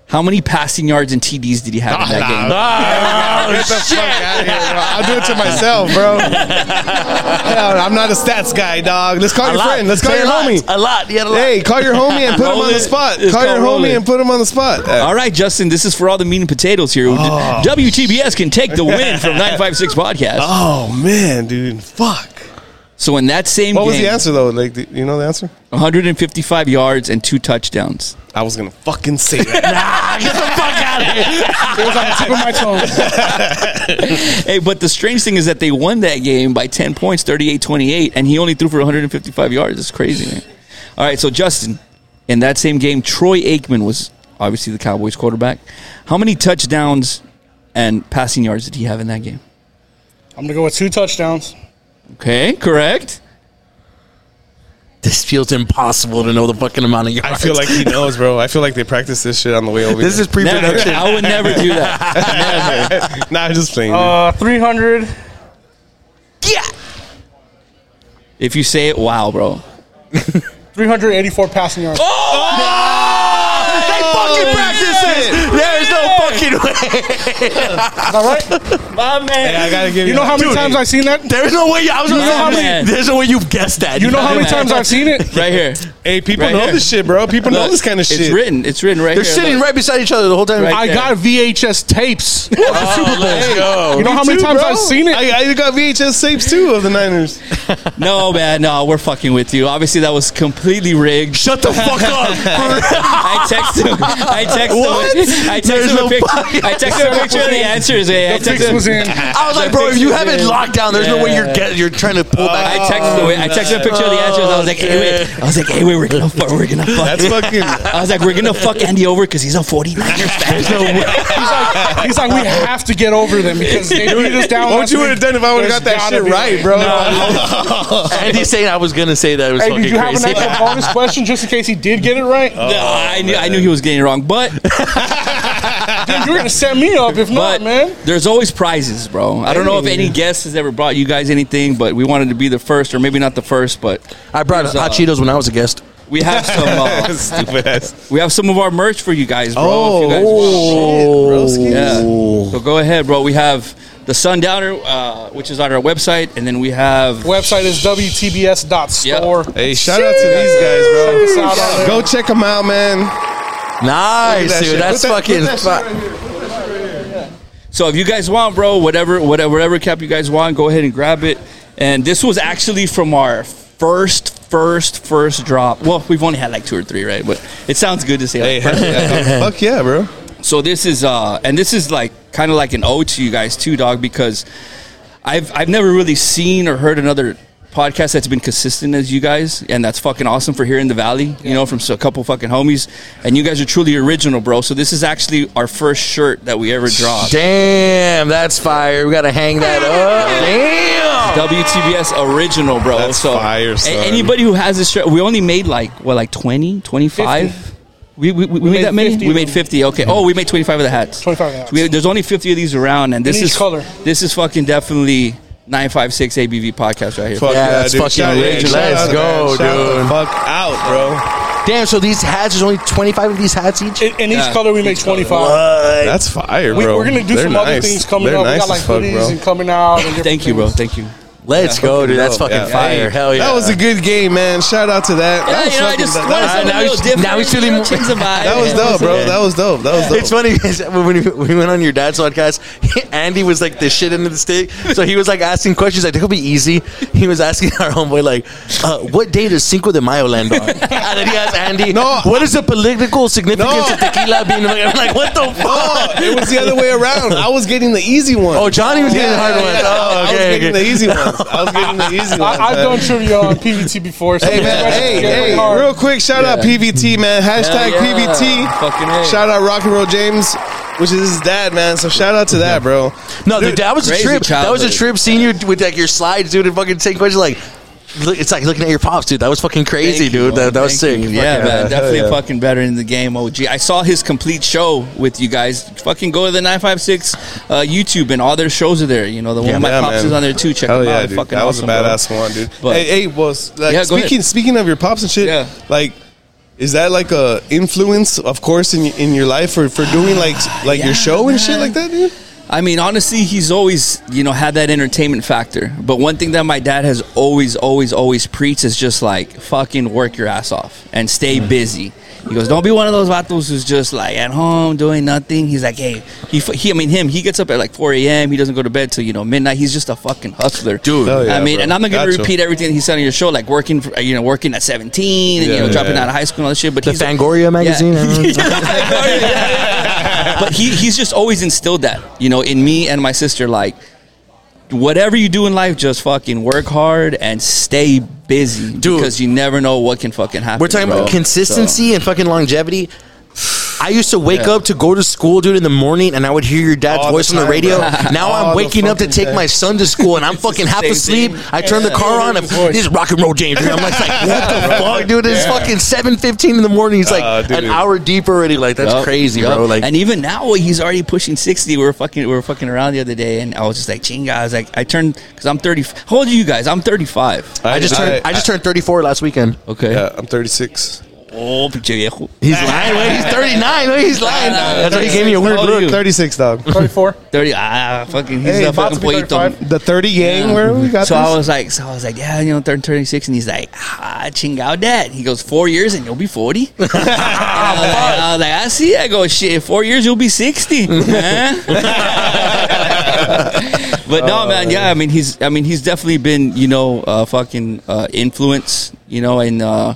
S7: How many passing yards and TDs did he have in that
S3: Ah.
S7: game?
S3: Get the fuck out of here, bro. I'll do it to myself, bro. Hell, I'm not a stats guy, dog. Let's call your friend. Let's call your homie.
S5: A lot. Yeah, a lot.
S3: Hey, call your homie and put him
S7: Roll
S3: on the
S7: it.
S3: spot.
S7: It's
S3: Call your
S7: called roll
S3: homie
S7: it.
S3: and put him on the spot. Uh,
S7: All right, Justin, this is for all the meat and potatoes here.
S3: Ah.
S7: WTBS can take the win from 956 Podcast.
S3: Oh man, dude, fuck.
S7: So in that same
S3: What
S7: game,
S3: was the answer though? Like, do you know the answer?
S7: 155 yards and two touchdowns.
S3: I was gonna fucking say that.
S6: It was on the tip of my tongue.
S7: Hey, but the strange thing is that they won that game by 10 points, 38-28, and he only threw for 155 yards. It's crazy, man. All right, so Justin, in that same game, Troy Aikman was obviously the Cowboys quarterback. How many touchdowns and passing yards did he have in that game?
S6: I'm gonna go with two touchdowns.
S7: Okay, correct.
S5: This feels impossible to know the fucking amount of
S3: I
S5: yards.
S3: feel like he knows, bro. I feel like they practice this shit on the way over.
S5: this
S3: here.
S5: is pre-production.
S7: Never. I would never do that.
S3: nah, I'm just playing. dude.
S6: Uh, 300.
S7: If you say it, wow, bro.
S6: 384 passing yards.
S5: They fucking practice this. There's no fucking way.
S6: All right.
S3: Hey, I gotta give you.
S6: You know how many
S3: Dude,
S6: times I've seen that?
S5: There's no way. I was gonna
S7: You know
S5: say,
S7: how many-
S5: There's no way you've guessed that.
S6: You know how many
S7: man.
S6: times I've seen it?
S7: Right here.
S3: Hey, people
S7: Right
S3: know
S7: here.
S3: this shit, bro. People know
S7: Look,
S3: this kind of
S7: It's
S3: shit.
S7: written. It's written right
S5: They're
S7: here.
S5: sitting
S7: look.
S5: right beside each other the whole time.
S7: Right.
S6: I
S7: there.
S6: got VHS tapes. of the Super Bowl.
S5: go.
S6: You know how many
S3: Too,
S6: times
S3: bro.
S6: I've seen it?
S3: I, I got VHS tapes too of the Niners.
S7: No, man, no, we're fucking with you. Obviously, that was completely rigged.
S5: Shut the fuck up.
S7: I text him. I text
S5: What?
S7: him. I text
S5: There's
S7: him
S5: no
S7: a picture.
S5: fucking-
S7: I text him a picture of the answers. eh? I
S6: The
S7: text
S6: fix
S7: him.
S6: was in.
S5: I was like, bro, if you haven't lockdown, there's no way you're
S7: Yeah.
S5: get, you're trying to pull
S7: I
S5: back.
S7: texted him. I texted him a picture of the answers. I was like, hey, wait. I was like, hey, wait, we're gonna fuck. We're gonna fuck.
S3: That's fucking.
S7: I was like, we're gonna fuck Andy over because he's a 49er fan.
S6: He's like, he's like, we have to get over them because they beat us down.
S3: What
S6: last
S3: you would
S6: week.
S3: have done if I would have got
S6: There's
S3: that
S6: gotta
S3: shit
S6: be-
S3: right, bro?
S5: Andy's saying I was gonna say that. It was
S6: Hey,
S5: fucking
S6: did you have
S5: crazy.
S6: another bonus question just in case he did get it right?
S3: Uh,
S7: No,
S5: Oh,
S7: I knew I knew he was getting it wrong, but
S6: Dude, you're gonna set me up if not,
S7: but
S6: man.
S7: there's always prizes, bro. I don't know if any guest has ever brought you guys anything, but we wanted to be the first, or maybe not the first, but
S5: I brought
S7: uh,
S5: hot Cheetos when I was a guest.
S7: we have some. Uh,
S3: Stupid ass.
S7: we have some of our merch for you guys, bro. if Oh, you guys
S5: Oh.
S3: Shit, broski.
S7: Yeah. So go ahead, bro. We have the Sundowner, uh, which is on our website, and then we have
S6: Website is wtbs.store.
S3: Hey, shout out to these guys, bro.
S6: Check us out on there.
S3: Go check them out, man.
S5: Nice,
S3: Look at that shit.
S5: dude. That's
S3: Put that-
S5: fucking.
S3: put that shit
S5: fi-
S3: right here.
S7: So if you guys want, bro, whatever, whatever, whatever cap you guys want, go ahead and grab it. And this was actually from our first, first, first drop. Well, we've only had like two or three, right? But it sounds good to say.
S3: Hey,
S7: Like,
S3: heck yeah. fuck yeah, bro.
S7: So this is uh and this is like kind of like an ode to you guys too, dog, because I've I've never really seen or heard another podcast that's been consistent as you guys, and that's fucking awesome for here in the valley, you know, from s- a couple fucking homies. And you guys are truly original, bro. So this is actually our first shirt that we ever dropped.
S5: Damn, that's fire. We gotta hang that up. Damn.
S7: WTBS original, bro.
S3: That's
S7: so
S3: fire,
S7: a-
S3: son.
S7: anybody who has this shirt, we only made like what, like 20, 25? We, we, we, made,
S6: made
S7: that many.
S6: 50
S7: we
S6: of
S7: made
S6: them.
S7: fifty. Okay. Oh, we made twenty five of the hats.
S6: 25 of the hats.
S7: We- there's only fifty of these around, and this
S6: each
S7: is
S6: color.
S7: This is fucking definitely nine five six ABV podcast right here.
S3: Fuck
S5: Yeah, that's fucking
S3: Shout out,
S5: rich.
S3: shout
S5: Let's
S3: out,
S5: go,
S3: man. Shout
S5: dude.
S3: the Fuck out, bro.
S5: Damn. So these hats. There's only 25 of these hats each.
S6: In, in each
S7: Yeah,
S6: color, we make 25.
S5: Uh,
S3: That's fire,
S6: We,
S3: bro.
S6: we're gonna do
S3: They're
S6: some other
S3: nice.
S6: things coming
S3: They're
S6: up. we
S3: nice
S6: got like
S3: as fuck,
S6: hoodies
S3: bro.
S6: and coming out. And different
S7: Thank you, bro.
S6: things.
S7: Let's you.
S5: Let's go, dude. That's
S3: dope.
S5: fucking
S3: Yeah.
S5: fire. Hell yeah.
S3: That was a good game, man. Shout out to that.
S7: Yeah,
S3: that was
S7: you know, I
S3: fucking-
S7: just
S3: that,
S7: wanted
S5: Ah,
S7: something
S5: now
S7: a little
S5: he's-
S7: different.
S5: now he's
S7: you know,
S5: feeling-
S7: change the vibe.
S3: that was
S7: Yeah.
S3: dope, bro. That was dope. That was dope.
S5: It's funny 'cause when we, we went on your dad's podcast, Andy was like the shit into the stick. So he was like asking questions like, "It'll be easy." He was asking our homeboy like, uh, "What day does Cinco de Mayo land on?" and then he asked Andy,
S3: No.
S5: what is the political significance
S3: No.
S5: of tequila being?" I'm like, "What the fuck?"
S3: Oh, it was the other way around. I was getting the easy one.
S5: Oh, Johnny was
S3: Yeah,
S5: getting the hard
S3: yeah,
S5: one.
S3: yeah.
S5: Oh,
S3: I was
S5: okay,
S3: getting
S5: okay.
S3: the easy ones. I was getting the easy ones.
S6: I, I've
S3: man.
S6: done trivia on PVT before. So
S3: Hey man,
S6: these
S3: hey,
S6: questions get
S3: hey,
S6: hard.
S3: real quick, shout out PVT, man. Hashtag
S7: Hell yeah.
S3: PVT.
S7: Fucking A.
S3: Shout out Rock and Roll James, which is his dad, man. So shout out to that, bro.
S5: No, dude, that was a
S7: crazy
S5: trip. That was a
S7: childhood.
S5: trip seeing you with like your slides, dude, and fucking saying questions like. look, it's like looking at your pops, dude. That was fucking crazy,
S7: Thank you,
S5: dude.
S7: bro.
S5: that, that was sick.
S7: Thank you. Yeah,
S5: Fucking-
S7: man, definitely
S5: hell yeah.
S7: fucking better in the game, OG. I saw his complete show with you guys. Fucking go to the 956 uh, YouTube and all their shows are there. You know, the one
S5: Yeah,
S7: with my
S3: yeah,
S7: pops
S3: man.
S7: is on there too. Check
S3: Hell
S7: them out.
S3: yeah,
S7: They're
S3: dude.
S7: Fucking
S3: that was
S7: awesome,
S3: a
S7: bro.
S3: badass one, dude.
S7: But-
S3: hey, hey, well, s- like,
S7: Yeah, go
S3: speaking
S7: ahead.
S3: speaking of your pops and shit,
S7: Yeah.
S3: like, is that like a influence, of course, in in your life for for doing like s- like your show and shit
S7: man.
S3: like that, dude?
S7: I mean, honestly, he's always, you know, had that entertainment factor. But one thing that my dad has always, always, always preached is just like fucking work your ass off and stay busy. He goes, don't be one of those vatos who's just like at home doing nothing. He's like, hey, he, f- he I mean, him, he gets up at like 4 a.m. He doesn't go to bed till, you know, midnight. He's just a fucking hustler.
S5: Dude.
S3: Hell yeah,
S7: I mean,
S3: bro.
S7: and I'm not going
S3: Gotcha.
S7: to repeat everything that he said on your show, like working, for, you know, working at 17 and, you know,
S3: Yeah.
S7: dropping out of high school and all that shit. But
S5: The
S7: he's a-
S5: Fangoria magazine.
S7: yeah. Yeah, yeah, yeah. But he, he's just always instilled that, you know, in me and my sister. Like, whatever you do in life, just fucking work hard and stay busy,
S5: Dude.
S7: because you never know what can fucking happen.
S5: We're talking about
S7: bro.
S5: consistency and fucking longevity. I used to wake up to go to school, dude, in the morning, and I would hear your dad's
S3: All the
S5: voice on the
S3: time,
S5: radio.
S3: bro.
S5: Now
S3: All
S5: I'm
S3: the
S5: waking up to
S3: fucking
S5: take my son to school, and I'm fucking
S7: the
S5: half
S7: same
S5: asleep.
S7: thing.
S5: I turn the car on, and this is rock and roll James. And I'm like, like, what the fuck, dude? It's fucking seven fifteen in the morning. It's like
S3: Uh, dude.
S5: an hour deep already. Like that's
S7: Yup,
S5: crazy,
S7: yup.
S5: bro. Like
S7: and even now, well, he's already pushing sixty. We were fucking, we were fucking around the other day, and I was just like, "Chinga!" I was like, "I turned because I'm thirty. How old are you guys? I'm thirty-five.
S5: I just turned, I, just turned 34 last weekend.
S7: Okay.
S3: Yeah, I'm 36.
S7: Oh, pinche viejo.
S5: He's lying. Wait, he's 39. Wait, he's lying.
S7: Nah, nah,
S5: That's why he gave me a weird
S7: How old are
S5: look.
S7: you?
S3: 36, dog.
S6: 34.
S7: Thirty. Ah, fucking. He's
S3: Hey,
S7: a
S3: about
S7: fucking
S3: to be
S7: pollito.
S6: 35.
S3: The 30 gang, where we got
S7: so
S3: this?
S7: I was like, so I was like, yeah, you know, turn 36, and he's like, ah, chingao dad. He goes, four years and you'll be 40. I, was like, I was like, I see. I go, shit, four years you'll be 60. huh? but no, man, yeah, I mean, he's, I mean, he's definitely been, you know, uh, fucking uh, influence, you know, and uh,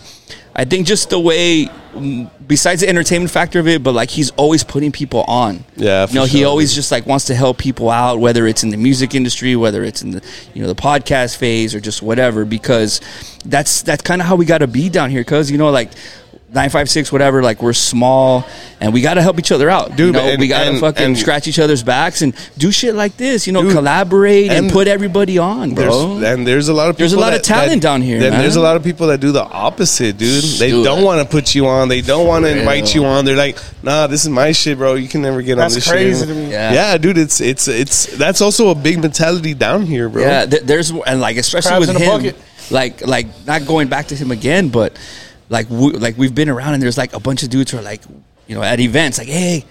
S7: I think just the way, mm, besides the entertainment factor of it, but like he's always putting people on.
S3: Yeah, for
S7: you know, he
S3: sure,
S7: always always just like wants to help people out, whether it's in the music industry, whether it's in the you know the podcast phase or just whatever, because that's that's kind of how we got to be down here, cause you know like. Nine five six, whatever. Like we're small, and we gotta help each other out.
S3: Dude,
S7: you know,
S3: and-
S7: we gotta
S3: and-
S7: fucking
S3: and-
S7: scratch each other's backs and do shit like this. You know,
S3: Dude,
S7: collaborate and,
S3: and
S7: put everybody on, bro.
S3: There's, and there's a lot of people
S7: There's a lot of
S3: that- that-
S7: talent down here,
S3: Then
S7: man.
S3: there's a lot of people that do the opposite, dude. They
S7: Dude.
S3: don't want to put you on. They don't want to invite you on. They're like, nah, this is my shit, bro. You can never get
S6: That's
S3: on this
S6: crazy
S3: shit.
S6: to me.
S7: Yeah.
S3: Yeah. dude. It's it's it's that's also a big mentality down here, bro.
S7: Yeah, th- there's and like especially
S6: Crabs
S7: with
S6: in a
S7: him,
S6: bucket.
S7: like like not going back to him again, but like we, like we've been around and there's like a bunch of dudes who are like you know at events like hey.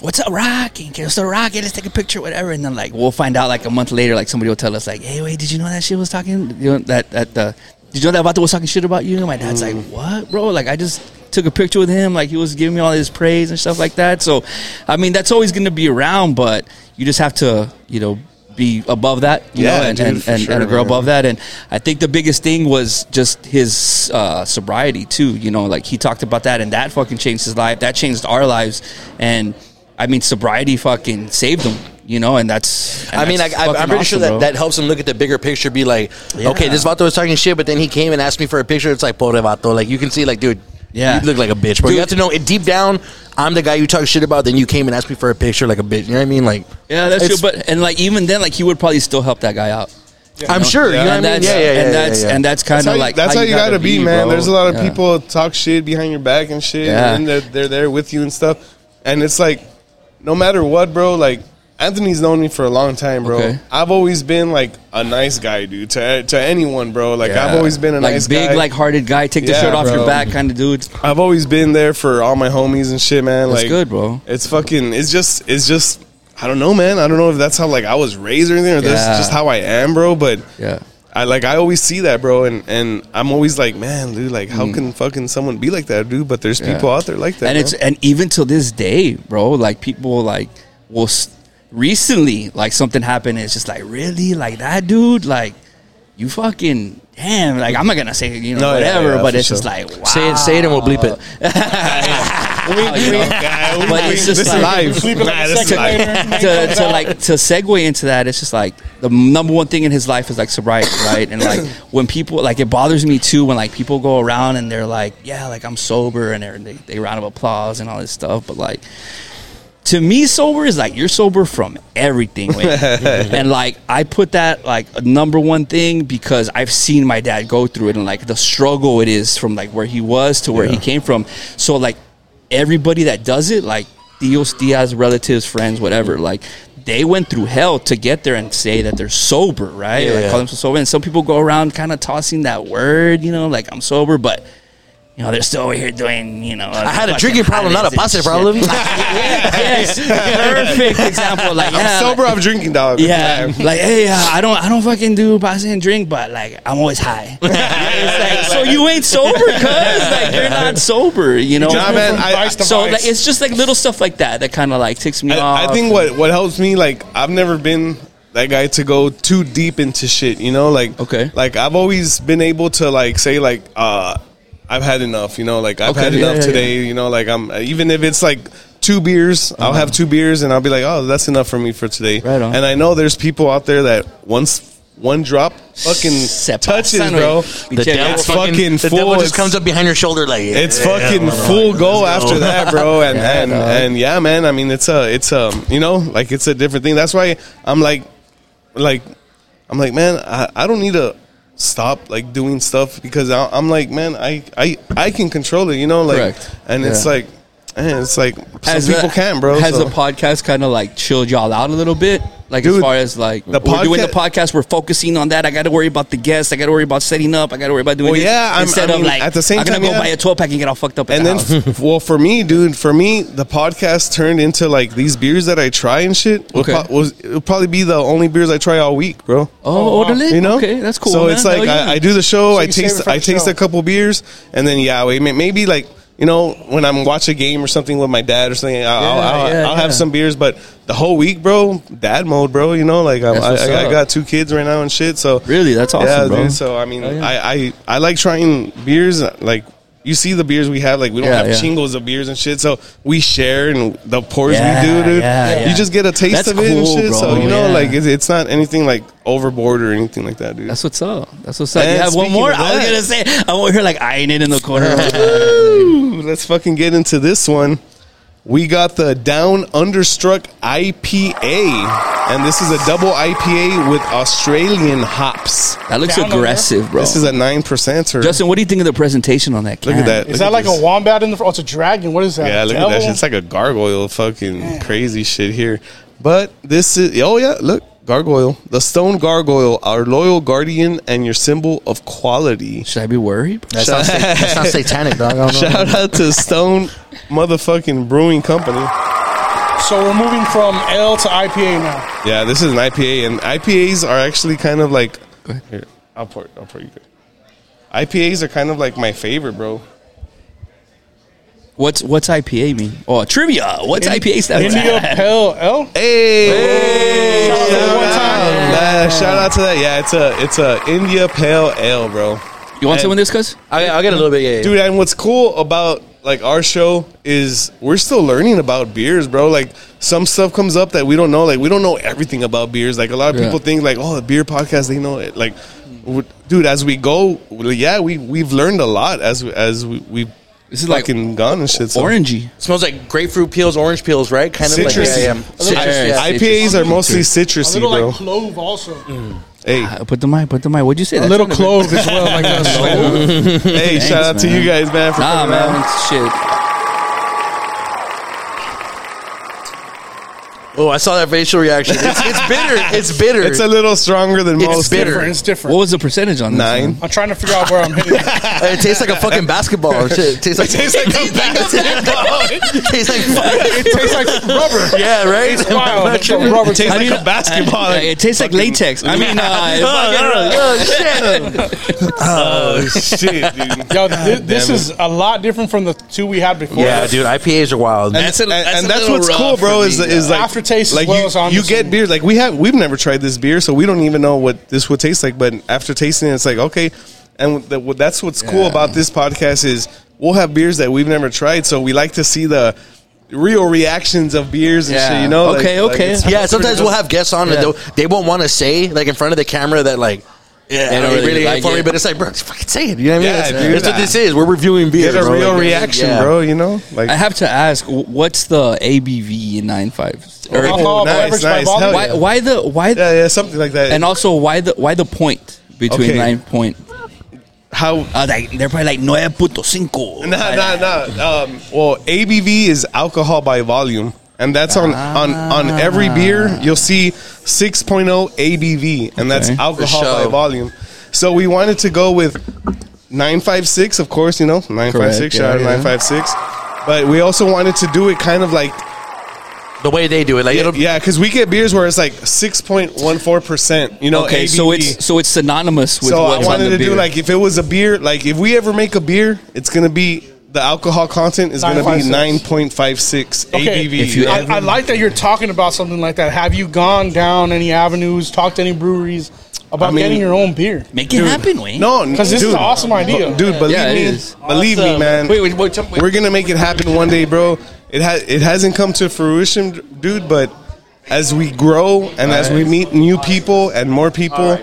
S7: What's up, rocking? Can you still rock it? Let's take a picture, whatever. And then, like, we'll find out, like, a month later, like, somebody will tell us, like, hey, wait, did you know that shit was talking? You know, that, that, uh, did you know that Vato was talking shit about you? And my dad's
S3: Mm.
S7: like, what, bro? Like, I just took a picture with him. Like, he was giving me all his praise and stuff like that. So, I mean, that's always going to be around, but you just have to, you know, be above that, you
S3: Yeah,
S7: know, and,
S3: dude,
S7: and,
S3: for
S7: and,
S3: sure,
S7: and grow
S3: man.
S7: above that. And I think the biggest thing was just his uh, sobriety too. You know, like he talked about that, and that fucking changed his life. That changed our lives. And I mean, sobriety fucking saved him. You know, and that's. and
S5: I mean, like,
S7: that's
S5: I, I'm
S7: fucking
S5: pretty
S7: awesome,
S5: sure that,
S7: bro.
S5: that helps him look at the bigger picture. Be like,
S7: Yeah.
S5: okay, this vato was talking shit, but then he came and asked me for a picture. It's like, pobre vato. Like, you can see, like, dude,
S7: Yeah.
S5: you look like a bitch, bro.
S7: Dude.
S5: You have to know it deep down. I'm the guy you talk shit about. Then you came and asked me for a picture, like a bitch. You know what I mean? Like,
S7: Yeah, that's true.
S5: it's-
S7: But and like even then, like he would probably still help that guy out.
S5: I'm sure. You know
S7: and
S5: what I mean?
S7: that's
S5: Yeah, yeah, yeah. yeah,
S7: and that's
S5: yeah.
S7: and that's kind
S3: That's how
S7: of
S3: you,
S7: like
S3: that's
S7: how
S3: you, gotta, be, man.
S7: bro.
S3: There's a lot of
S7: Yeah.
S3: people talk shit behind your back and shit,
S7: Yeah.
S3: and they're, they're there with you and stuff. And it's like, no matter what, bro. Like Anthony's known me for a long time, bro.
S7: Okay.
S3: I've always been like a nice guy, dude. To to anyone, bro. Like I've
S7: Yeah.
S3: always been a
S7: like
S3: nice
S7: big,
S3: guy.
S7: like hearted guy. Take the
S3: Yeah,
S7: shirt off your
S3: bro.
S7: back, kind of dude.
S3: I've always been there for all my homies and shit, man.
S7: That's
S3: like,
S7: good, bro.
S3: It's fucking. It's just. It's just. I don't know, man. I don't know if that's how like I was raised or anything, or
S7: Yeah.
S3: that's just how I am, bro. But
S7: Yeah.
S3: I like I always see that, bro, and and I'm always like, man, dude, like how can fucking someone be like that, dude? But there's people out there like that,
S7: Mm. and it's
S3: man.
S7: and even till this day, bro. Like people like will s- recently like something happened. And it's just like really like that dude. Like you fucking damn. Like I'm not gonna say you know
S3: No, yeah,
S7: whatever,
S3: yeah,
S7: but
S3: for
S7: it's
S3: sure.
S7: just like wow.
S5: say it, say it, and we'll bleep it.
S7: but it's just
S3: oh this
S7: like-
S3: live.
S6: Sleep it
S3: Nah,
S6: like a
S3: this is
S6: second
S3: live.
S6: later, man
S7: to,
S6: comes
S7: to
S6: out.
S7: like to segue into that, it's just like the number one thing in his life is like sobriety, right? And like when people like it bothers me too when like people go around and they're like, yeah, like I'm sober, and they're, they they round of applause and all this stuff, but like to me, sober is like you're sober from everything, man. and like I put that like number one thing because I've seen my dad go through it and like the struggle it is from like where he was to where he came from. So like everybody that does it, like Dios, Diaz, relatives, friends, whatever, like they went through hell to get there and say that they're sober, right? like
S5: yeah.
S7: call themselves sober. And some people go around kind of tossing that word, you know, like I'm sober, but. You know, they're still over here doing, you know.
S5: I had a drinking problem, not a posse problem.
S7: Yes, perfect example. Like, yeah,
S3: sober off drinking, dog.
S7: Like, yeah, like hey, uh, I don't, I don't fucking do posse and drink, but like I'm always high. It's like, so you ain't sober, cuz like you're not sober, you know.
S3: Nah, man. I,
S6: Vice to
S7: so
S6: vice.
S7: like, it's just like little stuff like that that kind of like takes me
S3: I,
S7: off.
S3: I think what what helps me like I've never been that guy to go too deep into shit. You know, like
S7: Okay.
S3: like I've always been able to like say like uh I've had enough. You know, like I've
S7: Okay,
S3: had
S7: yeah,
S3: enough
S7: yeah,
S3: today. You know, like I'm even if it's like. Two beers, I'll have two beers, and I'll be like, "Oh, that's enough for me for today."
S7: Uh-huh. Right on.
S3: And I know there's people out there that once one drop fucking
S7: Se
S3: touches,
S7: pasan,
S3: bro.
S5: The
S7: güey. Pinche
S5: devil
S3: It's
S5: fucking,
S3: fucking
S5: the devil
S3: full.
S5: just comes up behind your shoulder like
S3: It's
S5: yeah,
S3: fucking
S5: motherfucker,
S3: full
S5: let's
S3: go
S5: go.
S3: after that, bro. And and and yeah, man. I mean, it's a it's a you know like it's a different thing. That's why I'm like like I'm like man, I, I don't need to stop like doing stuff because I, I'm like man, I I I can control it. You know, like
S7: Correct.
S3: and it's
S7: Yeah.
S3: like man, it's like some
S7: Has
S3: people
S7: the-
S3: can, bro.
S7: Has
S3: so.
S7: the podcast kind of like chilled y'all out a little bit? Like as
S3: Dude,
S7: far as like
S3: the
S7: we're doing the
S3: podca-
S7: podcast, we're focusing on that. I got to worry about the guests. I got to worry about setting up. I got to worry about doing.
S3: Well,
S7: this.
S3: yeah, I'm-
S7: instead
S3: I mean,
S7: of like
S3: at the same
S7: I'm gonna
S3: time,
S7: go
S3: yeah.
S7: buy a 12 pack and get all fucked up. At
S3: and
S7: the
S3: then,
S7: house.
S3: f- well, for me, dude, for me, the podcast turned into like these beers that I try and shit. would
S7: Okay.
S3: pro- was, it'll probably be the only beers I try all week, bro.
S7: Oh,
S6: wow.
S7: orderly?
S3: you know
S7: okay, that's cool.
S3: so
S7: man.
S3: it's like
S7: Hell yeah.
S3: I, I do the show i
S6: you save it
S3: taste
S6: for
S3: i
S6: the
S3: taste
S6: show.
S3: a couple beers and then yeah wait, may- maybe like you know when i'm watch a game or something with my dad or something i'll, I'll,
S7: yeah,
S3: I'll have
S7: yeah.
S3: some beers but the whole week bro dad mode bro you know like I'm,
S7: That's
S3: I,
S7: what's
S3: I, I
S7: up.
S3: got two kids right now and shit so
S7: Really? That's awesome,
S3: yeah
S7: bro.
S3: dude so i mean
S7: Hell yeah.
S3: I, I i like trying beers like you see the beers we have, like we don't
S7: Yeah,
S3: have
S7: yeah.
S3: shingles of beers and shit. So we share and the pours
S7: Yeah,
S3: we do, dude.
S7: yeah, yeah.
S3: You just get a taste
S7: That's
S3: of it and
S7: cool,
S3: shit. So
S7: bro,
S3: you know,
S7: yeah.
S3: like it's, it's not anything like overboard or anything like that, dude.
S7: That's what's up. That's what's up.
S3: And
S7: you have one
S3: speaking
S7: more?
S3: of
S7: I was
S3: that-
S7: gonna say I'm over here like eyeing it in the corner.
S3: Ooh, let's fucking get into this one. We got the Down Understruck IPA, and this is a double IPA with Australian hops.
S7: that looks
S6: Down over.
S7: aggressive, bro.
S3: This is a nine percenter. Look
S7: Justin, what do you think of the presentation on that? Can?
S3: at that.
S6: Is that like a wombat in the? fr- Oh, it's a dragon. What is that?
S3: yeah? Look at that.
S6: Devil?
S3: Shit. It's like a gargoyle. Fucking crazy shit here. But this is oh yeah, look gargoyle, the stone gargoyle, our loyal guardian, and your symbol of quality.
S7: Should I be worried?
S5: That's not, sa- that's not satanic, dog. I don't know.
S3: Shout out to Stone Motherfucking Brewing Company.
S6: So we're moving from L to IPA now.
S3: Yeah, this is an IPA, and IPAs are actually kind of like. Here, I'll pour. I'll pour you. Good. IPAs are kind of like my favorite, bro.
S7: What's what's IPA mean? Oh, trivia. What's IPA stand for?
S6: India Pale L.
S3: Hey,
S6: out to
S3: shout,
S6: one
S3: out.
S6: time.
S3: Nah, shout out to that. Yeah, it's a it's a India Pale Ale, bro.
S7: You want some of this, cuz?
S5: I, I'll get a little bit, yeah. yeah.
S3: Dude, and what's cool about like our show is we're still learning about beers, bro. Like some stuff comes up that we don't know. Like we don't know everything about beers. Like a lot of
S7: Yeah.
S3: people think like, oh, the beer podcast, they know it. Like, w- dude, as we go, well, yeah, we we've learned a lot as we- as we, we've
S7: This is like
S3: fucking gone and shit. So.
S7: orangey.
S5: It smells like grapefruit peels, orange peels, right? Kind of like
S3: Citrusy.
S5: yeah, yeah.
S7: Citrus.
S5: yeah.
S3: IPAs are mostly
S6: A
S3: citrusy,
S6: little
S3: bro.
S6: like clove also.
S3: Hey,
S7: Put the mic, put the mic. What'd you say?
S6: A little clove as well. Like that.
S3: hey! Shout out to
S7: man.
S3: you guys, man. For
S7: Nah,
S3: coming
S7: Ah, man.
S3: out.
S7: Shit.
S5: Oh, I saw that facial reaction. It's, it's bitter. It's bitter.
S3: It's a little stronger than
S5: It's
S3: most.
S5: bitter.
S6: Different. It's different.
S7: What was the percentage on this?
S3: Nine.
S6: I'm trying to figure out where I'm hitting.
S5: Uh, it tastes like a fucking basketball. or Shit. It tastes like,
S3: tastes like a
S5: basketball. tastes like
S3: It tastes like rubber.
S5: yeah, right.
S6: Wow, it's a rubber
S3: It tastes
S6: tip.
S3: like a basketball.
S7: Yeah, it tastes like latex. I mean, uh,
S5: Oh, shit.
S3: Oh shit, dude.
S6: Yo, thi- this is a lot different from the two we had before.
S5: Yeah, dude. IPAs are wild.
S3: And
S7: That's a-
S3: and-
S7: that's
S3: and
S7: a
S3: that's
S7: little
S3: what's
S7: rough
S3: cool, bro.
S7: for
S3: Is
S7: me,
S3: is like
S6: Aftertaste as
S3: Like
S6: well as on
S3: you, you
S6: this
S3: get
S6: one.
S3: beers like we have. We've never tried this beer, so we don't even know what this would taste like. But after tasting it, it's like okay, and with the, what- that's what's cool about this podcast is we'll have beers that we've never tried, so we like to see the real reactions of beers and
S7: Yeah.
S3: shit. You know?
S7: Okay, okay.
S3: it's-
S5: Yeah, sometimes we'll have guests on
S7: Yeah.
S5: and they'll- they won't want to say like in front of the camera that like Yeah,
S2: They
S5: I
S2: don't
S5: don't
S2: really
S5: really
S2: like
S5: for me,
S2: it.
S5: but it's like, bro, just fucking say it. You know what I mean?
S3: Yeah,
S5: that's,
S3: dude.
S5: that's what this is. We're reviewing beer.
S3: Get a
S5: bro.
S3: real
S5: Like,
S3: reaction,
S5: yeah.
S3: bro. You know, like
S7: I have to ask, wh- what's the ABV in 9.5? Or-
S6: Alcohol
S3: nice,
S6: beverage by
S3: nice.
S6: volume.
S3: Hell
S7: why, why the why the,
S3: Oh, yeah, yeah, something like that.
S7: and also why the why the point between
S3: Okay.
S7: nine point?
S3: how
S7: Uh, like, they're probably like nueve punto cinco.
S3: Nah, nah, nah. Um, well, ABV is alcohol by volume, and that's on on on every beer. You'll see 6.0 ABV, and that's
S7: Okay.
S3: alcohol
S5: For
S3: by
S5: sure.
S3: volume. So we wanted to go with 956, of course, you know, 956,
S7: Correct,
S3: shout out
S7: yeah,
S3: 956.
S7: yeah.
S3: But we also wanted to do it kind of like
S5: The way they do it, like it'll
S3: yeah, because we get beers where it's like 6.14%, you know,
S7: Okay,
S3: ABV.
S7: so it's so it's synonymous with
S3: so
S7: what's
S3: I
S7: on
S3: wanted
S7: the
S3: to
S7: beer.
S3: do like if it was a beer, like if we ever make a beer, it's gonna be the alcohol content is gonna be
S6: 9.56.
S3: nine point five six
S6: Okay.
S3: ABV.
S7: If you
S6: I, I like that you're talking about something like that. Have you gone down any avenues, talked to any breweries about
S3: I mean-
S6: getting your own beer?
S7: Make it happen, Wayne.
S3: no,
S6: Because this is
S3: dude.
S6: an awesome idea.
S3: dude. Believe
S7: Yeah, it
S3: me,
S7: is.
S3: believe me, man.
S2: Wait, wait, wait. wait.
S3: We're gonna make it happen one day, bro. It has it hasn't come to fruition, dude. But as we grow and as we meet new people and more people,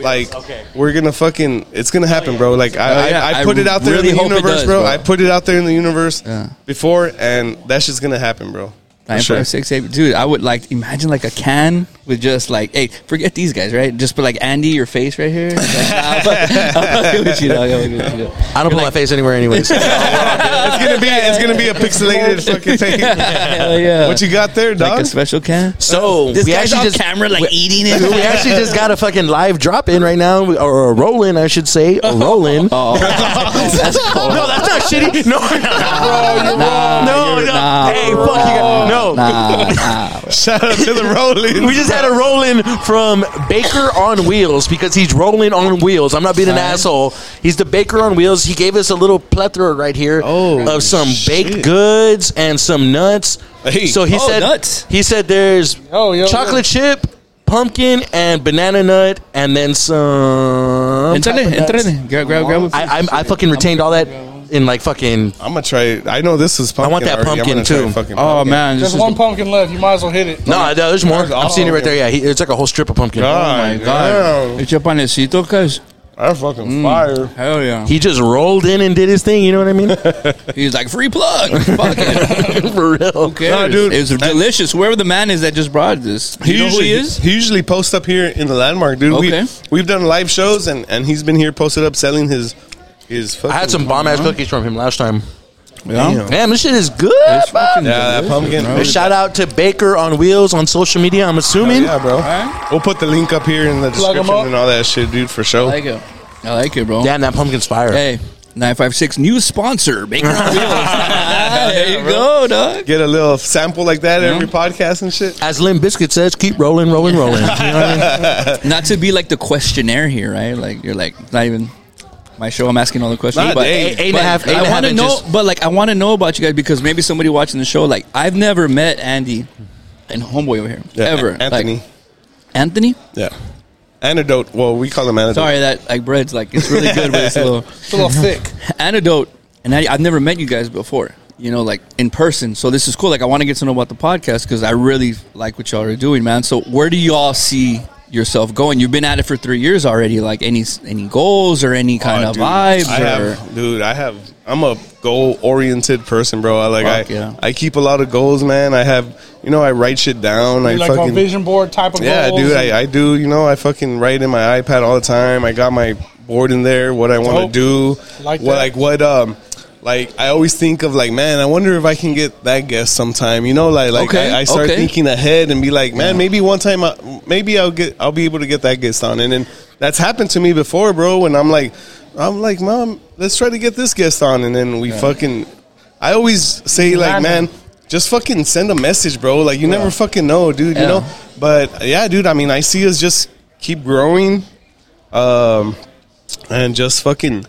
S3: like we're gonna fucking it's gonna happen, bro. Like I,
S7: Oh, yeah.
S3: I, I
S7: I
S3: put it out there
S7: really
S3: in the
S7: hope it
S3: universe,
S7: does,
S3: bro.
S7: bro.
S3: I put it out there in the universe
S7: Yeah.
S3: before, and that shit's gonna happen, bro. For
S7: Nine
S3: sure.
S7: five six eight, dude. I would like imagine like a can with just like, hey, forget these guys, right? Just put like Andy, your face right here. Like, nah, fuck- I'm fucking with you, dog. I'm fucking with you, dog.
S5: I don't put my face anywhere, anyways.
S3: It's gonna be it's gonna be a pixelated fucking thing.
S7: Hell yeah.
S3: What you got there,
S7: like
S3: dog?
S7: a special can?
S5: So
S7: Uh, This
S5: we
S7: guy's
S5: actually
S7: on
S5: just
S7: camera like eating
S5: Dude, we
S7: it.
S5: actually just got a fucking live drop in right now, or a roll in, I should say. A roll in.
S7: Oh.
S5: no, that's not shitty. No, no,
S7: Nah,
S5: no,
S7: you're-
S5: no.
S7: nah,
S5: hey,
S7: bro.
S5: fuck you guys. No.
S7: Nah, nah.
S3: Shout out to the rolling.
S5: We just had a roll in from Baker on Wheels because he's rolling on wheels. I'm not being an asshole. He's the Baker on Wheels. He gave us a little plethora right here
S3: Oh,
S5: of some
S3: shit.
S5: baked goods and some nuts.
S3: Hey.
S5: So he
S7: Oh,
S5: said
S7: nuts.
S5: he said there's
S6: Oh, yo,
S5: chocolate chip, pumpkin, and banana nut, and then some.
S7: Entrale, entrale. Grab, grab, grab. a-
S5: I, I, I fucking retained all that in like fucking.
S3: I'm gonna try. it. I know this is pumpkin.
S5: want that
S3: already. I'm
S5: pumpkin,
S3: gonna try
S5: too.
S3: Fucking
S7: Oh
S3: pumpkin.
S7: man,
S6: There's
S7: this is-
S6: one pumpkin left. You might as well hit it.
S5: No, no, there's more. I'm seeing it right
S3: okay.
S5: there. Yeah, he, it's like a whole strip of pumpkin.
S7: Oh my
S3: God,
S7: god. Mm. It's your panecito, guys.
S3: That's fucking fire.
S7: Hell yeah.
S5: He just rolled in and did his thing. You know what I mean?
S7: He's like free plug. Fuck it.
S5: For real.
S7: Okay,
S3: Nah, dude.
S7: It's delicious. Whoever the man is that just brought this, you know who he is?
S3: he usually posts up here in the landmark, dude.
S7: Okay.
S3: We, we've done live shows and, and he's been here posted up selling his his fucking.
S5: I had some bomb ass cookies from him last time.
S7: Yeah.
S5: Damn, this shit is good.
S7: It's
S5: bro.
S7: fucking
S3: yeah, that
S7: delicious,
S3: pumpkin.
S7: bro.
S5: A Shout out to Baker on Wheels on social media. I'm assuming.
S3: Yeah, bro.
S7: Alright.
S3: We'll put the link up here in the
S6: Plug 'em
S3: description
S6: up.
S3: and all that shit, dude, for sure.
S7: I like it. I like it, bro.
S5: Damn, that pumpkin's fire.
S7: Hey, nine five six new sponsor. Baker on Wheels. there you go, dog.
S3: Get a little sample like that every podcast and shit.
S5: As Lim Biscuit says, keep rolling, rolling, rolling. You know what I mean?
S7: Not to be like the questionnaire here, right? Like you're like not even my show. I'm asking all the questions,
S3: Nah,
S7: but
S3: hey,
S5: Eight and a
S7: But
S5: half. Eight and a
S7: I
S5: half.
S7: want to
S5: and
S7: know,
S5: just-
S7: but like I want to know about you guys because maybe somebody watching the show, like I've never met Andy and homeboy over here ever.
S3: An- Anthony.
S7: Like, Anthony.
S3: yeah. Antidote. Well, we call him antidote.
S7: Sorry, that like bread's like it's really good, but it's a little
S6: It's a little thick.
S7: antidote. And I, I've never met you guys before, you know, like in person. So this is cool. Like I want to get to know about the podcast because I really like what y'all are doing, man. So where do y'all see? yourself going you've been at it for three years already like any any goals or any kind
S3: Oh,
S7: of
S3: dude,
S7: vibes
S3: I
S7: or
S3: have, dude, I have. I'm a goal oriented person, bro. I like.
S7: Fuck
S3: I
S7: yeah.
S3: I keep a lot of goals, man. I have. You know, I write shit down. I
S6: You're like on
S3: fucking.
S6: vision board type of
S3: yeah,
S6: goals.
S3: dude.
S6: and-
S3: I, I do. You know, I fucking write in my iPad all the time. I got my board in there. What I want
S6: Dope.
S3: to do.
S6: Like
S3: what,
S6: that.
S3: like what um. Like I always think of like man, I wonder if I can get that guest sometime. You know, like like
S7: Okay,
S3: I, I start
S7: okay.
S3: thinking ahead and be like, man, maybe one time, I, maybe I'll get, I'll be able to get that guest on. And then that's happened to me before, bro. And I'm like, I'm like, mom, let's try to get this guest on. And then we fucking, I always say like,
S6: Random.
S3: man, just fucking send a message, bro. Like you never fucking know, dude. You
S7: Yeah.
S3: know. But yeah, dude. I mean, I see us just keep growing, um, and just fucking.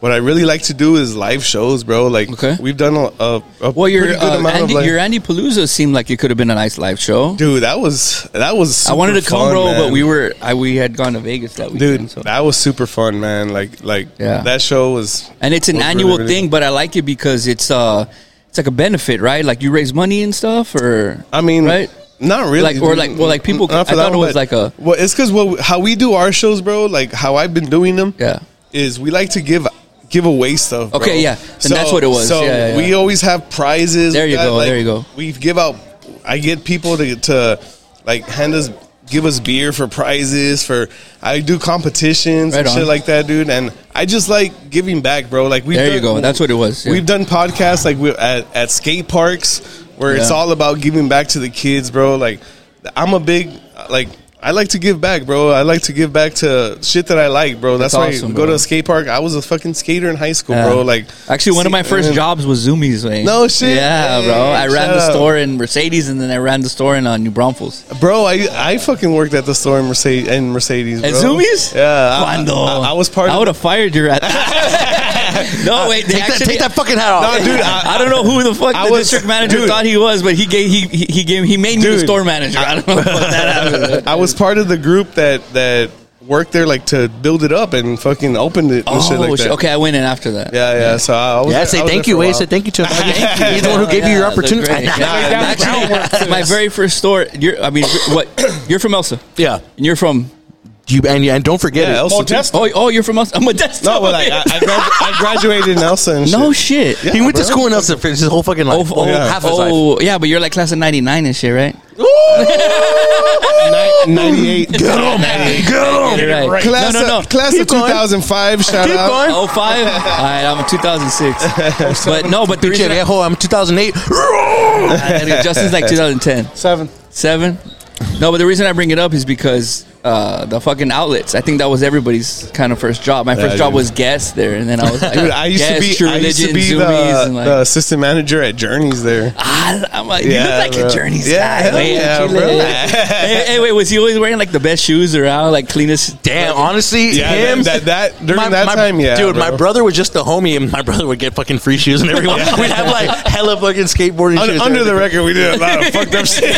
S3: What I really like to do is live shows, bro. Like
S7: Okay.
S3: we've done a, a, a
S7: well your
S3: pretty good
S7: uh,
S3: amount
S7: Andy,
S3: of like,
S7: your Andy Palooza seemed like it could have been a nice live show
S3: dude. That was that was.
S7: I wanted to
S3: super
S7: come,
S3: fun,
S7: bro, but
S3: man.
S7: we were I, we had gone to Vegas that weekend.
S3: dude.
S7: so.
S3: That was super fun, man. Like like
S7: Yeah.
S3: that show was.
S7: and it's an
S3: was really,
S7: annual
S3: really
S7: thing, but I like it because it's uh it's like a benefit, right? Like you raise money and stuff, or
S3: I mean,
S7: right?
S3: Not really.
S7: Like or like well like people. I
S3: Not for that
S7: thought it
S3: one,
S7: was
S3: but-
S7: like a
S3: Well, it's because what how we do our shows, bro. Like how I've been doing them.
S7: Yeah.
S3: Is we like to give give away stuff. bro.
S7: Okay, yeah. Then that's what it was.
S3: So
S7: Yeah, yeah, yeah.
S3: we always have prizes.
S7: There you
S3: We got,
S7: go, there you go.
S3: We give out. I get people to to like hand us give us beer for prizes for I do competitions
S7: Right
S3: and shit
S7: on.
S3: like that, dude. And I just like giving back, bro. Like we
S7: There you go. That's what it was. Yeah.
S3: We've done podcasts like we at, at skate parks where it's
S7: Yeah.
S3: all about giving back to the kids, bro. Like I'm a big like I like to give back, bro. I like to give back to shit that I like, bro. That's,
S7: That's
S3: why
S7: awesome,
S3: I go to
S7: bro.
S3: a skate park. I was a fucking skater in high school,
S7: Yeah.
S3: bro. Like
S7: actually, one of my first
S3: man.
S7: jobs was Zoomies. Man.
S3: No shit.
S7: Yeah,
S3: Hey,
S7: bro. I ran
S3: shout
S7: the
S3: out.
S7: store in Mercedes, and then I ran the store in uh, New Braunfels.
S3: Bro, I, I fucking worked at the store in Mercedes and Mercedes.
S7: At
S3: bro.
S7: Zoomies?
S3: Yeah. I-
S7: Cuando.
S3: I, I was part
S7: I
S3: of
S7: would have fired your ass. no, wait. They
S5: Take that,
S7: actually,
S5: take that fucking hat off.
S3: No, dude, I,
S7: I don't know who the fuck
S3: I
S7: the
S3: was-
S7: district manager
S3: dude.
S7: thought he was, but he gave he he, he gave he made me the
S3: Dude.
S7: store manager. I don't know what that happened.
S3: I was part of the group that that worked there like to build it up and fucking opened it and shit
S7: Oh,
S3: like
S7: shit.
S3: that.
S7: okay, I went in after that.
S3: Yeah, yeah. So I was
S5: yeah,
S3: I
S5: say
S3: was
S5: thank
S3: there for
S5: you.
S3: a
S5: Wait,
S3: while.
S5: say thank you to him. He's the one who gave you your
S7: Yeah, they're
S5: opportunity.
S7: great. Yeah, actually, my very first store. You're, I mean, what? You're from Elsa, and
S5: yeah.
S7: you're from
S5: You and, and don't forget
S3: Yeah,
S5: it.
S3: Elsa too.
S6: Modesto.
S7: oh oh you're from Elsa. I'm a desktop.
S3: No, but like, I, I, gradu- I graduated in Elsa and
S7: no
S3: shit.
S7: shit.
S5: he went to school in Elsa for his whole fucking
S7: Oh,
S5: life.
S7: oh,
S3: Yeah.
S7: half his life. oh, yeah, but you're like class of '99 and shit, right?
S3: Ni- 98. Get
S7: You're right.
S3: Class,
S7: no, no,
S3: Of,
S7: no.
S3: class
S5: Keep
S3: of
S5: going.
S3: 2005, shout
S5: Keep
S3: out.
S5: going.
S7: Oh five. All right, I'm a 2006. but no, but the
S5: Pinche
S7: reason I,
S5: viejo, I'm 2008.
S7: Justin's like 2010.
S6: Seven.
S7: Seven. No, but the reason I bring it up is because uh, the fucking outlets. I think that was everybody's kind of first job. My first
S3: Yeah,
S7: job
S3: dude.
S7: was guest there, and then I was like,
S3: Dude, I used
S7: Guess,
S3: to
S7: True
S3: be, I used to
S7: Religion,
S3: be
S7: Zoomies,
S3: the,
S7: and like,
S3: the assistant manager at Journeys there.
S7: ah, I'm like,
S3: Yeah,
S7: you look like
S3: bro.
S7: a Journey's
S3: Yeah,
S7: guy.
S3: hell
S7: man.
S3: yeah, bro.
S7: hey, hey, wait, was he always wearing like the best shoes around, like cleanest?
S5: Damn, honestly,
S3: Yeah,
S5: him.
S3: that, that, that- during that time, yeah.
S5: Dude, my
S3: bro.
S5: brother was just a homie, and my brother would get fucking free shoes and everyone. We'd have like hella fucking skateboarding
S3: Un-
S5: shoes.
S3: under the record, we did a lot of fucked up shit.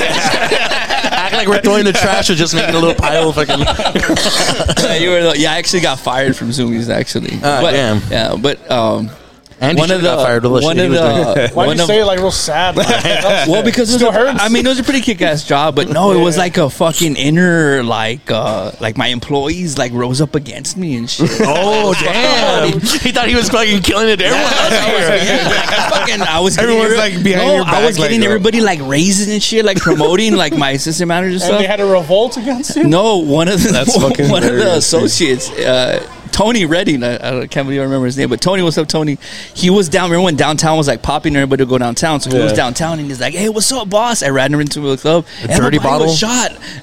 S5: Act like we're throwing the trash or just making a little pile of fucking.
S7: yeah, you were. the- Yeah, I actually got fired from Zoomies actually.
S5: Ah,
S7: but,
S5: damn.
S7: Yeah, but um,
S5: Andy
S7: one of
S5: should've
S7: the
S5: got fired with the
S7: one
S5: shit
S7: of
S5: he was
S7: the
S6: Why
S7: one
S6: do you
S7: of-
S6: say it like real sad? like-
S7: Well, because it was
S6: Still
S7: a-
S6: hurts.
S7: I mean, it was a pretty kick-ass job, but no, it was like a fucking inner, like, uh like my employees like rose up against me and shit.
S5: Oh damn! he thought he was fucking killing it. to Everyone else
S7: I was, yeah, like, fucking, I was getting
S3: Everyone's,
S7: every-
S3: like, behind
S7: no,
S3: your
S7: I was
S3: back, like,
S7: getting
S3: uh,
S7: everybody like raises and shit, like promoting like my assistant manager
S6: and they
S7: stuff.
S6: had a revolt against you?
S7: No, one of the
S3: That's fucking
S7: one of the
S3: hilarious, dude.
S7: associates, uh, Tony Redding. I, I don't- can't believe I remember his name, but Tony, what's up, Tony? He was down. Remember when downtown was like popping, everybody would go downtown. So he was
S3: Yeah.
S7: downtown, and he's like, "Hey, what's up, boss?" I ran him into a club.
S5: dirty
S7: Everybody
S5: bottle?
S7: was shot.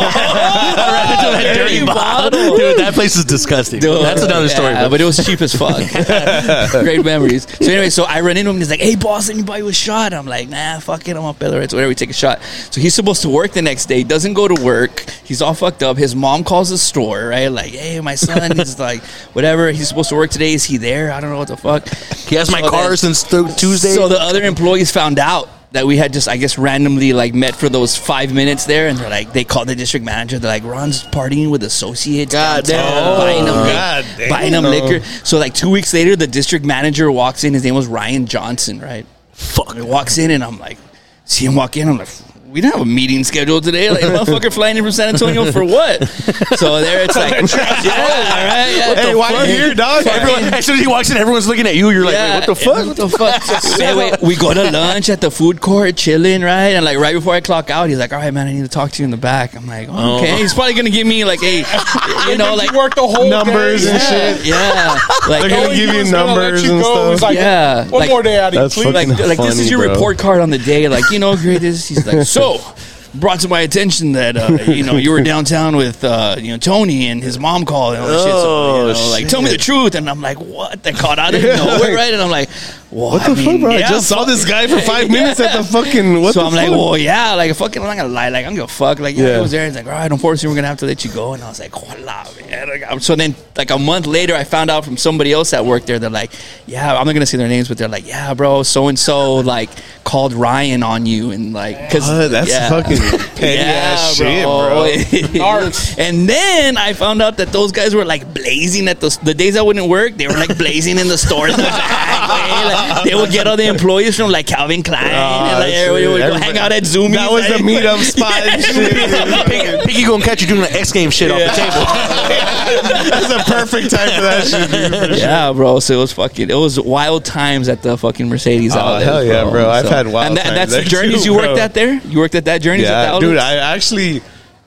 S5: into that dirty bottle. Dude, that place is disgusting.
S7: Dude,
S5: That's another story.
S7: yeah,
S5: bro.
S7: But it was cheap as fuck. Great memories. So anyway, so I run into him and he's like, "Hey, boss, anybody was shot?" I'm like, "Nah, fuck it, I'm on pillar rights. Whatever, we take a shot." So he's supposed to work the next day. Doesn't go to work. He's all fucked up. His mom calls the store, right? Like, "Hey, my son is like, whatever. He's supposed to work today. Is he there? I don't know what the fuck."
S5: he has my
S7: So
S5: car
S7: then-
S5: since th- Tuesday.
S7: So the other employees found out that we had just, I guess, randomly like met for those five minutes there, and they're like, they called the district manager. They're like, Ron's partying with associates,
S5: God
S7: downtown,
S5: damn.
S7: buying them, li-
S3: Oh, God damn.
S7: buying them liquor. So like two weeks later, the district manager walks in. His name was Ryan Johnson, right? Fuck. He walks in, and I'm like, see him walk in. I'm like. We don't have a meeting scheduled today. Like, motherfucker flying in from San Antonio for what? So there it's like, yeah, all right. yeah,
S3: Hey,
S7: the
S3: why
S7: fuck?
S3: you here, dog?
S5: Everyone, as soon as he walks in, everyone's looking at you. You're like, wait, what the fuck?
S7: What the fuck? So anyway, we go to lunch at the food court, chilling, right? And like right before I clock out, he's like, "All right, man, I need to talk to you in the back." I'm like, oh, "Okay." He's probably gonna give me like a, you know, like
S6: you worked the whole
S3: Numbers
S6: day.
S3: and shit.
S7: yeah, yeah, like. oh,
S3: They're gonna
S6: Knowing
S3: give
S6: he
S3: you
S6: was gonna let
S3: numbers
S6: you
S3: and
S6: go,
S3: stuff.
S6: he's like,
S7: Yeah,
S6: One
S7: like-
S6: more day out of
S3: That's
S6: please.
S7: like,
S3: fucking
S7: like this is
S3: funny,
S7: your
S3: bro.
S7: report card on the day. Like, you know, great this. He's like, so brought to my attention that uh, you know you were downtown with uh, you know Tony and his mom called and all this shit. So,
S3: Oh,
S7: you know, like, tell me the truth. And I'm like, what? They called out of nowhere, right? And I'm like, well,
S3: What
S7: I
S3: the
S7: mean,
S3: fuck, bro?
S7: yeah,
S3: I just saw this guy for five minutes at the fucking. What
S7: so
S3: the
S7: I'm
S3: fuck?
S7: like, well, yeah, like fucking, I'm not gonna lie, like I'm gonna fuck, like yeah,
S3: Yeah.
S7: I was there. It's like, all right, unfortunately, we're gonna have to let you go. And I was like, hola, man. So then, like a month later, I found out from somebody else that worked there. They're like, yeah, I'm not gonna say their names, but they're like, yeah, bro, so and so like called Ryan on you, and like, cause
S3: Uh, that's
S7: yeah.
S3: fucking petty ass shit, bro.
S6: Dark.
S7: and then I found out that those guys were like blazing at the the days I wouldn't work. They were like blazing in the stores. in the back, man. they would get all the employees from like Calvin Klein and like everybody would go hang out at Zoomies.
S3: Ah, That was the meetup spot and shit.
S5: Piggy, Piggy gonna catch you doing the X game shit off the table.
S3: That's a perfect time for that shit. dude.
S7: Yeah, bro. So it was fucking. It was wild times at the fucking Mercedes.
S3: Oh,
S7: outlet,
S3: hell yeah, bro. I've had wild
S7: and that,
S3: times
S7: That's
S3: there
S7: the journeys
S3: too,
S7: you worked
S3: bro.
S7: at there. You worked at that journeys. at the
S3: Yeah,
S7: outlet?
S3: dude, I actually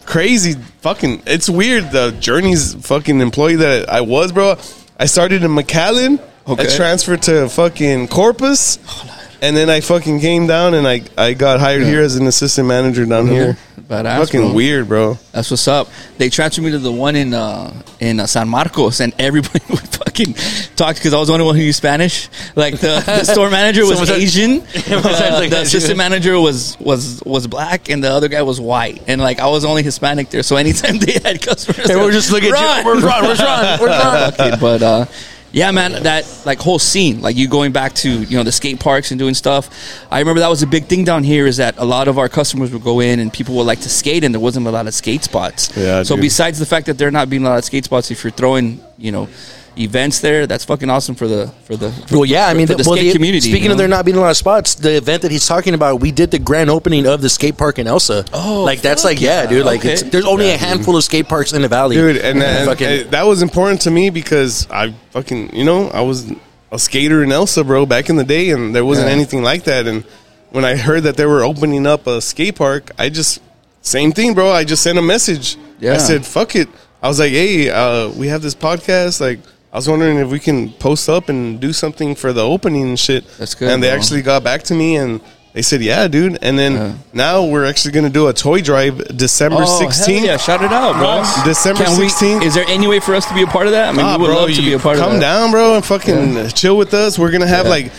S3: crazy fucking. It's weird the journeys fucking employee that I was, bro. I started in McAllen. I
S7: Okay.
S3: transferred to fucking Corpus, and then I fucking came down and I I got hired here as an assistant manager down here.
S7: Badass,
S3: fucking
S7: bro.
S3: weird, bro.
S7: That's what's up. They transferred me to the one in uh, in uh, San Marcos, and everybody would fucking talk because I was the only one who knew Spanish. Like the, the store manager was
S5: Someone's like-
S7: Asian,
S5: Everyone's
S7: uh,
S5: like-
S7: the assistant manager was was was black, and the other guy was white. And like I was the only Hispanic there, so anytime they had customers,
S5: And we're just looking at you, "Where's Ron? Where's Ron? Where's Ron?"
S7: Fucking- but uh, yeah, man, that like whole scene, like you going back to you know the skate parks and doing stuff. I remember that was a big thing down here is that a lot of our customers would go in and people would like to skate, and there wasn't a lot of skate spots.
S3: Yeah,
S7: So
S3: dude.
S7: besides the fact that there not being a lot of skate spots, if you're throwing you know events there, that's fucking awesome for the for the for,
S5: Well, yeah, I mean,
S7: for the
S5: well,
S7: skate community.
S5: Speaking
S7: you
S5: of
S7: know?
S5: there not being a lot of spots, the event that he's talking about, we did the grand opening of the skate park in Elsa.
S7: Oh,
S5: like that's
S7: fuck
S5: like yeah,
S7: yeah.
S5: dude. Like
S7: Okay.
S5: it's, there's only a handful of skate parks in the valley,
S3: dude and, and-
S5: fucking,
S3: and that was important to me because i fucking you know i was a skater in elsa bro back in the day and there wasn't
S7: Yeah.
S3: anything like that and when i heard that they were opening up a skate park i just same thing bro i just sent a message i
S7: Yeah.
S3: said fuck it i was like hey uh, we have this podcast like I was wondering if we can post up and do something for the opening and shit.
S7: That's good,
S3: And they
S7: bro.
S3: actually got back to me and they said, "Yeah, dude." And then now we're actually going to do a toy drive December
S7: Oh, hell
S3: 16th.
S7: yeah, shout it out, bro.
S3: December
S7: Can we,
S3: 16th.
S7: is there any way for us to be a part of that? I mean,
S3: Nah,
S7: we would
S3: bro,
S7: love to be
S3: you
S7: a part of that.
S3: Come down, bro, and fucking chill with us. We're gonna have like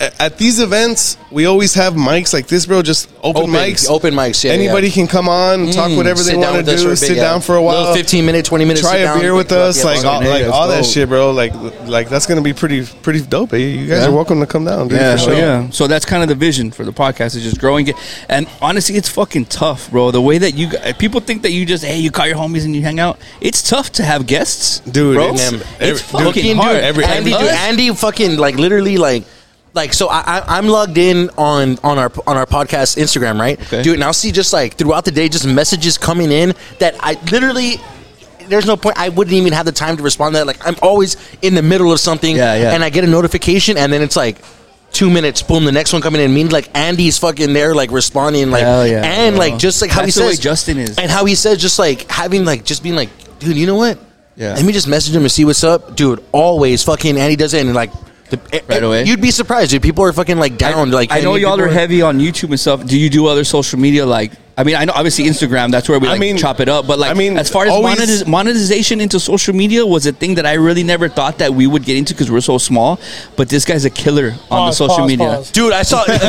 S3: a- at these events, we always have mics like this, bro. Just open,
S5: open
S3: mics.
S5: open mics. Yeah, Mm,
S3: Anybody can come on, talk whatever they want to do, sit down for a while,
S5: uh, fifteen minute, twenty minutes.
S3: try a beer with us, like all, like all that
S5: shit.
S3: shit, bro. Like like that's gonna be pretty pretty dope. Eh? You guys are welcome to come down, dude.
S7: Yeah,
S3: for sure.
S7: yeah. So that's kind of the vision for the podcast is just growing it. And honestly, it's fucking tough, bro. The way that you g- people think that you just hey, you call your homies and you hang out. It's tough to have guests,
S3: Dude,
S7: Bro,
S3: it's-
S7: it's,
S3: every-
S7: fucking
S5: Fucking
S7: hard.
S5: dude,
S3: every-
S5: Andy, dude,
S7: Us?
S5: Andy, fucking like literally, like, like. So I, I, I'm logged in on on our on our podcast Instagram, right,
S7: Okay.
S5: dude? And I'll see just like throughout the day, just messages coming in that I literally. There's no point. I wouldn't even have the time to respond to that. Like I'm always in the middle of something,
S7: Yeah, yeah.
S5: and I get a notification, and then it's like two minutes. Boom, the next one coming in. Means like Andy's fucking there, like responding, like
S7: Hell yeah,
S5: and
S7: bro.
S5: like just like how
S7: That's
S5: he
S7: the way
S5: says
S7: Justin is.
S5: and how he says just like having like just being like, dude, you know what?
S7: Yeah.
S5: Let me just message him and see what's up, dude. Always fucking Andy does it and like the,
S7: Right away?
S5: You'd be surprised, dude. People are fucking like down. like
S7: I know
S5: Andy,
S7: y'all
S5: people
S7: are heavy on YouTube and stuff. Do you do other social media like? I mean, I know obviously Instagram. That's where we
S3: I
S7: like
S3: mean-
S7: chop it up. But like,
S3: I mean,
S7: as far as
S3: always-
S7: monetiz- monetization into social media was a thing that I really never thought that we would get into because we're so small. But this guy's a killer on the
S6: Pause,
S7: social
S6: pause,
S7: media.
S6: pause.
S5: Dude, I saw dude,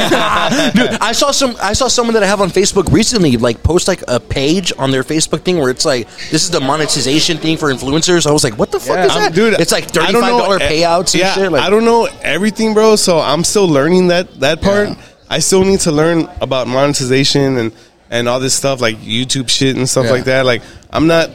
S5: I saw some I saw someone that I have on Facebook recently like post like a page on their Facebook thing where it's like this is the monetization thing for influencers. I was like, what the fuck is
S3: I'm-
S5: that?
S3: dude?
S5: it's like
S3: I
S5: thirty
S3: don't
S5: five
S3: know- eh,
S5: dollar
S7: eh,
S5: payouts and
S3: yeah,
S5: shit. Like
S3: I don't know everything, bro. So I'm still learning that that part. I still need to learn about monetization and and all this stuff like YouTube shit and stuff
S7: Yeah.
S3: like that. Like I'm not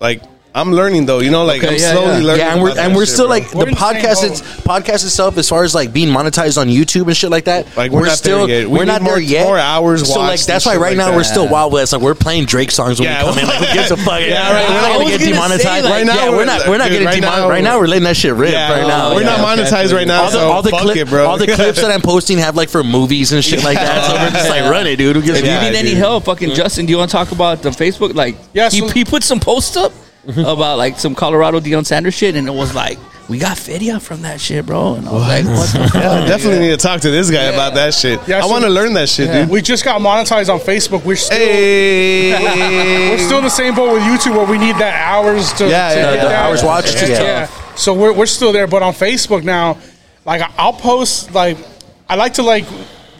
S3: like I'm learning though. You know, like
S7: Okay,
S3: I'm
S7: yeah,
S3: slowly
S7: yeah.
S3: learning.
S5: yeah, and
S3: about
S5: we're
S3: that
S5: and we're
S3: shit,
S5: still
S3: bro.
S5: like
S6: We're
S5: the
S6: in the same
S5: podcast.
S6: boat.
S5: It's podcast itself as far as like being monetized on YouTube and shit like that.
S3: Like, we're not there
S5: still
S3: yet. We
S5: we're
S3: need
S5: not
S3: more-
S5: there yet.
S3: more hours
S5: So like
S3: watched
S5: that's
S3: and
S5: why
S3: shit
S5: right
S3: like
S5: now
S3: that.
S5: we're still Wild West. Like we're playing Drake songs when
S3: Yeah,
S5: we come in. Like who gives a fuck? yeah, right. We're not
S3: I
S5: gonna
S3: was
S5: get
S3: gonna say,
S5: demonetized.
S3: like,
S5: right now,
S3: yeah,
S5: we're
S3: we're
S5: not
S3: not-
S5: we're not
S3: dude,
S5: getting
S3: right now
S5: demonetized. Right
S3: we're-
S5: now, we're letting that shit rip. right now,
S3: we're
S5: yeah.
S3: not monetized right now.
S5: All the,
S3: so
S5: all the
S3: fuck
S5: clip-
S3: it, bro.
S5: all the clips that I'm posting have like for movies and shit like that. So we're just like, run it, dude. Who gives
S7: If
S5: a
S7: you
S5: fuck?
S7: need any
S3: dude.
S7: help, fucking Justin, do you want to talk about the Facebook? Like,
S6: Yeah,
S7: he,
S6: so-
S7: he put some posts up about like some Colorado Deion Sanders shit, and it was like, we got video from that shit, bro. And I was like, what the
S3: I definitely need to talk to this guy about that shit.
S6: Yeah,
S3: I
S6: so-
S3: want to learn that shit, dude.
S6: We just got monetized on Facebook. We're still,
S3: Hey,
S6: we're still in the same boat with YouTube where we need that hours to,
S3: Yeah,
S6: to
S3: yeah,
S6: get
S3: the
S6: that.
S5: hours watched to
S6: yeah.
S5: get.
S6: yeah. So we're, we're still there, but on Facebook now, like I- I'll post like I like to like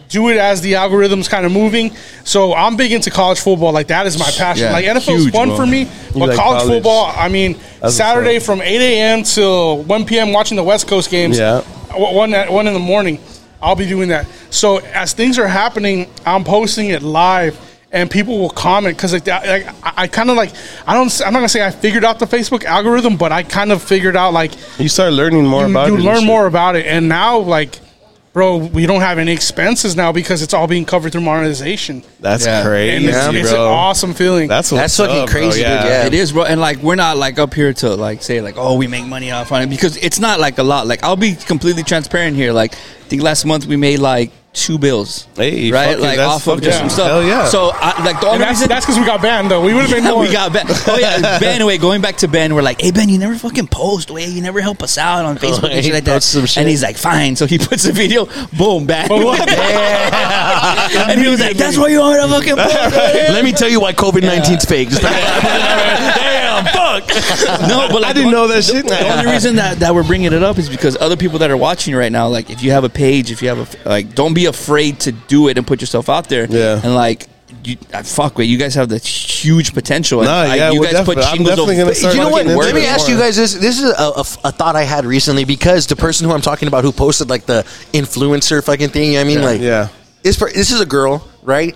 S6: do it as the algorithm's kind of moving. So I'm big into college football. Like that is my passion.
S7: Yeah,
S6: like NFL's
S7: huge,
S6: fun
S7: bro.
S6: for me, but
S3: like
S6: college,
S3: college.
S6: football. I mean,
S3: what's
S6: Saturday
S3: up.
S6: from 8 a.m. till 1 p.m. watching the West Coast games.
S3: Yeah.
S6: W- one at one in the morning. I'll be doing that. So as things are happening, I'm posting it live, and people will comment because like, that- like I, I kind of like I don't s- I'm not gonna say I figured out the Facebook algorithm, but I kind of figured out like
S3: you start learning more
S6: you,
S3: about
S6: you
S3: it and
S6: learn
S3: shit.
S6: more about it, and now like bro, we don't have any expenses now because it's all being covered through monetization.
S3: That's
S5: Yeah.
S3: crazy,
S6: And it's,
S3: bro.
S6: it's an awesome feeling.
S3: that's
S5: That's
S3: what's
S5: fucking
S3: up, bro.
S5: crazy, dude, yeah.
S7: It is, bro. And like, we're not like up here to like say like, oh, we make money off on it because it's not like a lot. Like, I'll be completely transparent here. Like, I think last month we made like two bills,
S3: Hey,
S7: right?
S3: fucking-
S7: Like
S3: that's
S7: off of just
S3: fucking-
S7: some stuff.
S3: hell yeah.
S7: So, I, like
S6: and
S7: the only
S6: that's
S7: reason
S6: that's because we got banned though. We would have been more.
S7: we got Ben. Oh yeah, Ben. Wait, going back to Ben, we're like, "Hey Ben, you never fucking post. Wait, you never help us out on Facebook
S5: he
S7: and shit like that."
S5: posts some shit.
S7: And he's like, "Fine." So he puts a video. Boom, back. and he was like, "That's why you want me to fucking post."
S5: Let me tell you why COVID 19's fake. Just like, Damn, fuck.
S7: no, but like,
S3: I didn't
S7: the-
S3: know that shit.
S7: The only reason that, that we're bringing it up is because other people that are watching right now, like if you have a page, if you have a f- like, don't be afraid to do it and put yourself out there.
S3: Yeah.
S7: and like. You, uh, fuck, wait! You guys have the huge potential.
S3: Nah,
S7: and, like,
S3: yeah,
S7: you
S3: well,
S7: guys put
S3: definitely. I'm
S7: shingles
S3: definitely
S7: over-
S3: gonna start
S5: You know what?
S3: Fucking
S5: Let
S3: word
S5: me ask you
S3: more.
S5: guys this. This is a, a, a thought I had recently because the person who I'm talking about who posted like the influencer fucking thing. You know what I mean, like,
S3: Yeah.
S5: This per- this is a girl, right?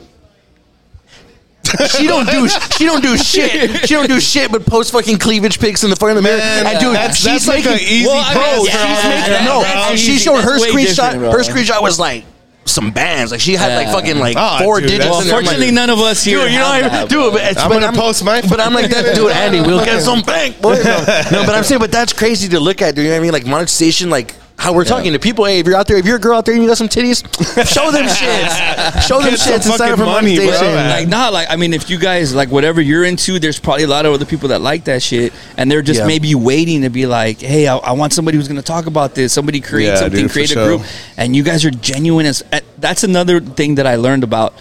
S5: she don't do she don't do shit. She don't do shit but post fucking cleavage pics in the front of the mirror.
S3: Man,
S5: and dude,
S3: that's-
S5: she's
S3: that's like
S5: making
S3: an easy
S5: Well, I mean,
S3: post
S5: she's
S3: for all
S5: making-
S3: that,
S5: no,
S3: bro.
S5: and she
S7: That's
S5: showed her
S7: way
S5: screenshot.
S7: different, bro.
S5: Her screenshot was like some bands. Like she had like
S7: Yeah.
S5: fucking like
S3: Oh,
S5: four
S3: dude,
S5: digits.
S3: that's-
S7: Well,
S5: in there. I'm like,
S7: fortunately, none of us here.
S5: Dude, you know,
S7: have
S5: I,
S7: that,
S5: dude, but it's,
S3: I'm
S5: but
S3: gonna post my
S5: But I'm like that, dude. Andy, we'll get some bank, boy. No, no, but I'm saying, but that's crazy to look at. Do you know what I mean? Like monetization, like how we're talking to people. Hey, if you're out there, if you're a girl out there and you got some titties, show them shits. Show them
S3: Get some
S5: shits and sign
S3: fucking
S5: up for
S3: money, bro.
S5: monetization.
S3: Yeah.
S7: like nah like i mean if you guys like whatever you're into there's probably a lot of other people that like that shit and they're just
S5: Yeah.
S7: maybe waiting to be like hey I, I want somebody who's going to talk about this somebody create
S3: Yeah,
S7: something
S3: dude, for
S7: create a
S3: sure.
S7: group and you guys are genuine as uh, that's another thing that i learned about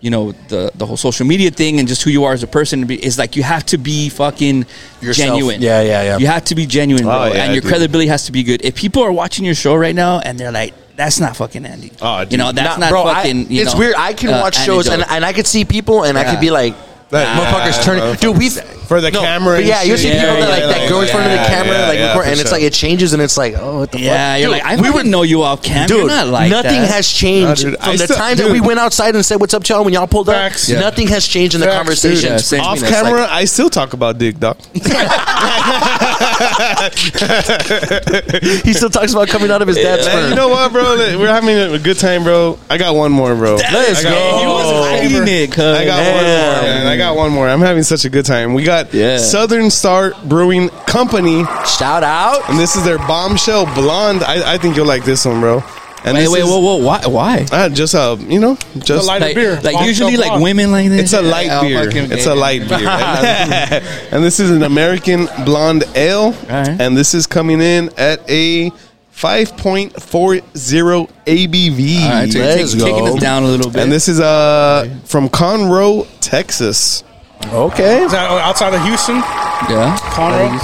S7: you know the the whole social media thing and just who you are as a person is like you have to be fucking
S5: Yourself.
S7: genuine
S5: Yeah, yeah, yeah.
S7: you have to be genuine bro,
S3: Oh, yeah,
S7: and your
S3: dude.
S7: credibility has to be good if people are watching your show right now and they're like that's not fucking Andy.
S3: Oh,
S7: you
S3: dude.
S7: know that's
S5: Nah,
S7: not
S5: bro, I-
S7: fucking. you
S5: it's
S7: know,
S5: weird. I can
S7: uh,
S5: watch shows and,
S7: anecdote.
S5: and I could see people and I could
S7: Yeah.
S5: be like,
S3: That-
S5: motherfuckers turning. Dude, we've
S3: For the camera
S5: But
S3: and
S5: yeah, you see
S3: shit.
S5: people
S7: Yeah,
S5: that like
S7: yeah,
S5: that
S3: yeah,
S5: go in front of the
S3: yeah,
S5: camera,
S3: yeah,
S5: like
S3: yeah,
S5: record,
S3: for
S5: and it's
S3: sure.
S5: like it changes, and it's like, oh, what the fuck?
S7: Yeah, you're
S5: Dude,
S7: like I we
S5: were-
S7: wouldn't know you off camera. You're
S5: Dude,
S7: not like
S5: nothing
S7: that.
S5: has changed
S3: Nah, dude,
S5: from
S3: I
S5: the
S3: still-
S5: time that
S3: dude.
S5: we went outside and said what's up, y'all, when y'all pulled up.
S6: Facts.
S7: Yeah.
S5: Nothing has changed in the
S6: Facts,
S5: conversation.
S7: dude, yeah, same.
S3: Off
S7: That's like-
S3: camera, I still talk about dick, doc.
S5: he still talks about coming out of his dad's
S3: Man,
S5: sperm.
S3: you know what, bro? Like, We're having a good time, bro. I got one more, bro.
S5: Let's
S3: I got-
S5: go.
S7: He
S3: Oh.
S7: was hiding it, cuz.
S3: I got one more, man. I got one more. I'm having such a good time. We got
S7: Yeah.
S3: Southern Star Brewing Company,
S5: Shout out.
S3: and this is their bombshell blonde. I, I think you'll like this one, bro. And
S7: Wait,
S3: this
S7: wait,
S3: is-
S7: whoa, whoa, why? Why?
S3: Uh, just uh, you know, just
S6: light-
S7: Like,
S6: beer.
S7: like
S6: Long
S7: usually,
S6: John
S7: like
S6: Blonde.
S7: women like that.
S3: it's a light
S7: I'll
S3: beer.
S7: fucking-
S3: It's a light beer, and, and this is an American blonde ale,
S7: Alright.
S3: and this is coming in at a 5.40 ABV.
S7: All right, so you're
S5: Let's
S7: taking, taking
S5: go.
S7: us down a little bit.
S3: and this is uh from Conroe, Texas.
S5: Okay.
S6: Is that outside of Houston?
S7: yeah.
S6: Conroe?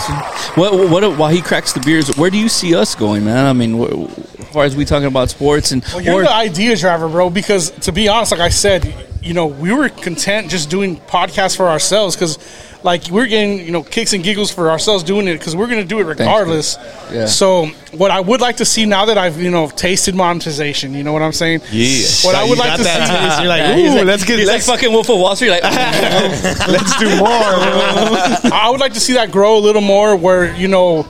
S7: What? What? what while he cracks the beers, where do you see us going, man? I mean, wh- as far as we talking about sports and
S6: Well, you're
S7: or-
S6: the idea driver, bro. Because to be honest, like I said, you know, we were content just doing podcasts for ourselves because, like, we're getting you know kicks and giggles for ourselves doing it because we're gonna do it regardless.
S7: Yeah.
S6: So what I would like to see now that I've you know tasted monetization, you know what I'm saying?
S3: Yeah.
S6: What I
S3: You
S6: would
S3: got
S6: like to
S3: that
S6: see
S3: taste. You're like,
S7: Yeah,
S3: ooh,
S7: he's like-
S3: let's get
S7: he's
S3: let's,
S7: like fucking Wolf of Wall Street. Like,
S3: let's do more. bro.
S6: I would like to see that grow a little more where, you know,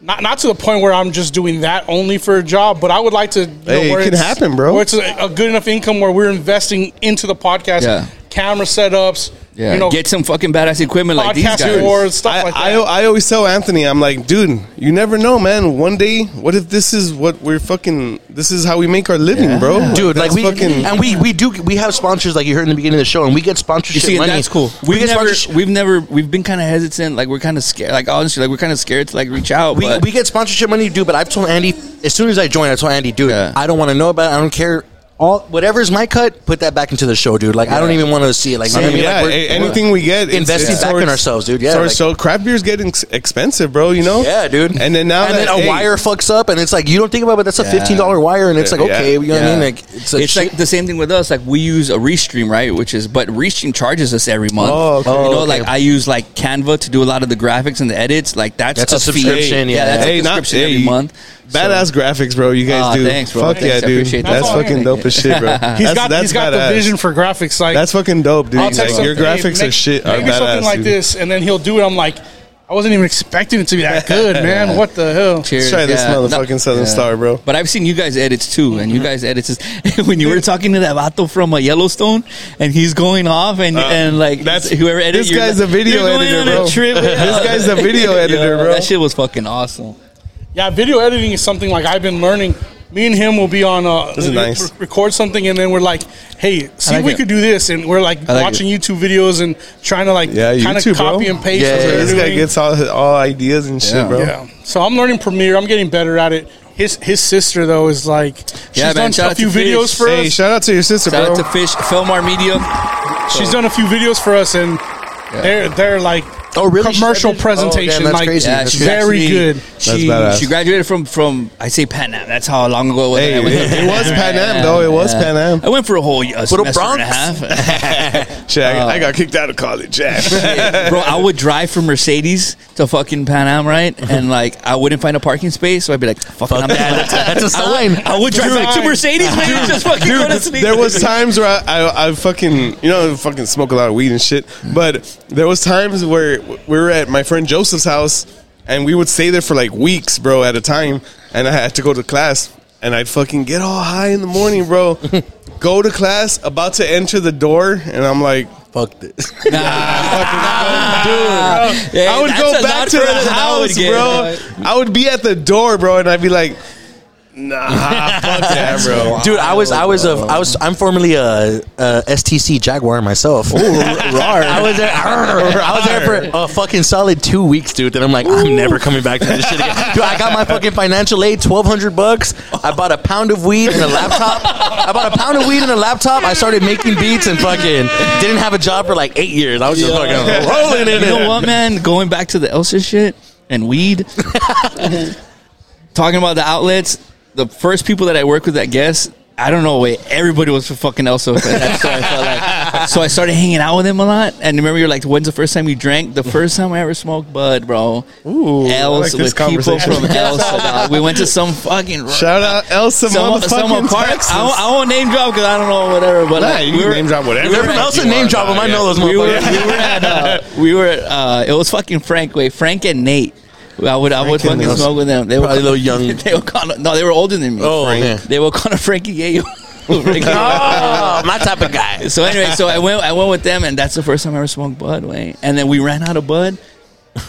S6: not, not to the point where I'm just doing that only for a job, but I would like to. You know,
S3: Hey, it
S6: where
S3: can
S6: it's-
S3: happen, bro.
S6: Where it's a, a good enough income where we're investing into the podcast,
S7: Yeah.
S6: camera setups,
S7: yeah,
S6: you know,
S7: get some fucking badass equipment like these
S6: podcast
S7: guys.
S6: awards, stuff
S3: I,
S6: like that.
S3: I, I always tell Anthony, I'm like, dude, you never know, man. One day, what if this is what we're fucking? This is how we make our living, bro.
S5: Dude, like
S3: that's
S5: we and we we do we have sponsors like you heard in the beginning of the show, and we get
S7: You
S5: sponsorship
S7: see, and
S5: money.
S7: that's cool.
S5: We
S7: We've
S5: get
S7: never,
S5: sponsorship.
S7: we've never, we've been kind of hesitant. Like we're kind of scared. Like honestly, like we're kind of scared to like reach out.
S5: We,
S7: but
S5: we get sponsorship money to do, but I've told Andy as soon as I joined, I told Andy, dude,
S7: Yeah.
S5: I don't want to know about it. I don't care. All whatever's my cut, put that back into the show, dude. Like I don't even want to see it. Like you know what I mean?
S3: yeah,
S5: Like, we're-
S3: a- anything we get, it's-
S5: investing
S3: it's
S5: back
S3: towards-
S5: in ourselves, dude. Yeah,
S3: towards-
S5: like-
S3: so craft beer's getting ex- expensive, bro. You know.
S5: Yeah, dude.
S3: And then now
S5: and
S3: that,
S5: then a
S3: hey,
S5: wire fucks up, and it's like you don't think about, it, but that's a fifteen dollar wire, and it's like
S3: Yeah.
S5: okay, you know what I
S7: Yeah.
S5: mean? Like it's, a
S7: it's
S5: shit-
S7: like the same thing with us. Like we use a Restream, right? Which is, but Restream charges us every month.
S3: Oh, okay.
S7: You know,
S5: Oh, okay.
S7: like I use like Canva to do a lot of the graphics and the edits. Like that's
S5: That's a
S7: fee.
S5: subscription, yeah.
S7: that's
S3: Hey,
S7: a
S3: not-
S7: subscription
S3: hey,
S7: every month.
S3: Badass graphics, bro. You guys
S5: Ah,
S7: Aw,
S3: do.
S7: thanks, bro.
S3: Fuck
S7: Thanks, I
S3: yeah, dude.
S7: appreciate
S3: That's
S6: that.
S3: fucking dope as shit, bro.
S6: He's
S3: that's,
S6: got
S3: that's
S6: he's got
S3: badass.
S6: the vision for graphics. Like
S3: That's fucking dope, dude.
S6: I'll text
S3: Like, your
S6: him, hey,
S3: graphics
S6: make-
S3: are shit. Are
S6: Make me
S3: badass,
S6: something like
S3: dude.
S6: this, and then he'll do it. I'm like, I wasn't even expecting it to be that good, man. What the hell?
S7: Cheers.
S3: Try this
S7: Yeah.
S3: motherfucking
S7: No-
S3: Southern Star, bro.
S7: But I've seen you guys edits too, and
S3: Mm-hmm.
S7: you guys edits is when you were talking to that vato from uh, Yellowstone, and he's going off and and like
S3: Uh, that's-
S7: whoever edited
S3: this guy's a video editor, bro. This guy's a video editor, bro.
S7: That shit was fucking awesome.
S6: Yeah, video editing is something like I've been learning. Me and him will be on uh
S3: is nice.
S6: re- record something and then we're like, hey, see
S7: like
S6: if we
S7: it.
S6: could do this and we're like
S7: I like
S6: watching YouTube videos and trying to like
S3: Yeah,
S6: kind
S3: YouTube,
S6: of copy
S3: bro.
S6: and paste
S5: Yeah,
S6: what
S5: yeah,
S6: they're
S3: This guy
S6: doing.
S3: gets all all ideas and shit,
S7: Yeah.
S3: bro.
S6: Yeah. So I'm learning Premiere. I'm getting better at it. His his sister though is like she's
S7: Yeah, man, shout
S6: done a
S7: out
S6: few
S7: to Fish.
S6: videos for
S3: Hey,
S6: us.
S3: shout out to your sister,
S7: Shout
S3: bro.
S7: out to Fish, Filmar Media. Uh,
S6: she's done a few videos for us and they're they're like
S5: Oh, really?
S6: commercial
S5: Oh, damn,
S6: presentation
S5: that's
S6: like
S5: crazy.
S7: Yeah,
S5: That's
S7: she's
S6: very
S7: actually-
S6: good.
S7: She,
S3: badass.
S7: she graduated from from I say Pan Am. That's how long ago it was.
S3: Hey,
S7: I went to
S3: it-
S7: Pan
S3: it was
S7: Am.
S3: Pan Am, though. It was
S7: Yeah.
S3: Pan Am.
S7: I went for a whole uh, semester and a
S5: Bronx?
S7: half.
S3: Shit, I,
S7: Oh.
S3: I got kicked out of college. Yeah.
S7: bro, I would drive from Mercedes to fucking Pan Am, right? And like, I wouldn't find a parking space, so I'd be like, "Fuck, I'm that.
S5: That's a sign.
S7: I would drive like, to Mercedes, man. Just fucking go to sleep.
S3: there was times where I, I, I fucking you know I fucking smoke a lot of weed and shit. But there was times where we were at my friend Joseph's house and we would stay there for like weeks, bro, at a time. And I had to go to class and I'd fucking get all high in the morning, bro. go to class, about to enter the door, and I'm like.
S5: Fuck this.
S3: Dude,
S7: Yeah,
S3: I would
S7: that's
S3: go
S7: a
S3: back
S7: lot
S3: to
S7: further
S3: the
S7: than I would
S3: house,
S7: get.
S3: bro. I would be at the door, bro, and I'd be like, "Nah, fuck that, bro."
S5: Dude, I was, I was, a, I was, I'm formerly a, a STC Jaguar myself. I was there, arr, I was there for a fucking solid two weeks, dude. Then I'm like, I'm never coming back to this shit again. Dude, I got my fucking financial aid, twelve hundred bucks. I bought a pound of weed and a laptop. I bought a pound of weed and a laptop. I started making beats and fucking didn't have a job for like eight years. I was just fucking rolling in
S7: you
S5: it.
S7: know what, man? Going back to the Elsa shit and weed, talking about the outlets, the first people that I worked with, I guess, I don't know, wait, everybody was for fucking Elsa. but that's what I felt like. So I started hanging out with them a lot. And remember, you're like, when's the first time you drank? The first time I ever smoked bud, bro. Ooh,
S3: like
S7: Elsa
S3: this
S7: with people
S3: conversation.
S7: from Elsa. dog. We went to some fucking.
S3: Shout out Elsa,
S7: Some,
S3: motherfucking
S7: some park.
S3: Texas.
S7: I, won't- I won't name drop because I don't know whatever. But
S3: Nah,
S7: like,
S3: you can name drop whatever.
S5: Everyone else a name drop 'em. I know those
S7: we were, we were
S5: motherfuckers.
S7: at uh, we were at, uh, it was fucking Frank wait Frank and Nate. I would I would
S3: Frank and
S7: fucking
S3: Nate.
S7: smoke with them. They were
S5: Probably a little young.
S7: They were called, no, they were older than me.
S5: Oh, man.
S7: They were kind of Frankie Yayo.
S5: Oh, my type of guy.
S7: so anyway, so I went I went with them, and that's the first time I ever smoked bud. Wait, and then we ran out of bud.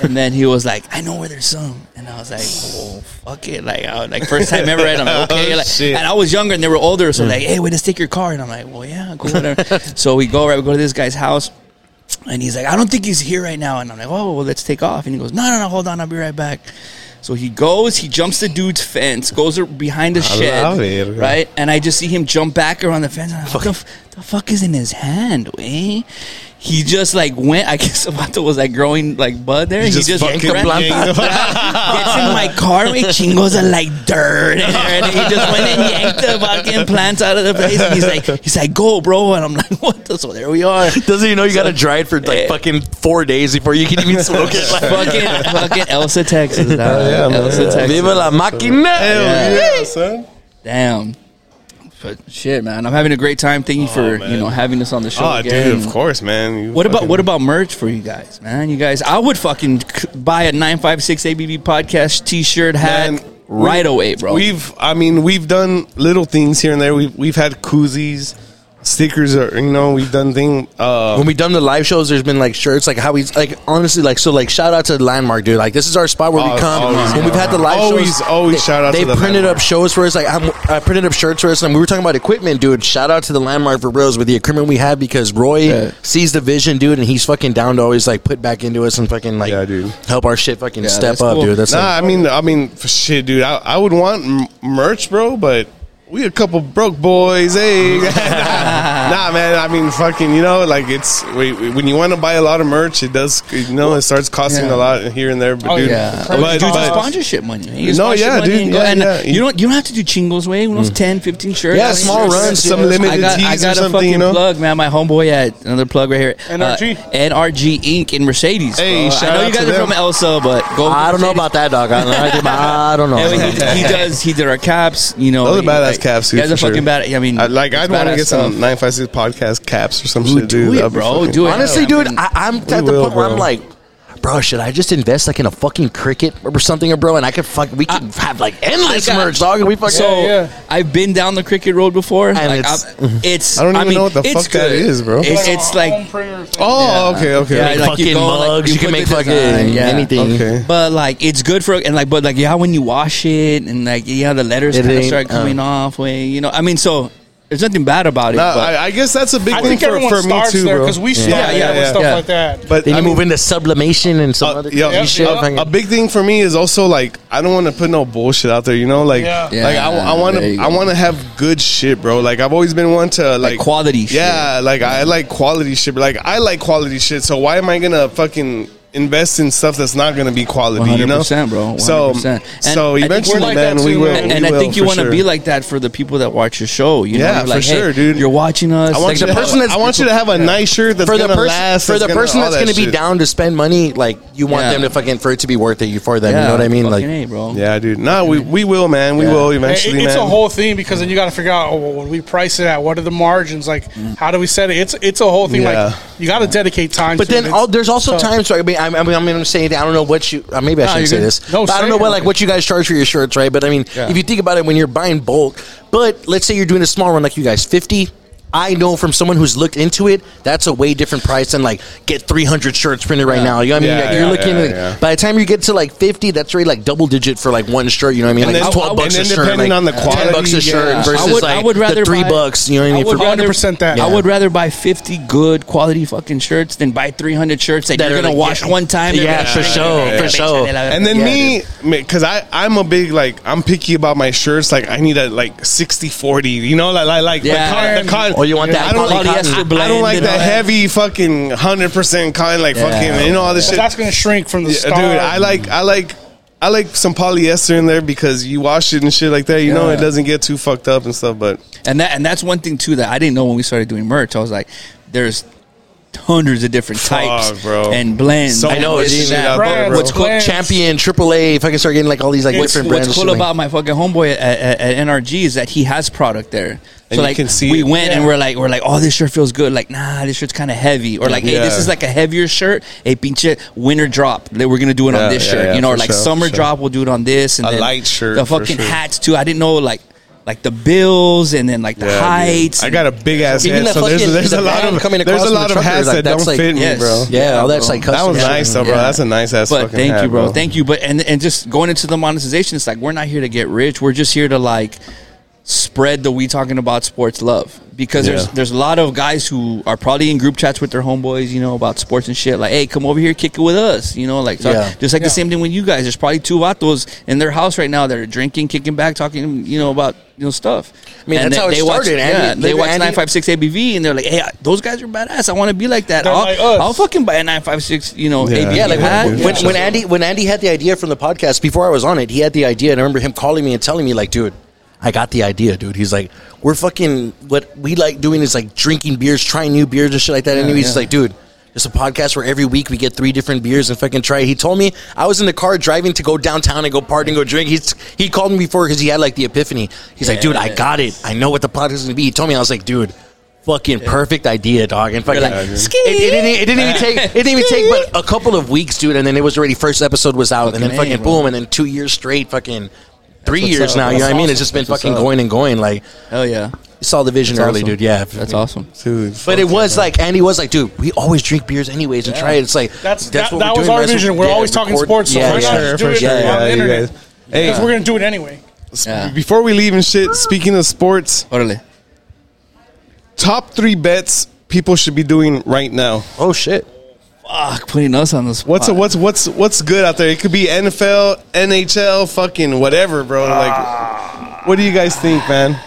S7: And then he was like, "I know where there's some," and I was like, "Oh fuck it!" Like, I, was- like first time ever at them. Okay,
S3: Oh,
S7: like,
S3: shit. Mm.
S7: and I was younger and they were older, so like, "Hey, wait, let's take your car." And I'm like, "Well, yeah, cool, whatever." so we go right, we go to this guy's house, and he's like, I don't think he's here right now. And I'm like, oh, well, let's take off. And he goes, no, no, no, hold on. I'll be right back. So he goes, he jumps the dude's fence, goes ar- behind the shed,
S3: love it.
S7: right? And I just see him jump back around the fence. And I'm like, what the, f- the fuck is in his hand, way? He just like went. I guess Sabato was like growing like bud there. He
S3: just
S7: just,
S3: fucking
S7: grabbed-
S3: yanked the-
S7: gets in my car, my chingos are like dirt, and he just went and yanked the fucking plants out of the place. And he's like, he's like, go, bro. And I'm like, what? the- So there we are.
S5: Doesn't he know you got to dry it for like fucking four days before you can even smoke it? Like,
S7: fucking fucking Elsa Texas.
S3: Oh,
S7: dog. Elsa Texas.
S5: Viva la máquina!
S3: Hell
S7: Yeah.
S3: yeah, son.
S7: Damn. But shit, man, I'm having a great time. Thank you for you know having us on the show.
S3: Oh,
S7: again.
S3: dude, of course, man. You
S7: What about
S3: fucking-
S7: what about merch for you guys, man? You guys, I would fucking c- buy a nine five six ABB podcast T-shirt, hat
S3: Man,
S7: right
S3: we-
S7: away, bro.
S3: We've, I mean, we've done little things here and there. We've we've had koozies, stickers, or you know, we've done thing. Uh,
S5: when we done the live shows, there's been like shirts, like how we like honestly, like so, like shout out to Landmark, dude. Like this is our spot where we
S3: Oh,
S5: come.
S3: always,
S5: when we've had the live
S3: always,
S5: shows,
S3: always
S5: they,
S3: shout out to
S5: They
S3: the
S5: printed
S3: Landmark.
S5: up shows for us. Like I'm, I printed up shirts for us, and we were talking about equipment, dude. Shout out to the Landmark for bros with the equipment we have because Roy sees the vision, dude, and he's fucking down to always like put back into us and fucking like
S3: Yeah, dude.
S5: help our shit fucking
S7: Yeah,
S5: step
S7: that's
S5: up,
S7: cool.
S5: dude. That's
S3: nah,
S5: like,
S3: I mean, I mean, for shit, dude. I, I would want m- merch, bro, but we a couple broke boys. Hey, nah, man. I mean, fucking, you know, like it's we, we- when you want to buy a lot of merch, it does, you know, it starts costing a
S7: yeah.
S3: lot here and there. But
S6: Oh,
S3: dude,
S7: Yeah,
S6: But-
S7: Or you do
S6: but-
S7: the sponsorship money. You get
S3: No,
S7: sponsorship
S3: yeah,
S7: money
S3: dude,
S7: and go-
S3: yeah,
S7: and uh,
S3: yeah. Mm.
S7: You don't you don't have to do chingos way. Who knows 10, 15 shirts?
S3: Yeah, small runs, some limited
S7: I got, I
S3: tees
S7: got
S3: or
S7: a
S3: something,
S7: fucking
S3: you know?
S7: plug, man. My homeboy at another plug right here.
S6: NRG.
S7: uh, NRG Inc. in Mercedes.
S3: Hey,
S7: bro.
S3: shout
S7: I know
S3: out
S7: you guys
S3: to
S7: are from
S3: them.
S7: Elsa, but go.
S5: I don't know about that, dog. I don't know. I do- I don't know.
S7: Yeah, well, he, he does. He did our caps. You know,
S3: Those are
S7: he-
S3: badass
S7: like,
S3: caps,
S7: You
S3: dude,
S7: guys are
S3: for
S7: fucking
S3: sure.
S7: bad. I mean,
S3: I, like,
S7: it's
S3: I'd want to
S7: badass
S3: get some
S7: stuff.
S3: nine five six podcast caps or some
S7: Dude,
S3: shit,
S7: do
S3: dude.
S7: it,
S3: That'd be
S7: bro.
S3: fucking-
S7: Do it.
S5: Honestly,
S7: I
S5: dude,
S7: mean-
S5: I, I'm at the
S3: will,
S5: point where I'm
S3: bro.
S5: like, bro, should I just invest like in a fucking cricket or something, bro? And I could fuck, we could have like endless
S7: I got-
S5: merch, dog. And we fucking
S7: So
S6: yeah.
S7: I've been down the cricket road before. And
S5: it's-
S7: it's, it's
S3: I don't even
S7: mean,
S3: know what the
S7: it's
S3: fuck that
S7: good.
S3: is, bro.
S7: It's, it's
S6: home
S7: like
S6: printer thing.
S3: Oh, okay, okay.
S7: Yeah, like
S5: fucking
S7: you go, like,
S5: mugs.
S7: you
S5: you, can
S7: put
S5: make
S7: the
S5: fucking
S7: design, yeah.
S5: anything.
S3: Okay.
S7: But like it's good for and like but like yeah when you wash it and like yeah the letters
S5: It
S7: kind of
S5: ain't,
S7: start coming off way you know I mean so there's nothing bad about it
S3: Nah,
S7: but
S3: I, I guess that's a big
S6: I
S3: thing
S6: think
S3: for,
S6: everyone
S3: for me
S6: starts
S3: too,
S6: there
S3: bro.
S6: because we start yeah,
S7: yeah,
S6: with
S7: yeah.
S6: stuff
S7: Yeah.
S6: like that.
S3: But
S5: Then
S3: I
S5: you
S3: mean,
S5: move into sublimation and some
S3: uh,
S5: other
S3: yeah,
S5: crazy shit.
S6: yeah.
S5: fucking-
S3: A, a big thing for me is also like I don't want to put no bullshit out there. You know, like
S6: Yeah.
S3: like I,
S7: Yeah,
S3: I want
S7: there
S3: to
S7: you
S3: I
S7: go.
S3: want to have good shit, bro. Like I've always been one to like,
S7: quality
S3: Yeah, like I like quality shit. But, like I like quality shit. So why am I gonna fucking invest in stuff that's not gonna be quality? You know,
S7: 100%, bro,
S3: So
S7: 100%. And
S3: so
S7: I think we're
S3: eventually,
S6: like
S3: man,
S6: that
S3: we
S6: too,
S3: will.
S6: man.
S7: and,
S3: we
S7: and I
S3: will,
S7: think you
S3: for
S7: want to
S3: sure.
S7: be like that for the people that watch your show you
S3: Yeah,
S7: know You're
S3: for
S7: like, hey,
S3: sure, dude.
S7: you're watching us
S3: I want, you
S7: the
S3: to
S7: person
S3: have,
S7: that's
S3: I want you to have a nice shirt that's
S5: for the
S3: gonna
S5: person
S3: last.
S5: for the
S3: gonna-
S5: person
S3: all
S5: that's
S3: that
S5: going to be
S3: shit.
S5: down to spend money, like you want
S7: Yeah.
S5: them to fucking for it to be worth it for them.
S7: yeah,
S5: you know what I mean?
S7: fucking
S5: Like,
S7: A, bro
S3: Yeah, dude. Nah, we, we will, man. We will
S6: It-
S3: eventually,
S6: it's
S3: man.
S6: a whole thing because then you got to figure out oh, well, when we price it at what are the margins like how do we set it it's it's a whole thing
S3: Yeah.
S6: like you got to dedicate time
S5: But
S6: to
S5: then
S6: it.
S5: all, there's also
S6: tough.
S5: times where I mean I, I mean I'm gonna say I don't know what you uh, maybe I shouldn't say
S6: you're
S5: this
S6: good. No,
S5: but I don't
S6: say
S5: know
S6: it.
S5: what like what you guys charge for your shirts right but I mean if you think about it when you're buying bulk but let's say you're doing a small one like you guys 50 I know from someone who's looked into it that's a way different price than like get 300 shirts printed right now you know what I mean
S3: Yeah,
S5: Like, you're
S3: yeah,
S5: looking
S3: yeah,
S5: at-
S3: yeah.
S5: by the time you get to like 50 that's already like double digit for like one shirt you know what I mean
S3: And
S5: like
S3: then-
S5: it's 12
S3: and
S5: bucks
S3: then
S5: a shirt
S3: depending
S5: like,
S3: on the
S5: 10 bucks
S3: quality,
S5: a shirt
S3: yeah.
S5: versus
S7: I would,
S5: like
S7: I would rather
S5: the 3
S7: buy,
S5: bucks you know what I mean for-
S7: rather-
S6: 100% that.
S7: I
S6: Yeah.
S7: would rather buy 50 good quality fucking shirts than buy 300 shirts that,
S5: That
S7: you're
S5: are like,
S7: going to wash
S5: yeah.
S7: one time. and
S5: Yeah,
S7: be like,
S5: for
S7: "Ah,
S5: sure,
S7: yeah,
S5: for
S7: yeah,
S5: sure."
S7: yeah, yeah."
S3: And then
S5: Yeah,
S3: me, because I I'm a big like I'm picky about my shirts. Like I need a like 60 40 You know, like like like the
S7: Yeah.
S3: cotton- the cotton.
S5: Oh, you want that
S3: I don't, like-
S5: polyester
S3: I- I,
S7: blend
S3: don't like
S7: and
S3: that
S7: all that.
S3: heavy fucking hundred percent cotton. Like fucking you know all this
S6: But
S3: shit.
S6: that's going to shrink from the
S3: Yeah,
S6: start
S3: Dude, I like I like I like some polyester in there because you wash it and shit like that. You know, it doesn't get too fucked up and stuff. But
S7: And that and that's one thing too that I didn't know when we started doing merch. I was like, there's hundreds of different types
S3: bro.
S7: and blends.
S3: So
S5: I know,
S7: and
S5: it's
S7: this
S5: shit
S7: and that.
S3: out there,
S6: Brands,
S3: bro.
S5: What's called
S6: Brands.
S5: Champion AAA? If I can start getting like all these like
S7: What's,
S5: different brands.
S7: what's cool
S5: like-
S7: about my fucking homeboy at, at, at NRG is that he has product there.
S3: And
S7: So
S3: you
S7: like
S3: can see
S7: we
S3: it.
S7: went and we're like we're like oh this shirt feels good like nah this shirt's kind of heavy or like hey
S3: Yeah.
S7: this is like a heavier shirt a pinche winter drop that we're gonna do it
S3: Yeah,
S7: on this
S3: yeah,
S7: shirt
S3: yeah,
S7: you know
S3: for
S7: or like
S3: sure,
S7: summer
S3: for sure.
S7: drop we'll do it on this and
S3: A
S7: then
S3: light shirt,
S7: the
S3: for
S7: fucking
S3: sure.
S7: hats too I didn't know like like the bills and then like the
S3: Yeah, dude.
S7: heights
S3: I got a big ass
S5: Even
S3: head,
S5: that
S3: so there's,
S5: fucking-
S3: there's
S5: the
S3: a lot
S5: van
S3: of
S5: coming
S3: there's
S5: across
S3: a
S5: from the
S3: lot of
S5: truckers,
S3: hats
S5: like,
S3: that
S5: that's
S3: don't
S5: like-
S3: fit me,
S7: Yes.
S3: bro.
S5: yeah, all that's like custom.
S3: That was
S5: shit.
S3: nice, though, bro.
S7: Yeah.
S3: That's a nice ass.
S7: but
S3: fucking
S7: thank
S3: hat,
S7: you, bro. Thank you. But and and just going into the monetization, it's like we're not here to get rich. We're just here to like spread the we talking about sports love because there's
S3: Yeah.
S7: there's a lot of guys who are probably in group chats with their homeboys, you know, about sports and shit. Like, hey, come over here, kick it with us, you know, like so-
S5: Yeah.
S7: just like the same thing with you guys. There's probably two vatos in their house right now that are drinking, kicking back, talking, you know, about you know stuff. I
S5: mean, that's how it started,
S7: Watch,
S5: Andy.
S7: yeah, they
S5: Maybe
S7: watch
S5: Andy-
S7: nine five six ABV and they're like, hey, I- those guys are badass. I want to be like that.
S6: They're
S7: I'll,
S6: like us.
S7: I'll fucking buy a nine five six, you know, ABV.
S5: Yeah, like
S7: hat.
S5: when, when, when Andy when Andy had the idea from the podcast before I was on it, he had the idea, and I remember him calling me and telling me like, dude. I got the idea, dude. He's like, we're fucking. What we like doing is like drinking beers, trying new beers and shit like that. and he's just like, dude, it's a podcast where every week we get three different beers and fucking try. it." He told me I was in the car driving to go downtown and go party and go drink. He's he called me before because he had like the epiphany. He's like, dude, I got it. I know what the podcast is gonna be. He told me I was like, dude, fucking perfect idea, dog. And fucking,
S7: like,
S5: it, it didn't it didn't even take it didn't even take but a couple of weeks, dude, and then it was already first episode was out, and then
S7: Fucking A,
S5: fucking
S7: bro.
S5: boom, and then two years straight, fucking three
S7: what's
S5: years
S7: up.
S5: now. You know
S7: That's
S5: what I mean? It's
S7: awesome.
S5: just been
S7: That's what's
S5: fucking
S7: up.
S5: going and going. Like
S7: Hell yeah.
S5: you saw the vision early,
S7: awesome.
S5: dude. Yeah,
S7: That's awesome.
S3: Dude,
S5: But it was like Andy was like, dude, we always drink beers anyways and try it. It's like
S6: That's- that-
S5: we're
S6: that was
S5: doing,
S6: our
S5: right? So-
S6: vision. We're always talking sports, so
S5: yeah,
S6: why not
S5: yeah.
S6: just do it
S5: Yeah,
S6: on
S5: yeah.
S6: the
S3: you
S6: internet.
S3: guys.
S6: because we're going to do it anyway
S7: Yeah.
S3: Before we leave and shit, speaking of sports,
S7: Orale.
S3: top three bets people should be doing right now.
S5: Oh shit!
S7: Fuck, putting us on the spot.
S3: What's a, what's what's what's good out there? It could be NFL, NHL, fucking whatever, bro. Like, what do you guys think, man?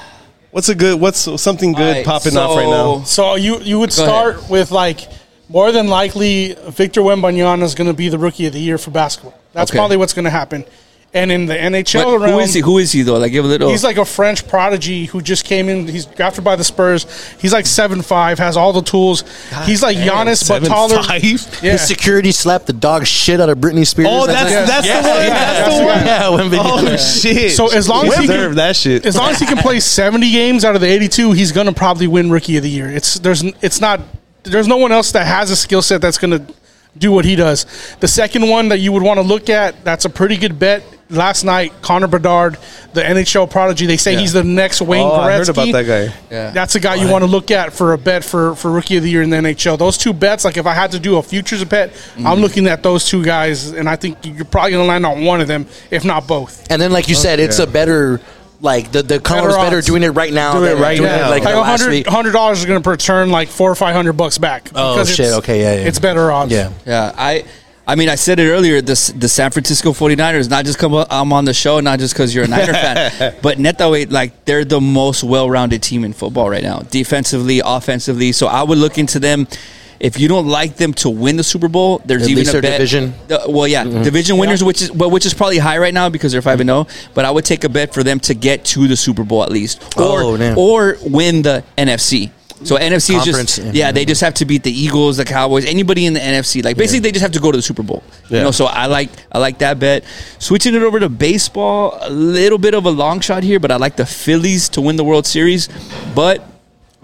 S3: What's a good? What's something good
S7: Alright,
S3: popping off right now?
S7: so-
S6: so you you would
S7: Go
S6: start with like more than likely Victor Wembanyama is going to be the rookie of the year for basketball that's
S7: Okay.
S6: probably what's going to happen and in the NHL
S7: But
S6: realm
S7: who is he? Who is he though? Like give a little.
S6: He's like a French prodigy who just came in. He's drafted by the Spurs. He's like seven five, has all the tools. he's like Giannis, but taller.
S3: Five?
S6: Yeah.
S5: His security slapped the dog shit out of Britney Spears.
S3: Oh, that's that's the one. that's the one.
S5: yeah, when video-
S3: Oh shit!
S6: So as long as he
S3: deserve
S6: can-
S3: that shit,
S6: As long as he can play seventy games out of the eighty two, he's gonna probably win Rookie of the Year. It's there's n- it's not there's no one else that has a skill set that's gonna do what he does. The second one that you would want to look at, that's a pretty good bet. Last night, Connor Bedard, the NHL prodigy, they say he's the next Wayne
S8: Oh,
S6: Gretzky.
S8: I heard about that guy.
S7: Yeah.
S6: That's a guy you want to look at for a bet for, for rookie of the year in the NHL. Those two bets, like if I had to do a futures bet,
S8: Mm.
S6: I'm looking at those two guys, and I think you're probably going to land on one of them, if not both.
S5: And then, like you said, it's a better like the the column's better
S6: odds.
S5: doing it right now.
S8: Do it
S5: than
S8: right
S5: doing
S8: now.
S5: It, like
S6: Like
S5: the last
S6: $100,
S5: week.
S6: $100 is going to return like four or 500 bucks back.
S5: Oh,
S6: because
S5: shit.
S6: it's-
S5: Okay, yeah, yeah.
S6: It's better odds.
S5: Yeah.
S7: Yeah, I I mean, I said it earlier. This the San Francisco 49ers not just come up, I'm on the show not just because you're a Niner fan, but Neta way like they're the most well-rounded team in football right now, defensively, offensively. So I would look into them. If you don't like them to win the Super Bowl, there's
S5: At
S7: even
S5: least
S7: a
S5: their
S7: bet-
S5: division. Mm-hmm.
S7: the- well, yeah, division winners, which is well, which is probably high right now because they're five and zero. But I would take a bet for them to get to the Super Bowl at least, or
S5: Oh, damn.
S7: or win the NFC. So NFC is
S5: Conference,
S7: just
S5: yeah.
S7: yeah, they just have to beat the Eagles, the Cowboys, anybody in the NFC. Like basically, they just have to go to the Super Bowl. You know, so I like I like that bet. Switching it over to baseball, a little bit of a long shot here, but I like the Phillies to win the World Series. But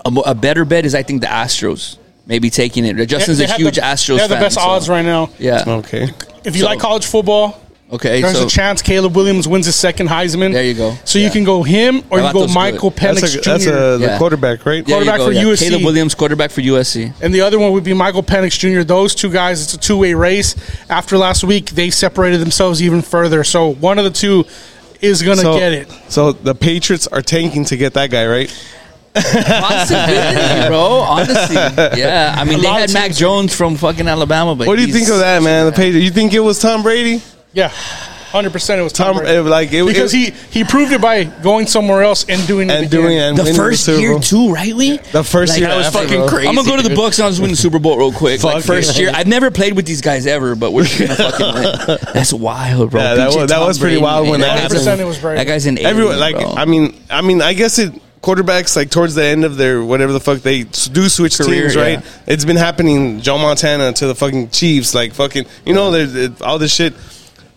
S7: a, mo- a better bet is I think the Astros maybe taking it. Justin's
S6: They
S7: a
S6: have
S7: huge
S6: the,
S7: Astros.
S6: They have the
S7: fan,
S6: best
S7: so-
S6: odds right now.
S7: Yeah.
S8: Okay.
S6: If you
S7: So-
S6: like college football,
S7: Okay.
S6: there's
S7: so
S6: a chance Caleb Williams wins his second Heisman.
S7: There you go.
S6: So
S7: Yeah.
S6: you can go him or
S7: How
S6: you
S7: about
S6: go
S7: those
S6: Michael
S7: good-
S6: Penix
S8: That's a,
S6: Jr.
S8: that's a the
S7: Yeah.
S8: quarterback, right?
S7: There you
S6: quarterback
S7: go,
S6: for USC.
S7: Caleb Williams, quarterback for USC.
S6: and the other one would be Michael Penix Jr. Those two guys, it's a two way race. After last week, they separated themselves even further. So one of the two is going to
S8: So-
S6: get it.
S8: So the Patriots are tanking to get that guy, right?
S7: Possibility, bro. Honestly, yeah. I mean, they had Mac Jones from fucking Alabama, but
S8: What do you
S7: he's-
S8: think of that, man? The Patriots. You think it was Tom Brady?
S6: Yeah. 100% it was Tom
S8: Tom,
S6: Brady.
S8: it- like it,
S6: Because
S8: it,
S6: he, he proved it by going somewhere else and doing it
S8: and
S6: again.
S8: doing it and
S7: The
S8: winning
S7: first
S8: the Super
S7: year
S8: Bowl.
S7: too, right? We
S8: The first year
S7: that was
S8: after,
S7: fucking
S8: bro.
S7: crazy. I'm gonna go to the Bucks and I'll just win the Super Bowl real quick. like
S8: Fuck
S7: first
S8: yeah.
S7: year, I've never played with these guys ever, but we're just gonna fucking win. That's wild, bro.
S8: Yeah, that
S7: PJ
S8: was- that
S7: Tom
S8: was pretty
S7: Brady,
S8: wild when
S7: man.
S8: that happened.
S6: 100% it was Brady.
S7: That guy's an
S8: Everyone,
S7: alien,
S8: like,
S7: bro.
S8: I mean, I mean, I guess it quarterbacks like towards the end of their whatever the fuck they s- do switch
S7: Career,
S8: teams, right?
S7: yeah.
S8: It's been happening. Joe Montana to the fucking Chiefs, like fucking, you know, there's it, all this shit.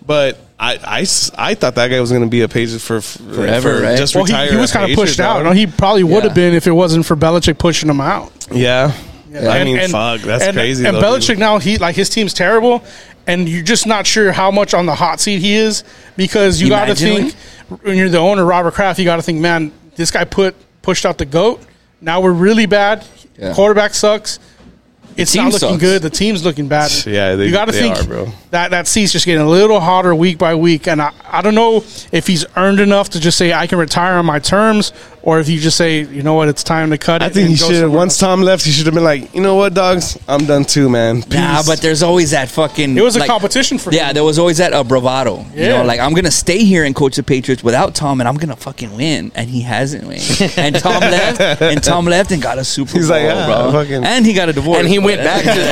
S8: But I, I s- I thought that guy was gonna be a Patriot for, for
S7: Forever,
S8: for
S7: right?
S8: Just
S6: Well,
S8: retire
S6: he, he was
S8: a
S6: kind of
S8: Patriot,
S6: pushed out.
S8: dog.
S6: No, he probably would
S7: Yeah.
S6: have been if it wasn't for Belichick pushing him out.
S8: yeah. I mean, fuck, that's
S6: and,
S8: crazy.
S6: And
S8: though,
S6: Belichick
S8: dude.
S6: now, he like his team's terrible, and you're just not sure how much on the hot seat he is because you got to
S7: Imagine.
S6: think when you're the owner, Robert Kraft, you got to think, man, this guy put pushed out the goat. Now we're really bad.
S7: Yeah.
S6: Quarterback sucks. It's
S7: team
S6: not looking
S7: sucks.
S6: good. The team's looking bad.
S8: Yeah, they-
S6: you got to
S8: they
S6: think
S8: are, bro.
S6: that that seat's just getting a little hotter week by week, and I, I don't know if he's earned enough to just say I can retire on my terms, or if you just say you know what, it's time to cut it.
S8: I think
S6: and
S8: he
S6: go
S8: should have.
S6: somewhere else.
S8: Once Tom left, he should have been like, you know what, dogs, I'm done too, man.
S7: Nah,
S8: Peace."
S7: but there's always that fucking.
S6: It was a
S7: like-
S6: competition for
S7: Yeah,
S6: him.
S7: there was always that uh, bravado. You
S6: Yeah.
S7: know, like I'm gonna stay here and coach the Patriots without Tom, and I'm gonna fucking win. And he hasn't win. and Tom left. And Tom left and got a Super
S8: He's
S7: Bowl,
S8: like, "Ah,
S7: bro.
S8: fucking-"
S7: And he got a divorce.
S5: And he went back
S7: but-
S5: to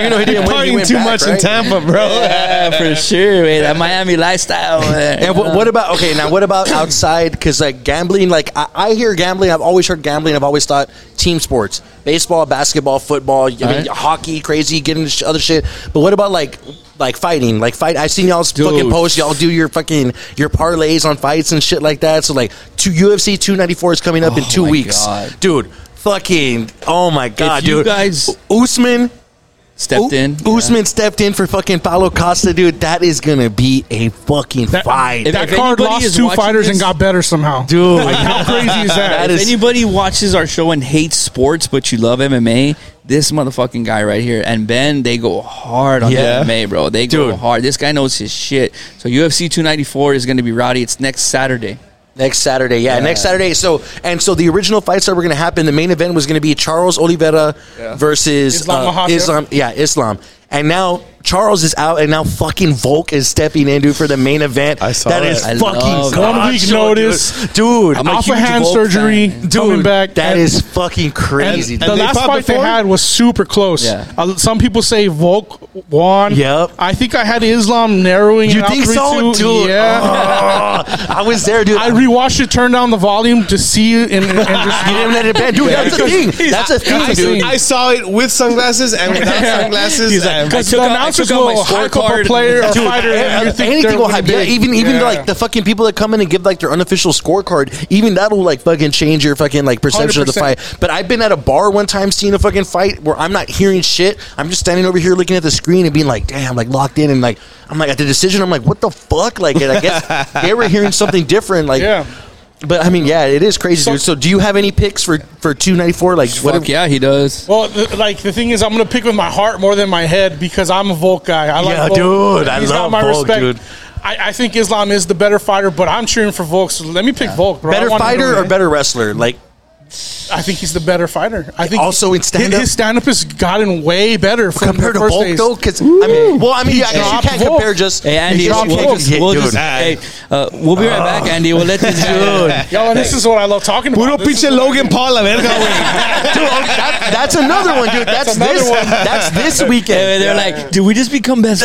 S5: even though he didn't win, he
S8: partying
S5: went
S8: too
S5: back,
S8: much in
S5: right?
S8: Tampa, bro.
S7: Yeah, for sure. Man. That Miami lifestyle. Man. Uh,
S5: And what, what about okay? Now what about outside? Because like gambling, like I, I hear gambling. I've always heard gambling. I've always thought team sports, baseball, basketball, football, I mean,
S7: Alright.
S5: hockey, crazy, getting into sh- other shit. But what about like like fighting? Like fight. I've seen y'all's
S7: Dude.
S5: fucking posts. Y'all do your fucking your parlays on fights and shit like that. So like two UFC 294 is coming up in
S7: Oh
S5: two
S7: my
S5: weeks,
S7: God.
S5: dude. Fucking oh my god,
S7: you
S5: dude.
S7: guys-
S5: Usman
S7: stepped
S5: U-
S7: in?
S5: Usman stepped in for fucking Paulo Costa, dude. That is gonna be a fucking
S6: That-
S5: fight.
S7: If-
S6: that
S7: if
S6: card
S7: anybody
S6: lost
S7: is
S6: two
S7: watching
S6: fighters and
S7: this-
S6: got better somehow.
S5: Dude.
S6: like, how crazy is that?
S5: That
S7: If
S5: is-
S7: anybody watches our show and hates sports, but you love MMA, this motherfucking guy right here and Ben, they go hard on
S5: Yeah.
S7: MMA, bro. They go
S5: Dude.
S7: hard. This guy knows his shit. So UFC 294 is going to be rowdy. It's next Saturday.
S5: Next Saturday, yeah, next Saturday. So and so, the original fights that were going to happen, the main event was going to be Charles Oliveira versus
S6: Islam
S5: uh,
S6: Makhachev.
S5: Islam, yeah, Islam. And now Charles is out, and now fucking Volk is stepping in, dude, for the main event.
S8: I saw
S5: that
S8: that.
S5: is
S7: I love
S5: fucking
S7: that.
S5: God
S6: One week
S5: show,
S6: notice.
S5: dude.
S7: I'm a
S6: Off a
S7: huge
S6: hand
S7: Volk
S6: surgery,
S7: fan.
S6: coming back.
S5: That
S6: and-
S5: is fucking crazy.
S6: And
S5: dude.
S6: the
S8: they
S6: last
S8: fought
S6: fight they
S8: before?
S6: had was super close.
S7: Yeah.
S6: Uh, some people say Volk won.
S5: Yep.
S6: I think I had Islam narrowing.
S5: you
S6: it out
S5: think so,
S6: 3-2.
S5: dude?
S6: Yeah.
S5: Oh, I was there, dude.
S6: I rewatched it, turned down the volume to see it, and, and, and just
S5: you didn't let it bend, dude. That's a thing. That's a
S8: I,
S5: thing, dude.
S8: I saw it with sunglasses and without sunglasses.
S7: He's
S8: and-
S7: like, I
S6: Because
S7: took
S6: the
S7: out- I
S6: Patriots
S7: out my
S6: will hype up a
S7: scorecard.
S6: player or fighter. that you think
S5: Anything
S6: they're
S5: will
S6: gonna
S5: hype. Yeah,
S6: be.
S5: even even
S6: Yeah.
S5: like the fucking people that come in and give like their unofficial scorecard. Even that'll like fucking change your fucking like perception of the
S6: 100%.
S5: fight. But I've been at a bar one time seeing a fucking fight where I'm not hearing shit. I'm just standing over here looking at the screen and being like, damn, like locked in and like I'm like at the decision. I'm like, what the fuck? Like, and I guess they were hearing something different. Like,
S6: Yeah.
S5: But I mean, yeah, it is crazy, dude. So, do you have any picks for for two ninety four? Like, what?
S7: Fuck yeah, he does.
S6: Well, th- like the thing is, I'm gonna pick with my heart more than my head because I'm a Volk guy. I like
S5: Yeah,
S6: Volk.
S5: dude, I love Volk, dude.
S6: I, I think Islam is the better fighter, but I'm cheering for Volk. So let me pick Volk, bro. I
S5: Better
S6: want him to
S5: fighter
S6: win.
S5: or better wrestler? Like,
S6: I think he's the better fighter. I think
S5: Also in
S6: his-
S5: stand-up?
S6: his stand up has gotten way better from
S5: compared
S6: the
S5: to
S6: first
S5: Volk
S6: days.
S5: though, because I mean, well, I mean, yeah, I guess
S6: dropped
S5: you can't
S6: Volk.
S5: compare just
S7: Hey Andy,
S5: you
S7: we'll,
S5: can't
S7: we'll
S5: just
S7: just,
S5: hit,
S7: we'll
S5: dude. Ah.
S7: just- hey, uh, we'll be right back, Andy. We'll let this dude.
S6: Yo, and this is what I love talking about.
S8: Puro
S6: This is
S8: pinche
S6: what I
S8: Logan Paul, la verga, güey.
S5: Dude, oh, that- that's another one, dude. That's,
S6: another
S5: this.
S6: one.
S5: That's this weekend.
S7: And they're like, "Did we just become best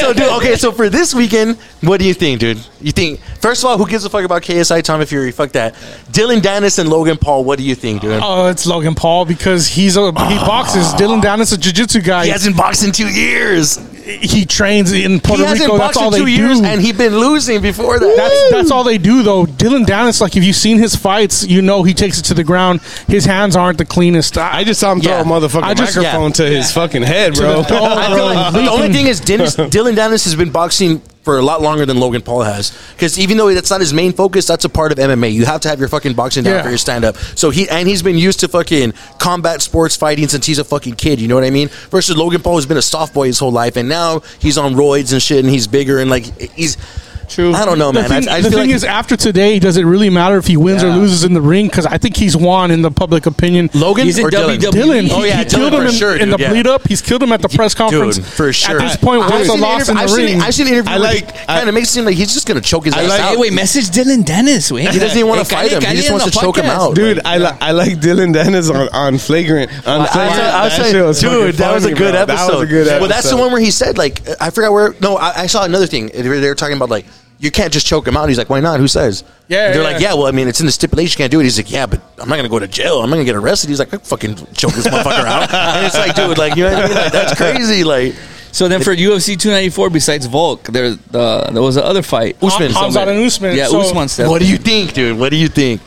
S5: so, dude, okay, so for this weekend, what do you think, dude? You think first of all, who gives a fuck about KSI, Tommy Fury? Fuck that. Dylan Dennis and Logan Paul. What do you think, dude?
S6: Oh, it's Logan Paul because he's a he boxes. Dylan Down is a jiu-jitsu guy.
S5: he
S6: He,
S5: hasn't boxed in two years.
S6: trains in
S5: He
S6: Puerto
S5: hasn't
S6: Rico. That's
S5: boxed
S6: all
S5: in
S6: they
S5: two years,
S6: do.
S5: and he been losing before that.
S6: that's, that's all they do though. Dylan Dennis, like if you've seen his fights, you know he takes it to the ground. His hands aren't the cleanest. I,
S8: I just saw him throw
S5: Yeah.
S8: a motherfucking
S6: I just-
S8: microphone to his fucking head, bro.
S5: I feel like Uh, the only thing is Dennis, Dylan Dennis has been boxing for a lot longer than Logan Paul has. Because even though that's not his main focus, that's a part of MMA. You have to have your fucking boxing down
S6: Yeah.
S5: for your stand up. So he and he's been used to fucking combat sports fighting since he's a fucking kid. You know what I mean? Versus Logan Paul has been a soft boy his whole life, and now he's on roids and shit, and he's bigger and like he's.
S6: True.
S5: I don't know,
S6: the
S5: man.
S6: Thing,
S5: I, I
S6: the
S5: feel
S6: thing
S5: like
S6: is, after today, does it really matter if he wins or loses in the ring? Because I think he's won in the public opinion.
S5: Logan
S7: He's in
S5: or Dylan.
S7: WWE.
S6: Dylan,
S5: Oh
S6: he,
S5: yeah,
S6: he
S5: Dylan
S6: killed him
S5: for
S6: in,
S5: sure,
S6: in the
S5: dude, yeah.
S6: bleed up. He's killed him at the press conference.
S5: Dude, for sure.
S6: At this point,
S5: I've
S6: what's a
S5: seen
S6: loss
S5: interv-
S6: in the
S5: I've
S6: ring?
S5: Seen, I've seen interviews.
S8: I like-
S5: kind of makes it seem like he's just gonna choke his ass
S7: Hey,
S5: out.
S7: wait, message Dylan Dennis. Wait,
S5: He doesn't even wanna fight him. He just wants to choke him out.
S8: Dude, I, li- I like Dylan Dennis on, on Flagrant. On
S5: I was-
S8: Flagrant,
S5: I was
S8: that
S5: saying,
S8: shit was
S5: dude,
S8: fucking
S5: that was a
S8: funny,
S5: good
S8: bro.
S5: episode.
S8: That was a good episode.
S5: Well, that's the one where he said, like, I forgot where. No, I, I saw another thing. They were they were talking about like you can't just choke him out. He's like, why not? Who says?
S6: Yeah,
S5: And they're
S6: yeah.
S5: like, yeah. Well, I mean, it's in the stipulation. You can't do it. He's like, yeah, but I'm not gonna go to jail. I'm not gonna get arrested. He's like, I can fucking choke this motherfucker out. And it's like, dude, like you know what I mean? Like, that's crazy. Like,
S7: So then for UFC 294, besides Volk, there uh, there was the other fight.
S5: Usman.
S6: Hamzat and Usman.
S7: Yeah,
S6: So-
S7: Usman stepped.
S5: what do you think, dude? What do you think?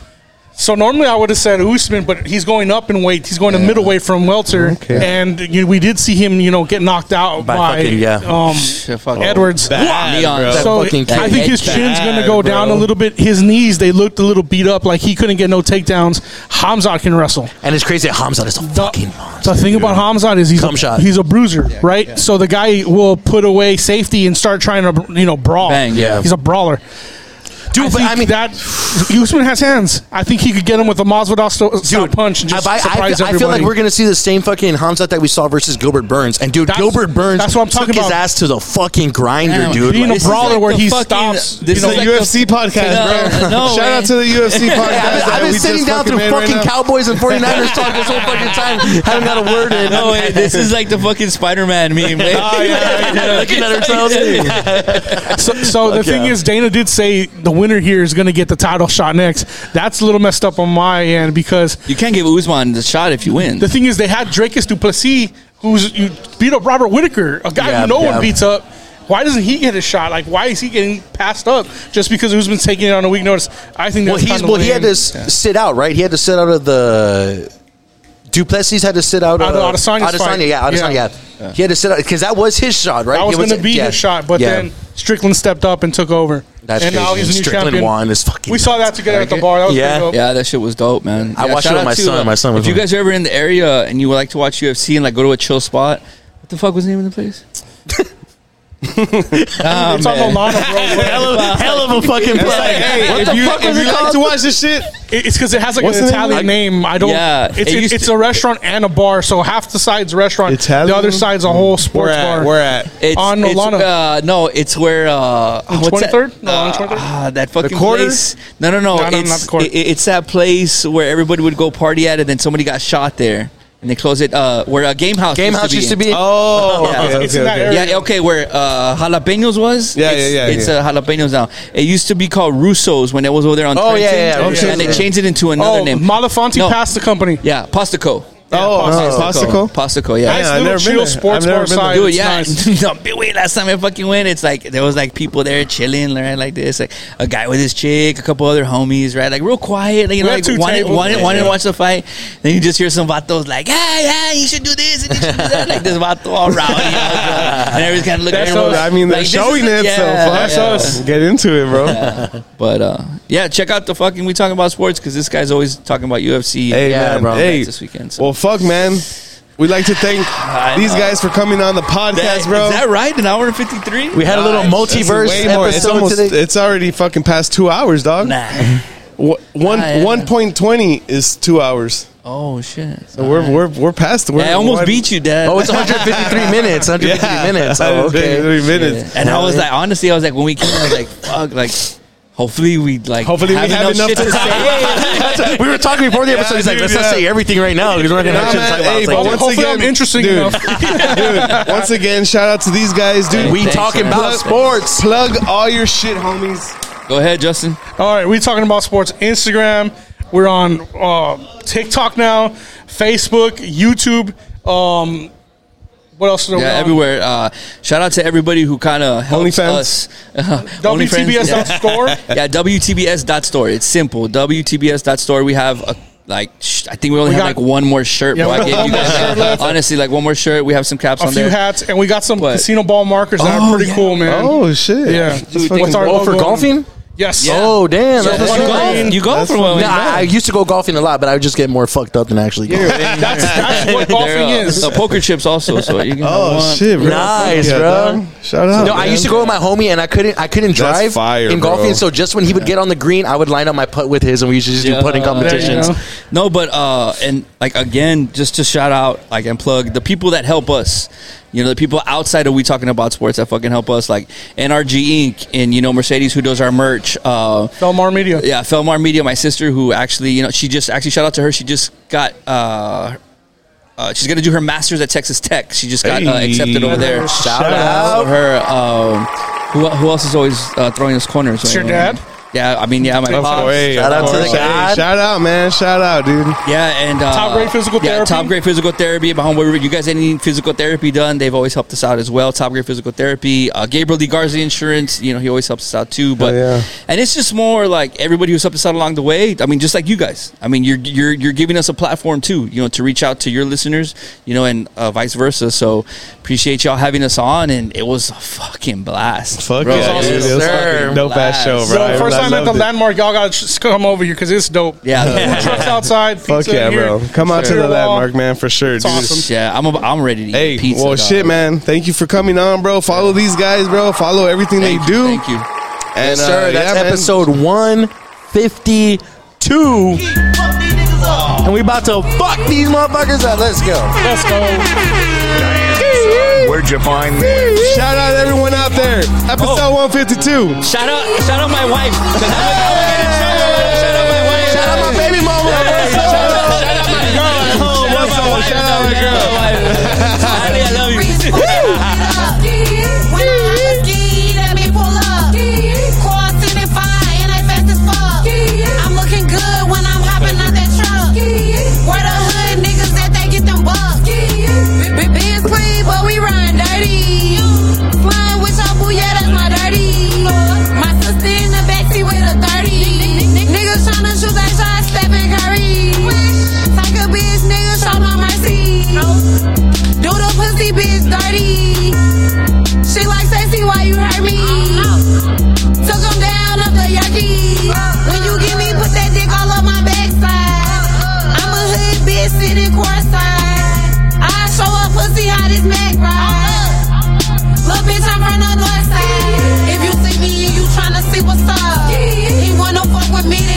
S6: So normally I would have said Usman, but he's going up in weight. He's going to middleweight from welter, and you, we did see him, you know, get knocked out
S5: By
S6: by,
S5: fucking- yeah.
S6: um,
S7: Shit, fuck.
S6: Edwards.
S8: Bad,
S7: Leon.
S8: bro.
S5: That
S6: So
S5: fucking
S6: I
S5: kid.
S6: think his
S7: Bad,
S6: chin's gonna go down a
S8: bro.
S6: little bit. His knees they looked a little beat up, like he couldn't get no takedowns. Hamzat can wrestle.
S5: And it's crazy that Hamzat is a
S6: The,
S5: fucking monster.
S6: the thing about Hamzat is he's
S5: Cum shot.
S6: a, he's a bruiser, right? So the guy will put away safety and start trying to you know brawl.
S7: Bang, yeah.
S6: he's a brawler.
S5: dude,
S6: I
S5: but
S6: think
S5: I mean,
S6: that Usman has hands. I think he could get him with a Masvidal st- style punch and just
S5: I, I- I
S6: surprise
S5: feel- I
S6: everybody.
S5: feel like we're gonna see the same fucking Hamzat that we saw versus Gilbert Burns, and dude,
S6: That's-
S5: Gilbert Burns
S6: that's what I'm
S5: took
S6: talking
S5: his
S6: about.
S5: ass to the fucking grinder,
S7: Damn,
S5: dude.
S6: being a
S5: Like,
S7: This is
S6: brawler
S7: like
S6: where
S7: the
S6: he
S7: fucking-
S6: stops,
S7: this
S6: you
S7: is
S6: know,
S7: like
S8: UFC
S7: the-
S8: podcast,
S7: No,
S8: bro.
S7: no
S8: Shout
S7: way.
S8: out to the UFC podcast.
S5: I've been, I've
S3: uh,
S8: that
S5: been
S8: we
S5: sitting
S8: just
S5: down through
S8: made right
S5: fucking
S8: now.
S5: Cowboys and 49ers talk this whole fucking time. Haven't got a word in.
S7: No, wait, this is like the fucking Spider-Man meme. Wait.
S5: Ah, Looking at ourselves.
S6: So, so the thing is, Dana did say the winner here is going to get the title shot next. That's a little messed up on my end because
S7: You can't give Usman the shot if you win.
S6: the thing is, they had Drakus Duplessis, who's you beat up Robert Whitaker, a guy
S5: Yeah,
S6: who no
S5: yeah.
S6: one beats up. Why doesn't he get a shot? Like, why is he getting passed up just because Usman's taking it on a week notice? I think
S5: Well,
S6: that's
S5: he's,
S6: time to
S5: well, he
S6: weigh
S5: had
S6: in.
S5: to s- sit out, right? He had to sit out of the. Duplessis had to sit out.
S6: Out
S5: of
S6: of Adesanya's fight.
S5: Uh, Adesanya, yeah, Adesanya,
S6: Yeah.
S5: yeah. He had to sit out because that was his shot, right?
S6: That was
S5: It
S6: going to be
S5: yeah,
S6: his shot, but
S5: yeah.
S6: then Strickland stepped up and took over.
S5: That's
S6: and
S5: crazy. Strickland won. It's fucking
S6: we saw that together at the bar. That was
S5: Yeah.
S6: pretty dope.
S7: Yeah, that shit was dope, man.
S5: I
S7: Yeah,
S5: watched
S7: shout
S5: it with
S7: out
S5: my
S7: to,
S5: son.
S7: uh,
S5: My son was
S7: If you
S5: on.
S7: guys are ever in the area and you would like to watch UFC and like go to a chill spot, what the fuck was the name of the place?
S5: Oh,
S7: Nah,
S6: It's on
S7: man.
S6: Milano, bro.
S5: Hell of, hell of a fucking play.
S8: It's like, hey,
S5: what
S8: if
S5: the
S8: you,
S5: fuck
S8: if
S5: was
S8: you
S5: it
S8: like
S5: called?
S8: to watch this shit,
S6: It's because it has like
S8: What's
S6: an
S8: the name of
S6: Italian name. I don't.
S7: Yeah,
S6: it's
S7: it
S6: it-
S7: used
S6: it's
S7: to-
S6: a restaurant and a bar. So half the side's restaurant,
S8: Italian?
S6: the other side's a whole sports
S8: we're at,
S6: bar.
S8: we're at.
S7: It's,
S6: On
S7: it's,
S6: Milano.
S7: Uh, no, it's where uh, what's that?
S6: 23rd? No, on 23rd?
S7: Ah, that fucking
S8: quarter?
S7: place. No, no, no.
S6: No, no,
S7: it's,
S6: not the quarter.
S7: it- it's that place where everybody would go party at, and then somebody got shot there, and they closed it. Uh, where uh, Game House
S5: Game
S7: used
S5: house used to
S7: in.
S5: be.
S8: Oh,
S7: Yeah.
S8: okay,
S6: It's in that
S8: okay, okay.
S6: area.
S7: Yeah, okay, where uh, Jalapenos was.
S8: Yeah,
S7: it's,
S8: yeah, yeah,
S7: It's
S8: yeah.
S7: uh, Jalapenos now. It used to be called Russo's when it was over there on
S5: Oh, yeah,
S7: Trenton,
S5: yeah, yeah,
S7: And
S5: Russo's,
S7: they
S5: yeah.
S7: changed it into another
S6: Oh,
S7: name.
S6: Malafonte
S7: No,
S6: passed the company.
S7: Yeah, Pastaco.
S3: oh,
S7: Pastico.
S3: Pastico.
S7: Pastico, yeah.
S6: Nice
S3: I've
S6: little
S3: never been
S6: chill
S3: there.
S6: sports
S3: I've never
S6: bar
S3: been there.
S6: side.
S7: Dude,
S6: It's
S7: yeah.
S6: nice.
S7: no, big wait, last time I fucking went, it's like there was like people there chilling, right? Like this, like a guy with his chick, a couple other homies, right? Like real quiet, like, you
S6: We
S7: know,
S6: had
S7: like
S6: two
S7: wanted,
S6: tables.
S7: wanted,
S6: Yeah.
S7: wanted to watch the fight. Then you just hear some vatos like, hey, hey, you should do this and you should do that. like this vato all rowdy, all drunk. and everyone's kind of looking. at
S6: That's
S7: everyone,
S6: us.
S3: I mean, they're
S7: this
S3: showing
S7: is the-
S3: it, so
S7: yeah,
S3: fuck
S7: yeah.
S3: us. Get into it, bro.
S7: But uh, yeah, check out the fucking we talking about sports because this guy's always talking about UFC.
S3: Hey,
S7: yeah,
S3: man.
S7: bro.
S3: Hey,
S7: this weekend. So.
S3: Well, fuck, man. We'd like to thank these
S7: know.
S3: guys for coming on the podcast, bro.
S7: Is that right? An hour and fifty three.
S5: We had a little
S3: That's
S5: multiverse
S3: way more- It's
S5: episode
S3: almost.
S5: today.
S3: It's already fucking past two hours, dog.
S7: Nah.
S3: Wha- One
S7: Ah, yeah.
S3: one point twenty is two hours.
S7: Oh shit.
S3: So we're, we're we're past. We're
S7: I almost
S3: one-
S7: beat you, Dad.
S5: Oh, it's 153 minutes. 153 minutes. Oh, okay.
S3: Three minutes.
S7: and I was like, honestly, I was like, when we came, I was like, fuck, like, hopefully we like,
S3: Hopefully we have enough to
S7: say.
S5: We were talking before the episode. He's like,
S3: dude,
S5: let's not
S3: yeah.
S5: say everything right now because we're not gonna have
S3: Nah,
S5: shit to talk
S3: man,
S5: about.
S3: hey,
S5: It's
S3: but
S5: like,
S3: once
S6: Hopefully
S3: again,
S6: I'm interesting
S3: dude,
S6: enough.
S3: dude, once again, shout out to these guys, dude.
S5: we
S7: Thanks,
S5: talking
S7: man.
S5: about sports.
S3: plug all your shit, homies.
S7: Go ahead, Justin.
S6: All right, we talking about sports. Instagram. We're on uh, TikTok now, Facebook, YouTube. Um, what else? Are we
S7: Yeah,
S6: on?
S7: everywhere. Uh, shout out to everybody who kind of helped
S3: OnlyFans.
S7: us. Uh,
S6: WTBS
S7: yeah.
S6: score.
S7: yeah, WTBS.store. It's simple. WTBS.store. We have a like sh- I think we only
S6: We
S7: have
S6: got-
S7: like one more shirt.
S6: Yeah,
S7: bro.
S6: we
S7: I
S6: got
S7: gave
S6: one
S7: you
S6: more
S7: guys,
S6: shirt
S7: like,
S6: left.
S7: honestly like one more shirt. We have some caps
S6: A
S7: on
S6: few
S7: there.
S6: hats, and we got some
S7: But-
S6: casino ball markers that
S7: Oh,
S6: are pretty
S7: yeah.
S6: cool, man.
S3: Oh shit!
S6: yeah.
S7: thinking-
S6: our
S5: Oh, for
S6: logo?
S5: golfing?
S6: Yes.
S5: Oh, damn.
S7: Yeah,
S5: that's
S7: you
S5: what's
S6: one
S5: up.
S7: go,
S6: green.
S7: you go
S3: That's
S7: for
S3: one
S7: one.
S5: Nah, I used to go golfing a lot, but I would just get more fuckcked up than actually go.
S6: That's, that's what golfing
S7: They're, uh,
S6: is.
S7: uh, poker chips also. So you can
S3: Oh
S7: have one.
S3: shit, bro.
S5: Nice,
S3: Yeah,
S5: bro.
S3: dog. Shout out.
S5: No, I used to go with my homie, and I couldn't. I couldn't
S3: That's
S5: drive
S3: fire,
S5: in
S3: bro.
S5: golfing. So just when he would get on the green, I would line up my putt with his, and we used to just do putting competitions.
S6: go.
S7: No, but uh, and like again, just to shout out, like and plug the people that help us. You know, the people outside of we talking about sports that fucking help us, like NRG Inc. and you know Mercedes who does our merch. Uh,
S6: Belmar Media.
S7: yeah, Felmar Media, my sister who actually, you know, she just actually shout out to her. She just got. Uh, uh, she's gonna do her masters at Texas Tech. She just got uh,
S3: Hey.
S7: accepted over there.
S5: Shout
S7: So her. Um, who, who else is always uh, throwing us corners?
S6: It's your dad?
S7: Yeah, I mean, yeah, my
S3: Of
S7: pops.
S3: course. Hey,
S5: Shout
S3: of
S5: out to the
S3: course.
S5: God.
S3: Shout out, man. Shout out, dude.
S7: Yeah, and uh,
S6: Top grade physical
S7: Yeah,
S6: therapy?
S7: top grade physical therapy. My homeboy, Ruben, you guys any physical therapy done? They've always helped us out as well. Top grade physical therapy. Uh, Gabriel De Garza Insurance. You know, he always helps us out too. But
S3: yeah.
S7: and it's just more like everybody who's helped us out along the way. I mean, just like you guys. I mean, you're you're you're giving us a platform too. You know, to reach out to your listeners. You know, and uh, vice versa. So appreciate y'all having us on, and it was a fucking blast.
S3: Fuck
S7: Bro,
S3: yeah,
S7: it
S3: dude.
S7: was
S3: It was
S5: sir.
S3: fucking dope ass
S7: Blast.
S3: show, bro.
S6: So
S3: I-
S6: first
S3: I
S6: time at the
S3: loved it.
S6: landmark, y'all got to come over here because it's dope.
S7: Yeah.
S6: Food trucks outside.
S3: Fuck
S6: pizza
S3: yeah,
S6: here,
S3: bro. Come out to
S6: beer
S3: the
S6: wall.
S3: landmark, man, for sure, dude.
S6: awesome.
S7: Yeah, I'm ab- I'm ready to eat
S3: Hey,
S7: pizza.
S3: well,
S7: dog.
S3: shit, man. Thank you for coming on, bro. Follow these guys, bro. Follow everything
S7: Thank
S3: they
S7: you,
S3: do.
S7: Thank you.
S3: And, uh,
S5: Sir, that's
S3: yeah, man.
S5: episode one fifty two, and we about to fuck these motherfuckers up. Let's go.
S6: Let's go.
S9: Where'd you find me?
S3: Shout out everyone out there. Episode 152.
S7: Oh. Shout out, shout out my wife. 'cause I'm a- I'm a man in trouble. Shout out my wife.
S5: Shout out my baby mama. Shout out- shout out my girl.
S7: Shout out my wife.
S3: Shout out my
S7: Shout out my wife. Ali, I love you.
S10: Stephen Curry, take a bitch, nigga, show no mercy. Do the pussy bitch dirty. She like sexy, why you hurt me? Took him down up the yucky. When you give me, put that dick all up my backside. I'm a hood bitch sitting courtside. I show a pussy how this Mac ride. Little bitch, I'm from the north side. If you see me and you tryna see what's up, he wanna fuck with me, then